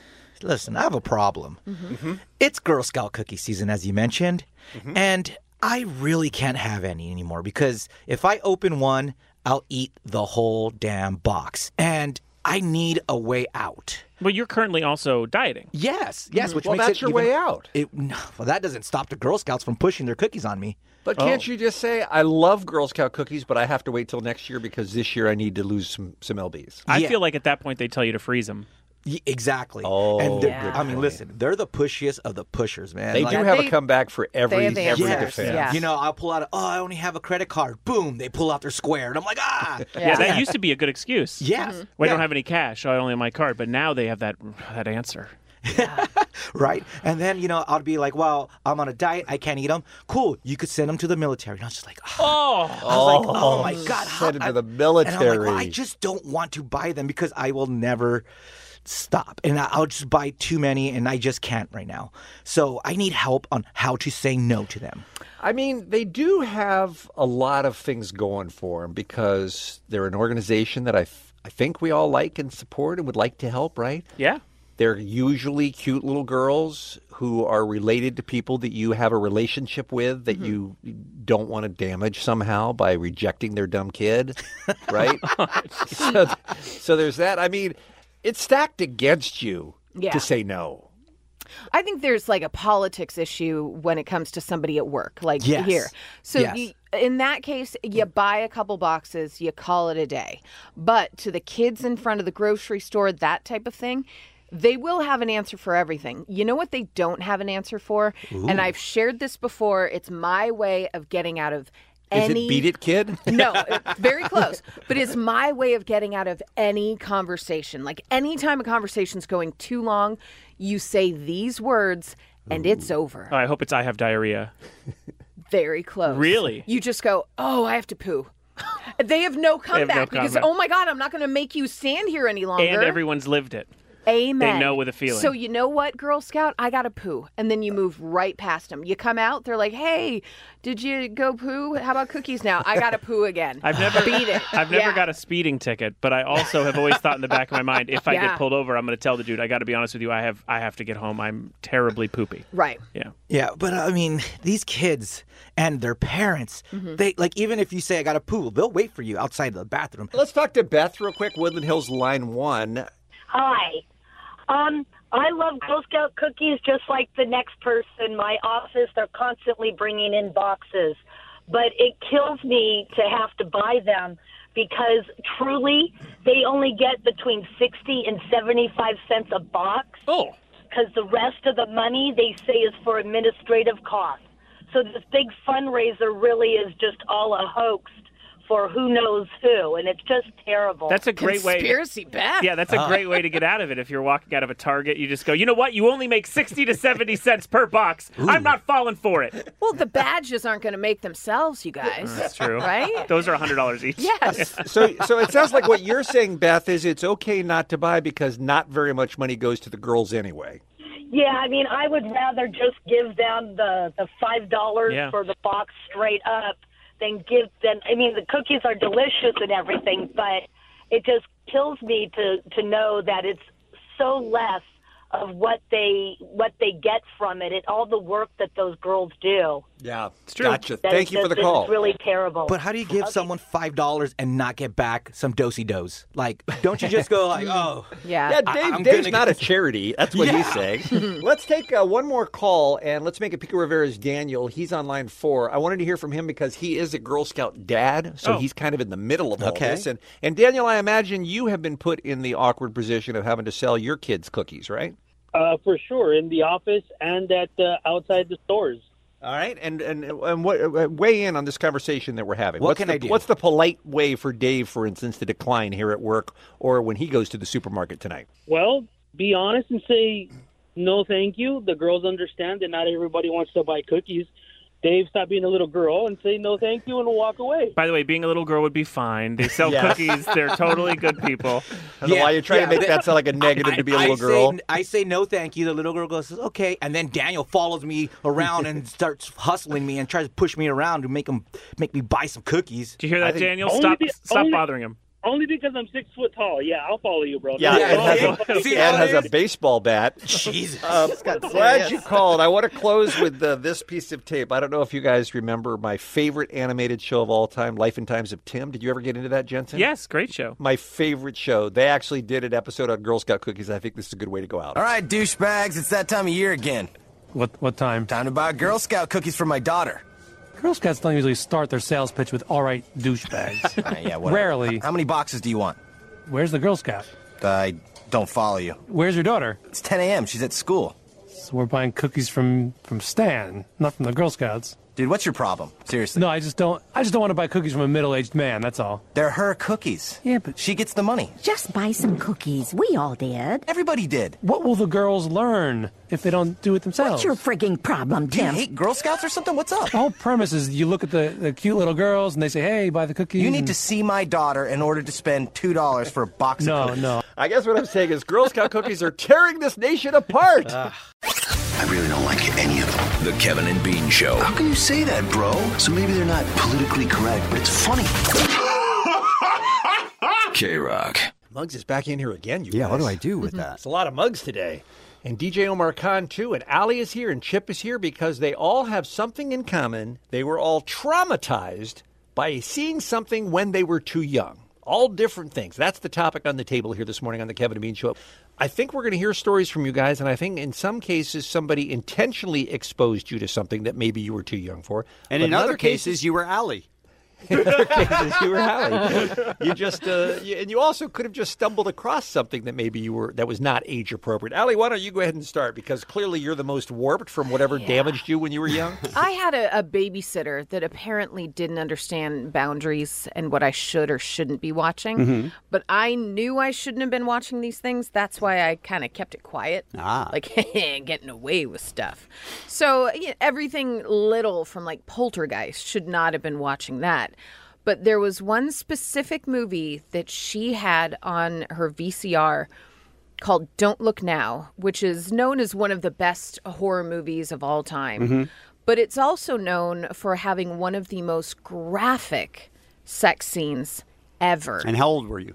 Listen, I have a problem. Mm-hmm. It's Girl Scout cookie season, as you mentioned, Mm-hmm. and I really can't have any anymore because if I open one, I'll eat the whole damn box, and I need a way out. Well, you're currently also dieting. Yes, yes, which Mm-hmm. Well, makes that's it your even- way out. It, no, well, that doesn't stop the Girl Scouts from pushing their cookies on me. But Oh, can't you just say, I love Girl Scout cookies, but I have to wait till next year because this year I need to lose some, some LBs? I I feel like at that point they tell you to freeze them. Y- exactly. Oh, and they're- Yeah. I mean, listen, they're the pushiest of the pushers, man. They Like- do have a comeback for every, every defense. You know, I'll pull out. A, oh, I only have a credit card. Boom! They pull out their square, and I'm like, ah. Yeah, that used to be a good excuse. Yes. Mm-hmm. Mhm. Well, I Yeah. don't have any cash. I only have my card. But now they have that that answer. right. And then you know, I'd be like, well, I'm on a diet. I can't eat them. Cool. You could send them to the military. And I was just like, Oh. I was like, Oh, oh my god, send 'em to And the I'm like, well, military. I just don't want to buy them because I will never stop. And I- I'll just buy too many, and I just can't right now. So I need help on how to say no to them. I mean, they do have a lot of things going for them because they're an organization that I, f- I think we all like and support and would like to help, right? Yeah. They're usually cute little girls who are related to people that you have a relationship with that you don't want to damage somehow by rejecting their dumb kid, right? so, so there's that. I mean, it's stacked against you Yeah. to say no. I think there's like a politics issue when it comes to somebody at work, like Yes. here. So Yes. you, in that case, you buy a couple boxes, you call it a day. But to the kids in front of the grocery store, that type of thing, they will have an answer for everything. You know what they don't have an answer for? Ooh. And I've shared this before. It's my way of getting out of Is any it beat it, kid? no, very close. But it's my way of getting out of any conversation. Like anytime a conversation's going too long, you say these words and it's over. Oh, I hope it's I have diarrhea. Very close. Really? You just go, oh, I have to poo. [LAUGHS] they have no comeback because, comeback. oh my God, I'm not going to make you stand here any longer. And everyone's lived it. Amen. They know with a feeling. So you know what, Girl Scout, I got to poo, and then you move right past them. You come out, they're like, "Hey, did you go poo? How about cookies now? I got to poo again." I've never beat it. [LAUGHS] I've never Yeah. got a speeding ticket, but I also have always thought in the back of my mind, if I Yeah. get pulled over, I'm going to tell the dude. I got to be honest with you. I have I have to get home. I'm terribly poopy. Right. Yeah. Yeah, but I mean, these kids and their parents, Mhm. they like even if you say I got to poo, they'll wait for you outside the bathroom. Let's talk to Beth real quick, Woodland Hills Line 1. Hi. Um, I love Girl Scout cookies just like the next person. My office, they're constantly bringing in boxes. But it kills me to have to buy them because truly they only get between 60 and 75 cents a box. Oh. Because the rest of the money they say is for administrative costs. So this big fundraiser really is just all a hoax for who knows who. And it's just terrible. That's a great way. Yeah, that's a great way to get out of it. If you're walking out of a Target, you just go, you know what? You only make 60 to 70 cents per box. I'm not falling for it. Well, the badges aren't going to make themselves, you guys. [LAUGHS] That's true. Right? Those are $100 each. Yes. So, so it sounds like what you're saying, Beth, is it's okay not to buy because not very much money goes to the girls anyway. Yeah, I mean, I would rather just give them the the five dollars Yeah. for the box straight up than give them. I mean, the cookies are delicious and everything, but it just kills me to to know that it's so less of what they what they get from it and all the work that those girls do. Yeah, it's true. Gotcha. Thank you for the It's call. really terrible. But how do you give Okay. someone five dollars and not get back some dosey dos? Like, don't you just go like, oh, Yeah. Yeah, I- Dave, I'm Dave's gonna- not a charity. That's what he's saying. [LAUGHS] let's take uh, one more call and let's make it Pico Rivera's Daniel. He's on line four. I wanted to hear from him because he is a Girl Scout dad, so Oh. he's kind of in the middle of all Okay. this. And, and Daniel, I imagine you have been put in the awkward position of having to sell your kids cookies, right? Uh, for sure, in the office and at uh, outside the stores. All right, and and and what uh, weigh in on this conversation that we're having? What what's can the, I do? What's the polite way for Dave, for instance, to decline here at work or when he goes to the supermarket tonight? Well, be honest and say no, thank you. The girls understand that not everybody wants to buy cookies. Dave, stop being a little girl and say no, thank you, and walk away. By the way, being a little girl would be fine. They [LAUGHS] sell Yes. cookies. They're totally good people. I don't know why you're trying to make that sound like a negative to be a little girl. Say, I say no, thank you. The little girl goes, okay, and then Daniel follows me around [LAUGHS] and starts hustling me and tries to push me around to make him make me buy some cookies. Do you hear that, Daniel? Stop, stop bothering him. Only because I'm six foot tall. Yeah, I'll follow you, bro. Yeah, No Ed [LAUGHS] problem. has a, Ed has a baseball bat. Jesus. Um, glad serious. you called. I want to close with uh, this piece of tape. I don't know if you guys remember my favorite animated show of all time, Life and Times of Tim. Did you ever get into that, Jensen? Yes, great show. My favorite show. They actually did an episode on Girl Scout cookies. I think this is a good way to go out. All right, douchebags, it's that time of year again. What what time? Time to buy Girl Scout cookies for my daughter. Girl Scouts don't usually start their sales pitch with "All right, [LAUGHS] douchebags." Uh, yeah, whatever. Rarely. How many boxes do you want? Where's the Girl Scout? I don't follow you. Where's your daughter? It's 10 a.m. She's at school. So we're buying cookies from from Stan, not from the Girl Scouts. Dude, what's your problem? Seriously. No, I just don't. I just don't want to buy cookies from a middle-aged man. That's all. They're her cookies. Yeah, but she gets the money. Just buy some cookies. We all did. Everybody did. What will the girls learn if they don't do it What's themselves? your frigging problem, Do you Tim? hate Girl Scouts or something? What's up? The whole premise is you look at the, the cute little girls and they say, "Hey, buy the cookies." You need and- to see my daughter in order to spend $2 for a box No, of cookies. no. I guess what I'm saying is Girl Scout cookies are tearing this [LAUGHS] nation apart. Ah. I really don't like any of them. The Kevin and Bean Show. How can you say that, bro? So maybe they're not politically correct, but it's funny. K Rock. Muggs is back in here again, you Yeah, what guys. do I do with that? It's a lot of mugs today. And DJ Omar Khan, too. And Ali is here and Chip is here because they all have something in common. They were all traumatized by seeing something when they were too young. All different things. That's the topic on the table here this morning on the Kevin and Bean Show. I think we're going to hear stories from you guys, and I think in some cases somebody intentionally exposed you to something that maybe you were too young for. And But in other cases, you were Allie. in [LAUGHS] other cases, you were Hallie. [LAUGHS] You just uh, you, and you also could have just stumbled across something that maybe you were that was not age appropriate. Allie, why don't you go ahead and start because clearly you're the most warped from whatever damaged you when you were young. I had a, a babysitter that apparently didn't understand boundaries and what I should or shouldn't be watching. Mm-hmm. Mhm. But I knew I shouldn't have been watching these things. That's why I kind of kept it quiet. Ah. Like, getting away with stuff. So, yeah, everything little from like Poltergeist should not have been watching that. But there was one specific movie that she had on her VCR called Don't Look Now, which is known as one of the best horror movies of all time. Mm-hmm. Mhm. But it's also known for having one of the most graphic sex scenes ever. [LAUGHS] And how old were you?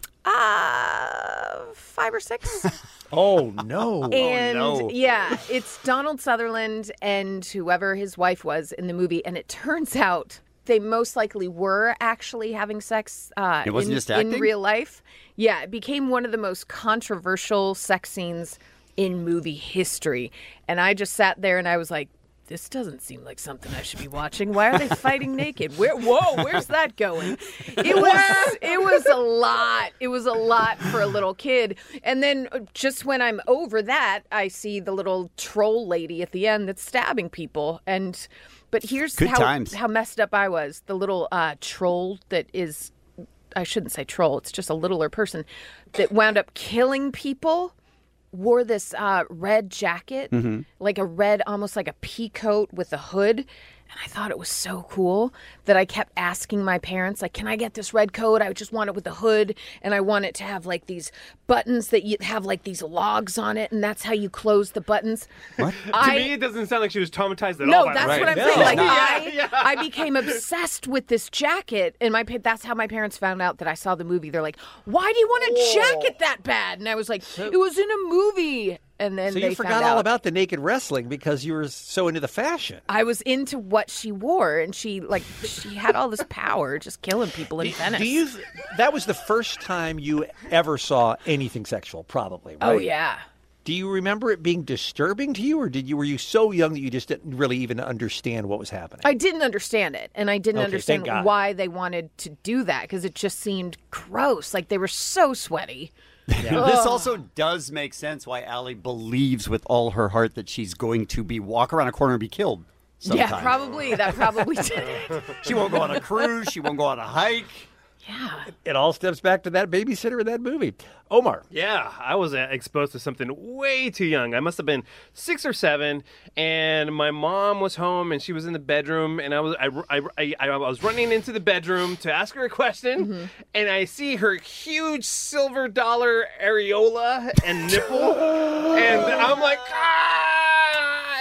Uh, five [LAUGHS] or six. Oh no! and oh, yeah, it's Donald Sutherland and whoever his wife was in the movie. And it turns [LAUGHS] out they most likely were actually having sex uh, It wasn't in, just in acting? real life. Yeah, it became one of the most controversial sex scenes in movie history. And I just sat there and I was like, this doesn't seem like something I should be watching. Why are they fighting naked? Where whoa, where's that [LAUGHS] going? It was it was a lot. It was a lot for a little kid. And then uh, just when I'm over that, I see the little troll lady at the end that's stabbing people and but here's Good how times. how messed up I was. The little uh, troll that is I shouldn't say troll, it's just a littler person that wound up killing people wore this uh, red jacket Mm-hmm. Mhm. like a red, almost like a pea coat with a hood. And I thought it was so cool that I kept asking my parents, like, can I get this red coat? I just want it with a hood. And I want it to have like these buttons that you have like these logs on it. And that's how you close the buttons. What? to I, me, it doesn't sound like she was traumatized at all. no, by that's that. what I'm saying. Like, Yeah. I, I became obsessed with this jacket. And my pa- that's how my parents found out that I saw the movie. They're like, why do you want a jacket that bad? And I was like, it was in a movie. [LAUGHS] And then so they you forgot found all out. about the naked wrestling because you were so into the fashion. I was into what she wore, and she like she had all this power, just killing people in Venice. Do you? That was the first time you ever saw anything sexual, probably. Right? Oh yeah. Do you remember it being disturbing to you, or did you were you so young that you just didn't really even understand what was happening? I didn't understand it, and I didn't Okay, understand thank God. why they wanted to do that because it just seemed gross. Like they were so sweaty. [LAUGHS] this Ugh. also does make sense why Allie believes with all her heart that she's going to be walk around a corner and be killed. Sometime. Yeah, probably [LAUGHS] [LAUGHS] that probably did it. She won't go on a cruise. She won't go on a hike. Yeah. It all steps back to that babysitter in that movie, Omar. Yeah, I was uh, exposed to something way too young. I must have been six or seven, and my mom was home, and she was in the bedroom, and I was I, I, I, I was running into the bedroom to ask her a question, and I see her huge silver dollar areola and nipple, and I'm like. "Ah!"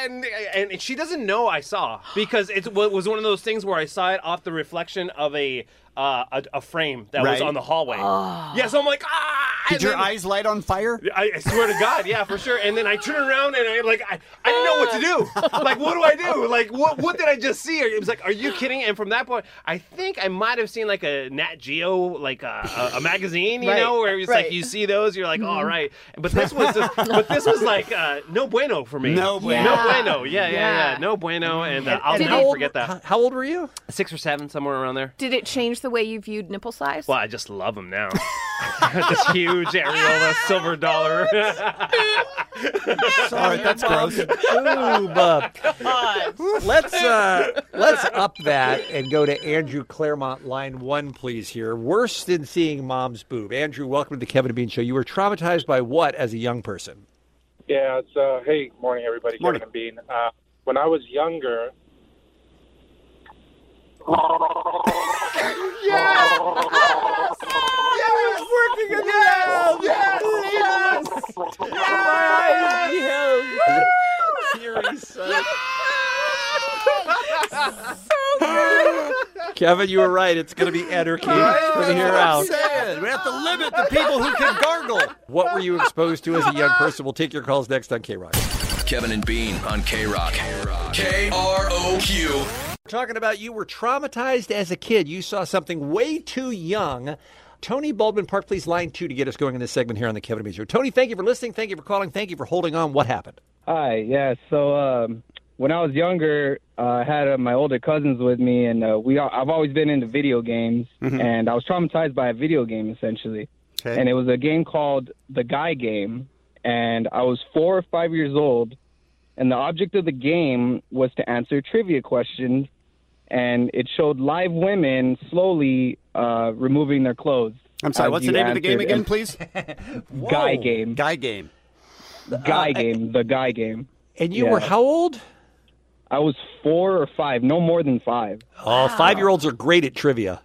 And, and and she doesn't know I saw because it wa- was one of those things where I saw it off the reflection of a uh, a, a frame that was Right. on the hallway. Ah. Yeah, so I'm like, ah! Did And your then- eyes light on fire? I, I swear to God, yeah, for sure. And then I turn around and I like I, I didn't know what to do. Like, what do I do? Like, what what did I just see? It was like, are you kidding? And from that point, I think I might have seen like a Nat Geo, like a, a, a magazine, you Right, know, where it's right. like you see those, you're like, Mm-hmm. Mhm. all right. But this was just, but this was like uh, no bueno for me. No bueno. No Yeah. bueno. Yeah, yeah, yeah. Yeah. No bueno. And uh, And- I'll and never how old- forget that. How old were you? Six or seven, somewhere around there. Did it change the way you viewed nipple size? Well, I just love them now. [LAUGHS] this huge areola, silver dollar. Sorry, that's gross. let's uh, let's up that and go to Andrew Claremont, line one, please. Here, worse than seeing mom's boob. Andrew, welcome to the Kevin and Bean Show. You were traumatized by what as a young person? Yeah, it's uh, hey, morning everybody, Morning. Kevin and Bean. Uh, when I was younger, Yeah! yeah, it was working again! Yes! Yes! Kevin, you were right. It's going to be anarchy from here out. We have to limit the people who can gargle. What were you exposed to as a young person? We'll take your calls next on K Rock. Kevin and Bean on K Rock. K R O Q. Talking about you were traumatized as a kid. You saw something way too young. Tony Baldwin Park, please line two to get us going in this segment here on the Kevin and Bean Show. Tony, thank you for listening. Thank you for calling. Thank you for holding on. What happened? Hi, yeah. So um, when I was younger, uh, I had uh, my older cousins with me, and uh, we I've always been into video games, Mm-hmm. Mhm. and I was traumatized by a video game essentially. Okay. And it was a game called the Guy Game, and I was four or five years old, and the object of the game was to answer trivia questions, and it showed live women slowly uh, removing their clothes. I'm sorry, as what's the you name of the game answered, again, and- please? [LAUGHS] Guy Game. Guy Game. Guy Uh, Game. The Guy Game. And you were how old? I was four or five, no more than five. Oh, five year olds are great at trivia.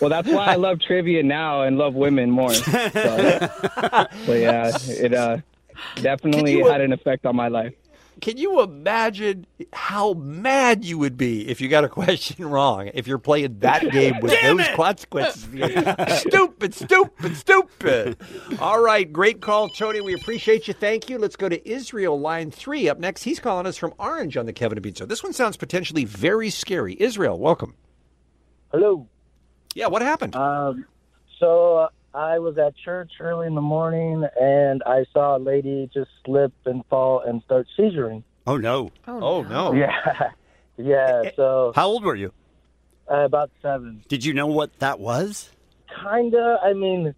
Well, that's why I love trivia now and love [LAUGHS] women more. So, but yeah, it uh, definitely you, uh, had an effect on my life. Can you imagine how mad you would be if you got a [LAUGHS] question wrong? If you're playing [LAUGHS] that game with Damn those it! consequences, [LAUGHS] You're stupid, stupid, stupid. All right, great call, Tony. We appreciate you. Thank you. Let's go to Israel, line three. Up next, he's calling us from Orange on the Kevin and Bean Show. This one sounds potentially very scary. Israel, welcome. Hello. Yeah, what happened? Um, so uh, I was at church early in the morning, and I saw a lady just slip and fall and start seizuring. Oh no. Oh, no. Yeah, [LAUGHS] yeah. So How old were you? uh, about seven, Did you know what that was? kinda. I mean,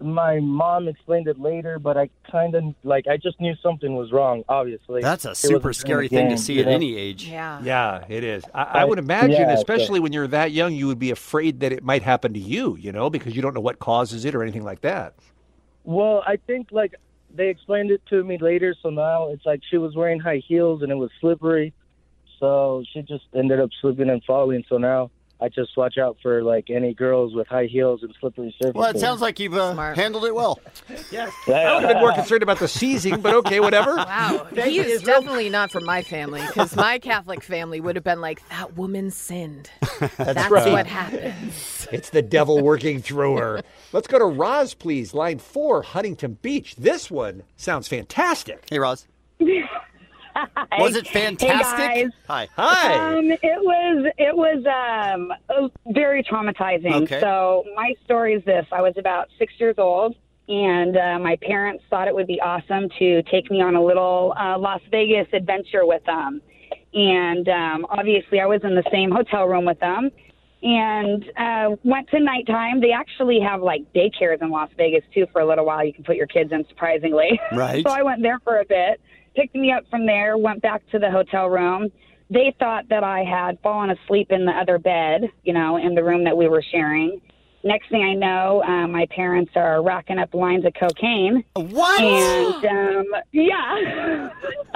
my mom explained it later, but I kinda like I just knew something was wrong. Obviously, That's It a was super a scary game, thing to see you at know? any age. Yeah. Yeah, it is. I, I would I- imagine, yeah, so- especially when you're that young, you would be afraid that it might happen to you, you know, because you don't know what causes it or anything like that. Well, I think like they explained it to me later, so now it's like she was wearing high heels and it was slippery, so she just ended up slipping and falling. So now I just watch out for like any girls with high heels and slippery surfaces. Well, it sounds like you've uh, handled it well. yes. Yeah. I would have been more concerned about the seizing, but okay, whatever. [LAUGHS] Wow, [LAUGHS] Thank he you, is definitely not from my family because my Catholic family would have been like, "That [LAUGHS] woman sinned. That's, right. what happens." It's the devil working through her. Let's go to Roz, please. Line four, Huntington Beach. This one sounds fantastic. Hey, [LAUGHS] Roz. Hi. Was it fantastic? Hey, guys. Hi. Um, it was it was um uh, very traumatizing. Okay. So my story is this: I was about six years old, and uh, my parents thought it would be awesome to take me on a little uh, Las Vegas adventure with them. And um, obviously, I was in the same hotel room with them. And uh, went to nighttime. They actually have like daycares in Las Vegas too for a little while. You can put your kids in, surprisingly. Right. [LAUGHS] so I went there for a bit, picked me up from there, went back to the hotel room. They thought that I had fallen asleep in the other bed, you know, in the room that we were sharing. Next thing I know, uh, my parents are racking up lines of cocaine. What? And um, yeah, [LAUGHS]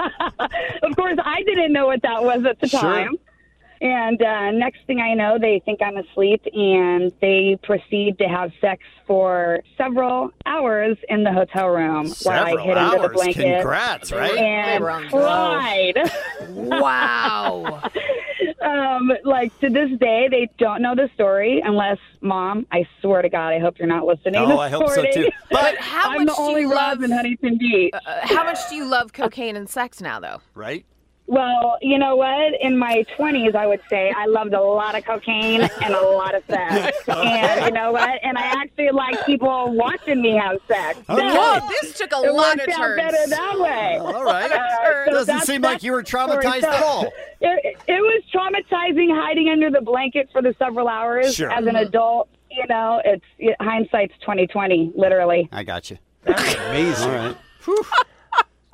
of course I didn't know what that was at the Sure. time. And uh, next thing I know, they think I'm asleep, and they proceed to have sex for several hours in the hotel room while I Several hid under the hours. blanket. Congrats, right? They And were on [LAUGHS] cried. [LAUGHS] [LAUGHS] wow. um, like to this day, they don't know the story unless mom. I swear to God, I hope you're not listening. Oh, I hope so, recording. [LAUGHS] too. But how I'm much the do only you Roz love- in Huntington Beach. Uh, how much do you love cocaine and sex now, though? Right. Well, you know what? In my 20s, I would say I loved a lot of cocaine and a lot of [LAUGHS] sex. And you know what? And I actually like people watching me have sex. Oh, Whoa, this took a it lot worked of out turns. better that way. Well, all right. Uh, so Doesn't that's- seem like that's you were the story. traumatized at So all. It, it was traumatizing hiding under the blanket for the several hours Sure. as an Mm-hmm. adult. You know, it's it, hindsight's twenty twenty, literally. I got you. Amazing. All right. [LAUGHS]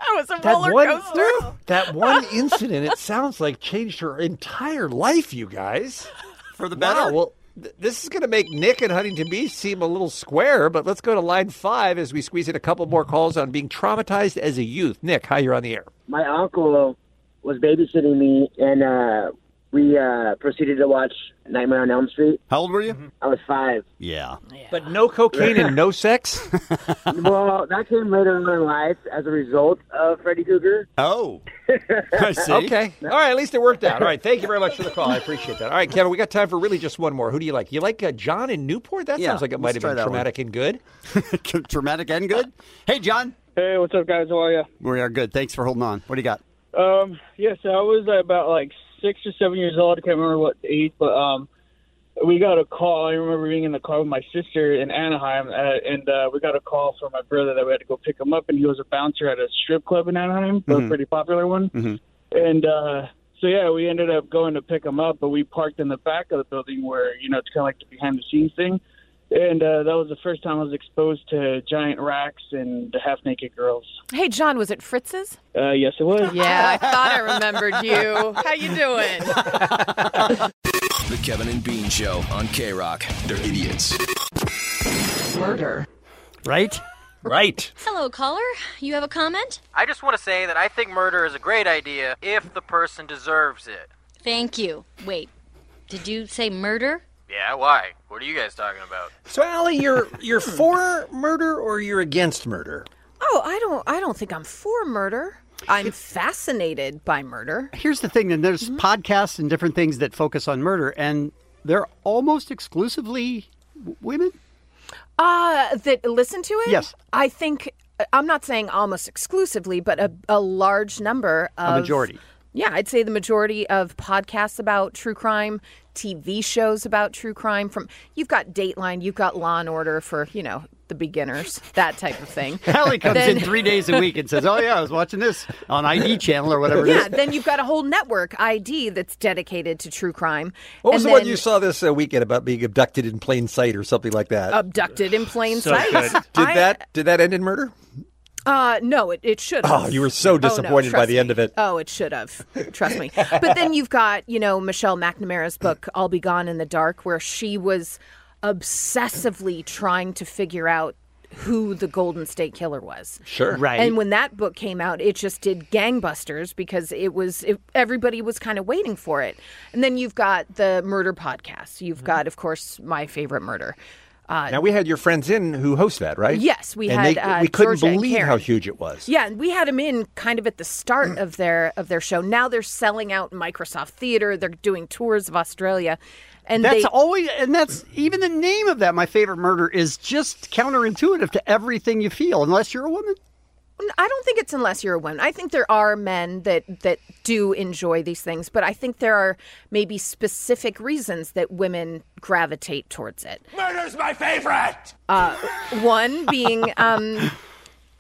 That was a That one, that [LAUGHS] one incident, it sounds like changed her entire life, you guys. For the Wow, well, th- this is going to make Nick and Huntington Beach seem a little square, but let's go to line five as we squeeze in a couple more calls on being traumatized as a youth. Nick, hi, you're on the air. my uncle was babysitting me and uh We uh, proceeded to watch Nightmare on Elm Street. How old were you? I was five. Yeah. But no cocaine and no sex? well, that came later in my life as a result of [LAUGHS] Freddy Krueger. Oh. I see. Okay. All right. At least it worked out. All right. Thank you very much for the call. I appreciate that. All right, Kevin, we got time for really just one more. Who do you like? You like uh, John in Newport? That Yeah, sounds like it might let's have try been that one. traumatic and good. [LAUGHS] Traumatic and good. Hey, John. Hey, what's up, guys? How are you? We are good. Thanks for holding on. What do you got? Um, yeah, so I was about like six or seven years old. I can't remember what age, but um, we got a call. I remember being in the car with my sister in Anaheim, uh, and uh, we got a call from my brother that we had to go pick him up, and he was a bouncer at a strip club in Anaheim, a Mhm. pretty popular one. And uh, so yeah, we ended up going to pick him up, but we parked in the back of the building where you know it's kind of like the behind the scenes thing. And uh, that was the first time I was exposed to giant racks and half naked girls. Hey, John, was it Fritz's? Uh, yes, it was. Yeah, I thought I remembered [LAUGHS] you. How you doing? The Kevin and Bean Show on K Rock. They're idiots. Murder. Right? Right. Hello, caller. You have a comment? I just want to say that I think murder is a great idea if the person deserves it. Thank you. Wait, did you say murder? Yeah, why? What are you guys talking about? So, Allie, [LAUGHS] you're you're for murder or you're against murder? Oh, I don't. I don't think I'm for murder. I'm fascinated by murder. Here's the thing, and there's Mm-hmm. podcasts and different things that focus on murder, and they're almost exclusively w- [LAUGHS] women. Uh, that listen to it. Yes. I think uh, I'm not saying almost exclusively, but a, a large number of A majority. Yeah, I'd say the majority of podcasts about true crime, TV shows about true crime. From you've got Dateline, you've got Law and Order for you know the beginners, that type [LAUGHS] of thing. Hallie comes Then- in three days a week [LAUGHS] and says, "Oh yeah, I was watching this on [LAUGHS] ID channel or whatever Yeah, it is." then you've got a whole network ID that's dedicated to true crime. What was and the one then you saw this uh, weekend about being abducted in plain sight or something like that? Abducted in plain So sight. [LAUGHS] good. Did I- that did that end in murder? Uh, no, it, it should have. Oh, you were so disappointed by trust the end of me. it. Oh, it should have. Trust me. But then you've got, you know, Michelle [CLEARS THROAT] McNamara's book, I'll Be Gone in the Dark, where she was obsessively trying to figure out who the Golden State Killer was. Sure. Right. And when that book came out, it just did gangbusters because it was it, everybody was kind of waiting for it. And then you've got the murder podcast. Mm-hmm. You've got, of course, my favorite murder. Uh, Now we had your friends in who host that, right? Yes, we and had, They, uh, we couldn't Georgia and believe how Karen. huge it was. Yeah, and we had him in kind of at the start of their of their show. Now they're selling out Microsoft Theater. They're doing tours of Australia, and that's they, always, and that's even the name of that. My favorite murder is just counterintuitive to everything you feel, unless you're a woman. I don't think it's unless you're a woman. I think there are men that that do enjoy these things, but I think there are maybe specific reasons that women gravitate towards it. Murder's my favorite! Uh, one being um,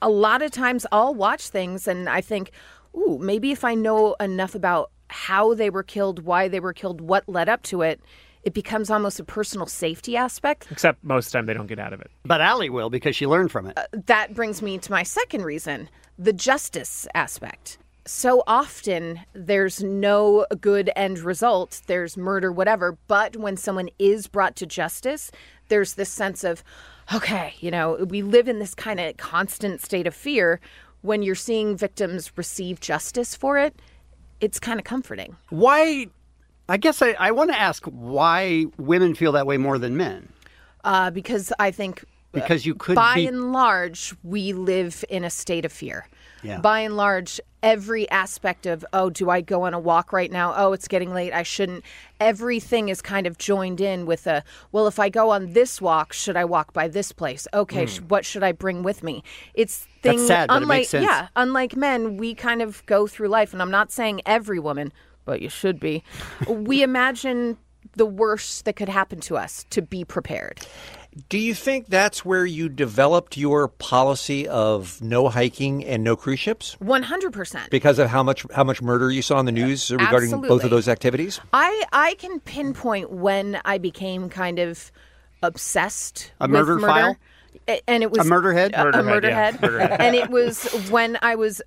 a lot of times I'll watch things and I think, ooh, maybe if I know enough about how they were killed, why they were killed, what led up to it, it becomes almost a personal safety aspect. Except most of the time they don't get out of it. But Allie will because she learned from it. That brings me to my second reason the justice aspect. So often there's no good end result, there's murder, whatever, but when someone is brought to justice, there's this sense of, okay, you know, we live in this kind of constant state of fear. When you're seeing victims receive justice for it, it's kind of comforting. Why? I guess I, I want to ask why women feel that way more than men. Uh, because I think uh, Because you could by be- and large we live in a state of fear. Yeah. By and large, every aspect of oh, do I go on a walk right now? Oh, it's getting late. I shouldn't. Everything is kind of joined in with a well. If I go on this walk, should I walk by this place? Okay, Mm. sh- what should I bring with me? It's That's things sad, but it unlike makes sense. yeah, unlike men, we kind of go through life, and I'm not saying every woman, but you should [LAUGHS] be. we imagine the worst that could happen to us to be prepared. Do you think that's where you developed your policy of no hiking and no cruise ships? One hundred percent. Because of how much how much murder you saw in the news regarding both Absolutely. of those activities? I I can pinpoint when I became kind of obsessed A with murder file? A- and it was A murderhead? a, a Murderhead, yeah. murderhead, Murderhead. and it was when I was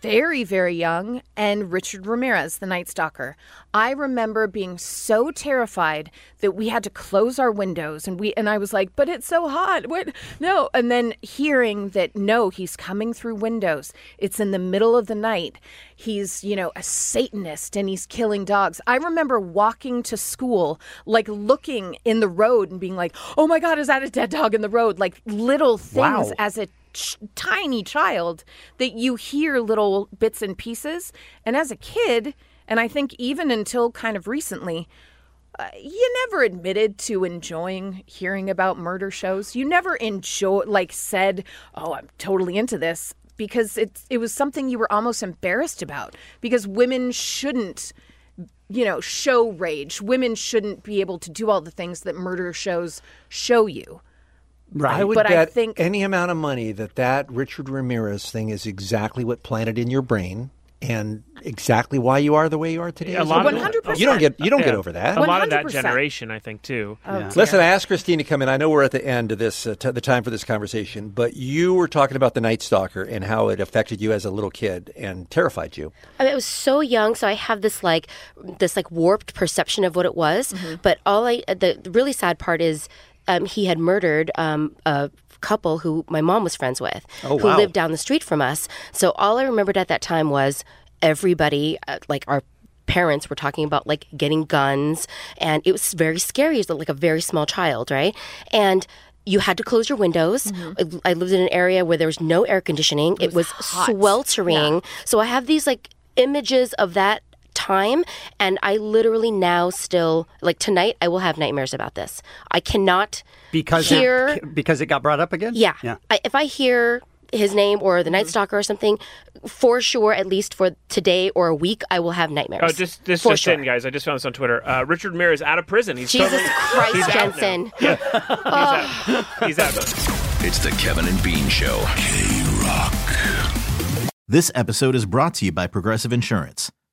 very, very young, and Richard Ramirez, the Night Stalker. I remember being so terrified that we had to close our windows, and we and I was like, "But it's so hot! What? No!" And then hearing that, no, he's coming through windows. It's in the middle of the night. He's, you know, a Satanist, and he's killing dogs. I remember walking to school, like looking in the road and being like, "Oh my God, is that a dead dog in the road?" Like little things Wow. as a ch- tiny child that you hear little bits and pieces. And as a kid, and I think even until kind of recently, uh, you never admitted to enjoying hearing about murder shows. You never enjoy like said, "Oh, I'm totally into this." Because it it was something you were almost embarrassed about because women shouldn't you know, show rage. Women shouldn't be able to do all the things that murder shows show you. I would but bet I think any amount of money that that Richard Ramirez thing is exactly what planted in your brain and exactly why you are the way you are today. A is lot over of- that. You don't get you don't get over that. A lot of that generation, I think, too. Oh, Listen, I asked Christine to come in. I know we're at the end of this, uh, t- the time for this conversation, but you were talking about the Night Stalker and how it affected you as a little kid and terrified you. I, mean, I was so young, so I have this like this like warped perception of what it was. But all I uh, the, the really sad part is um, he had murdered um, a couple who my mom was friends with, Oh, who wow. lived down the street from us. So all I remembered at that time was everybody uh, like our parents were talking about like getting guns and it was very scary as like a very small child right and you had to close your windows I, I lived in an area where there was no air conditioning Mm-hmm. it, was, sweltering so i have these like images of that time and i literally now still like tonight i will have nightmares about this i cannot Because hear it, because it got brought up again. yeah. Yeah. I, if I hear his name or the Mm-hmm. Night Stalker or something, for sure, at least for today or a week, I will have nightmares. Oh, just this for just sure. in, guys. I just found this on Twitter. Uh, Richard Mare is out of prison. He's Jesus totally- Christ, he's out now. Jensen. Uh. He's out. It's the Kevin and Bean Show. This episode is brought to you by Progressive Insurance.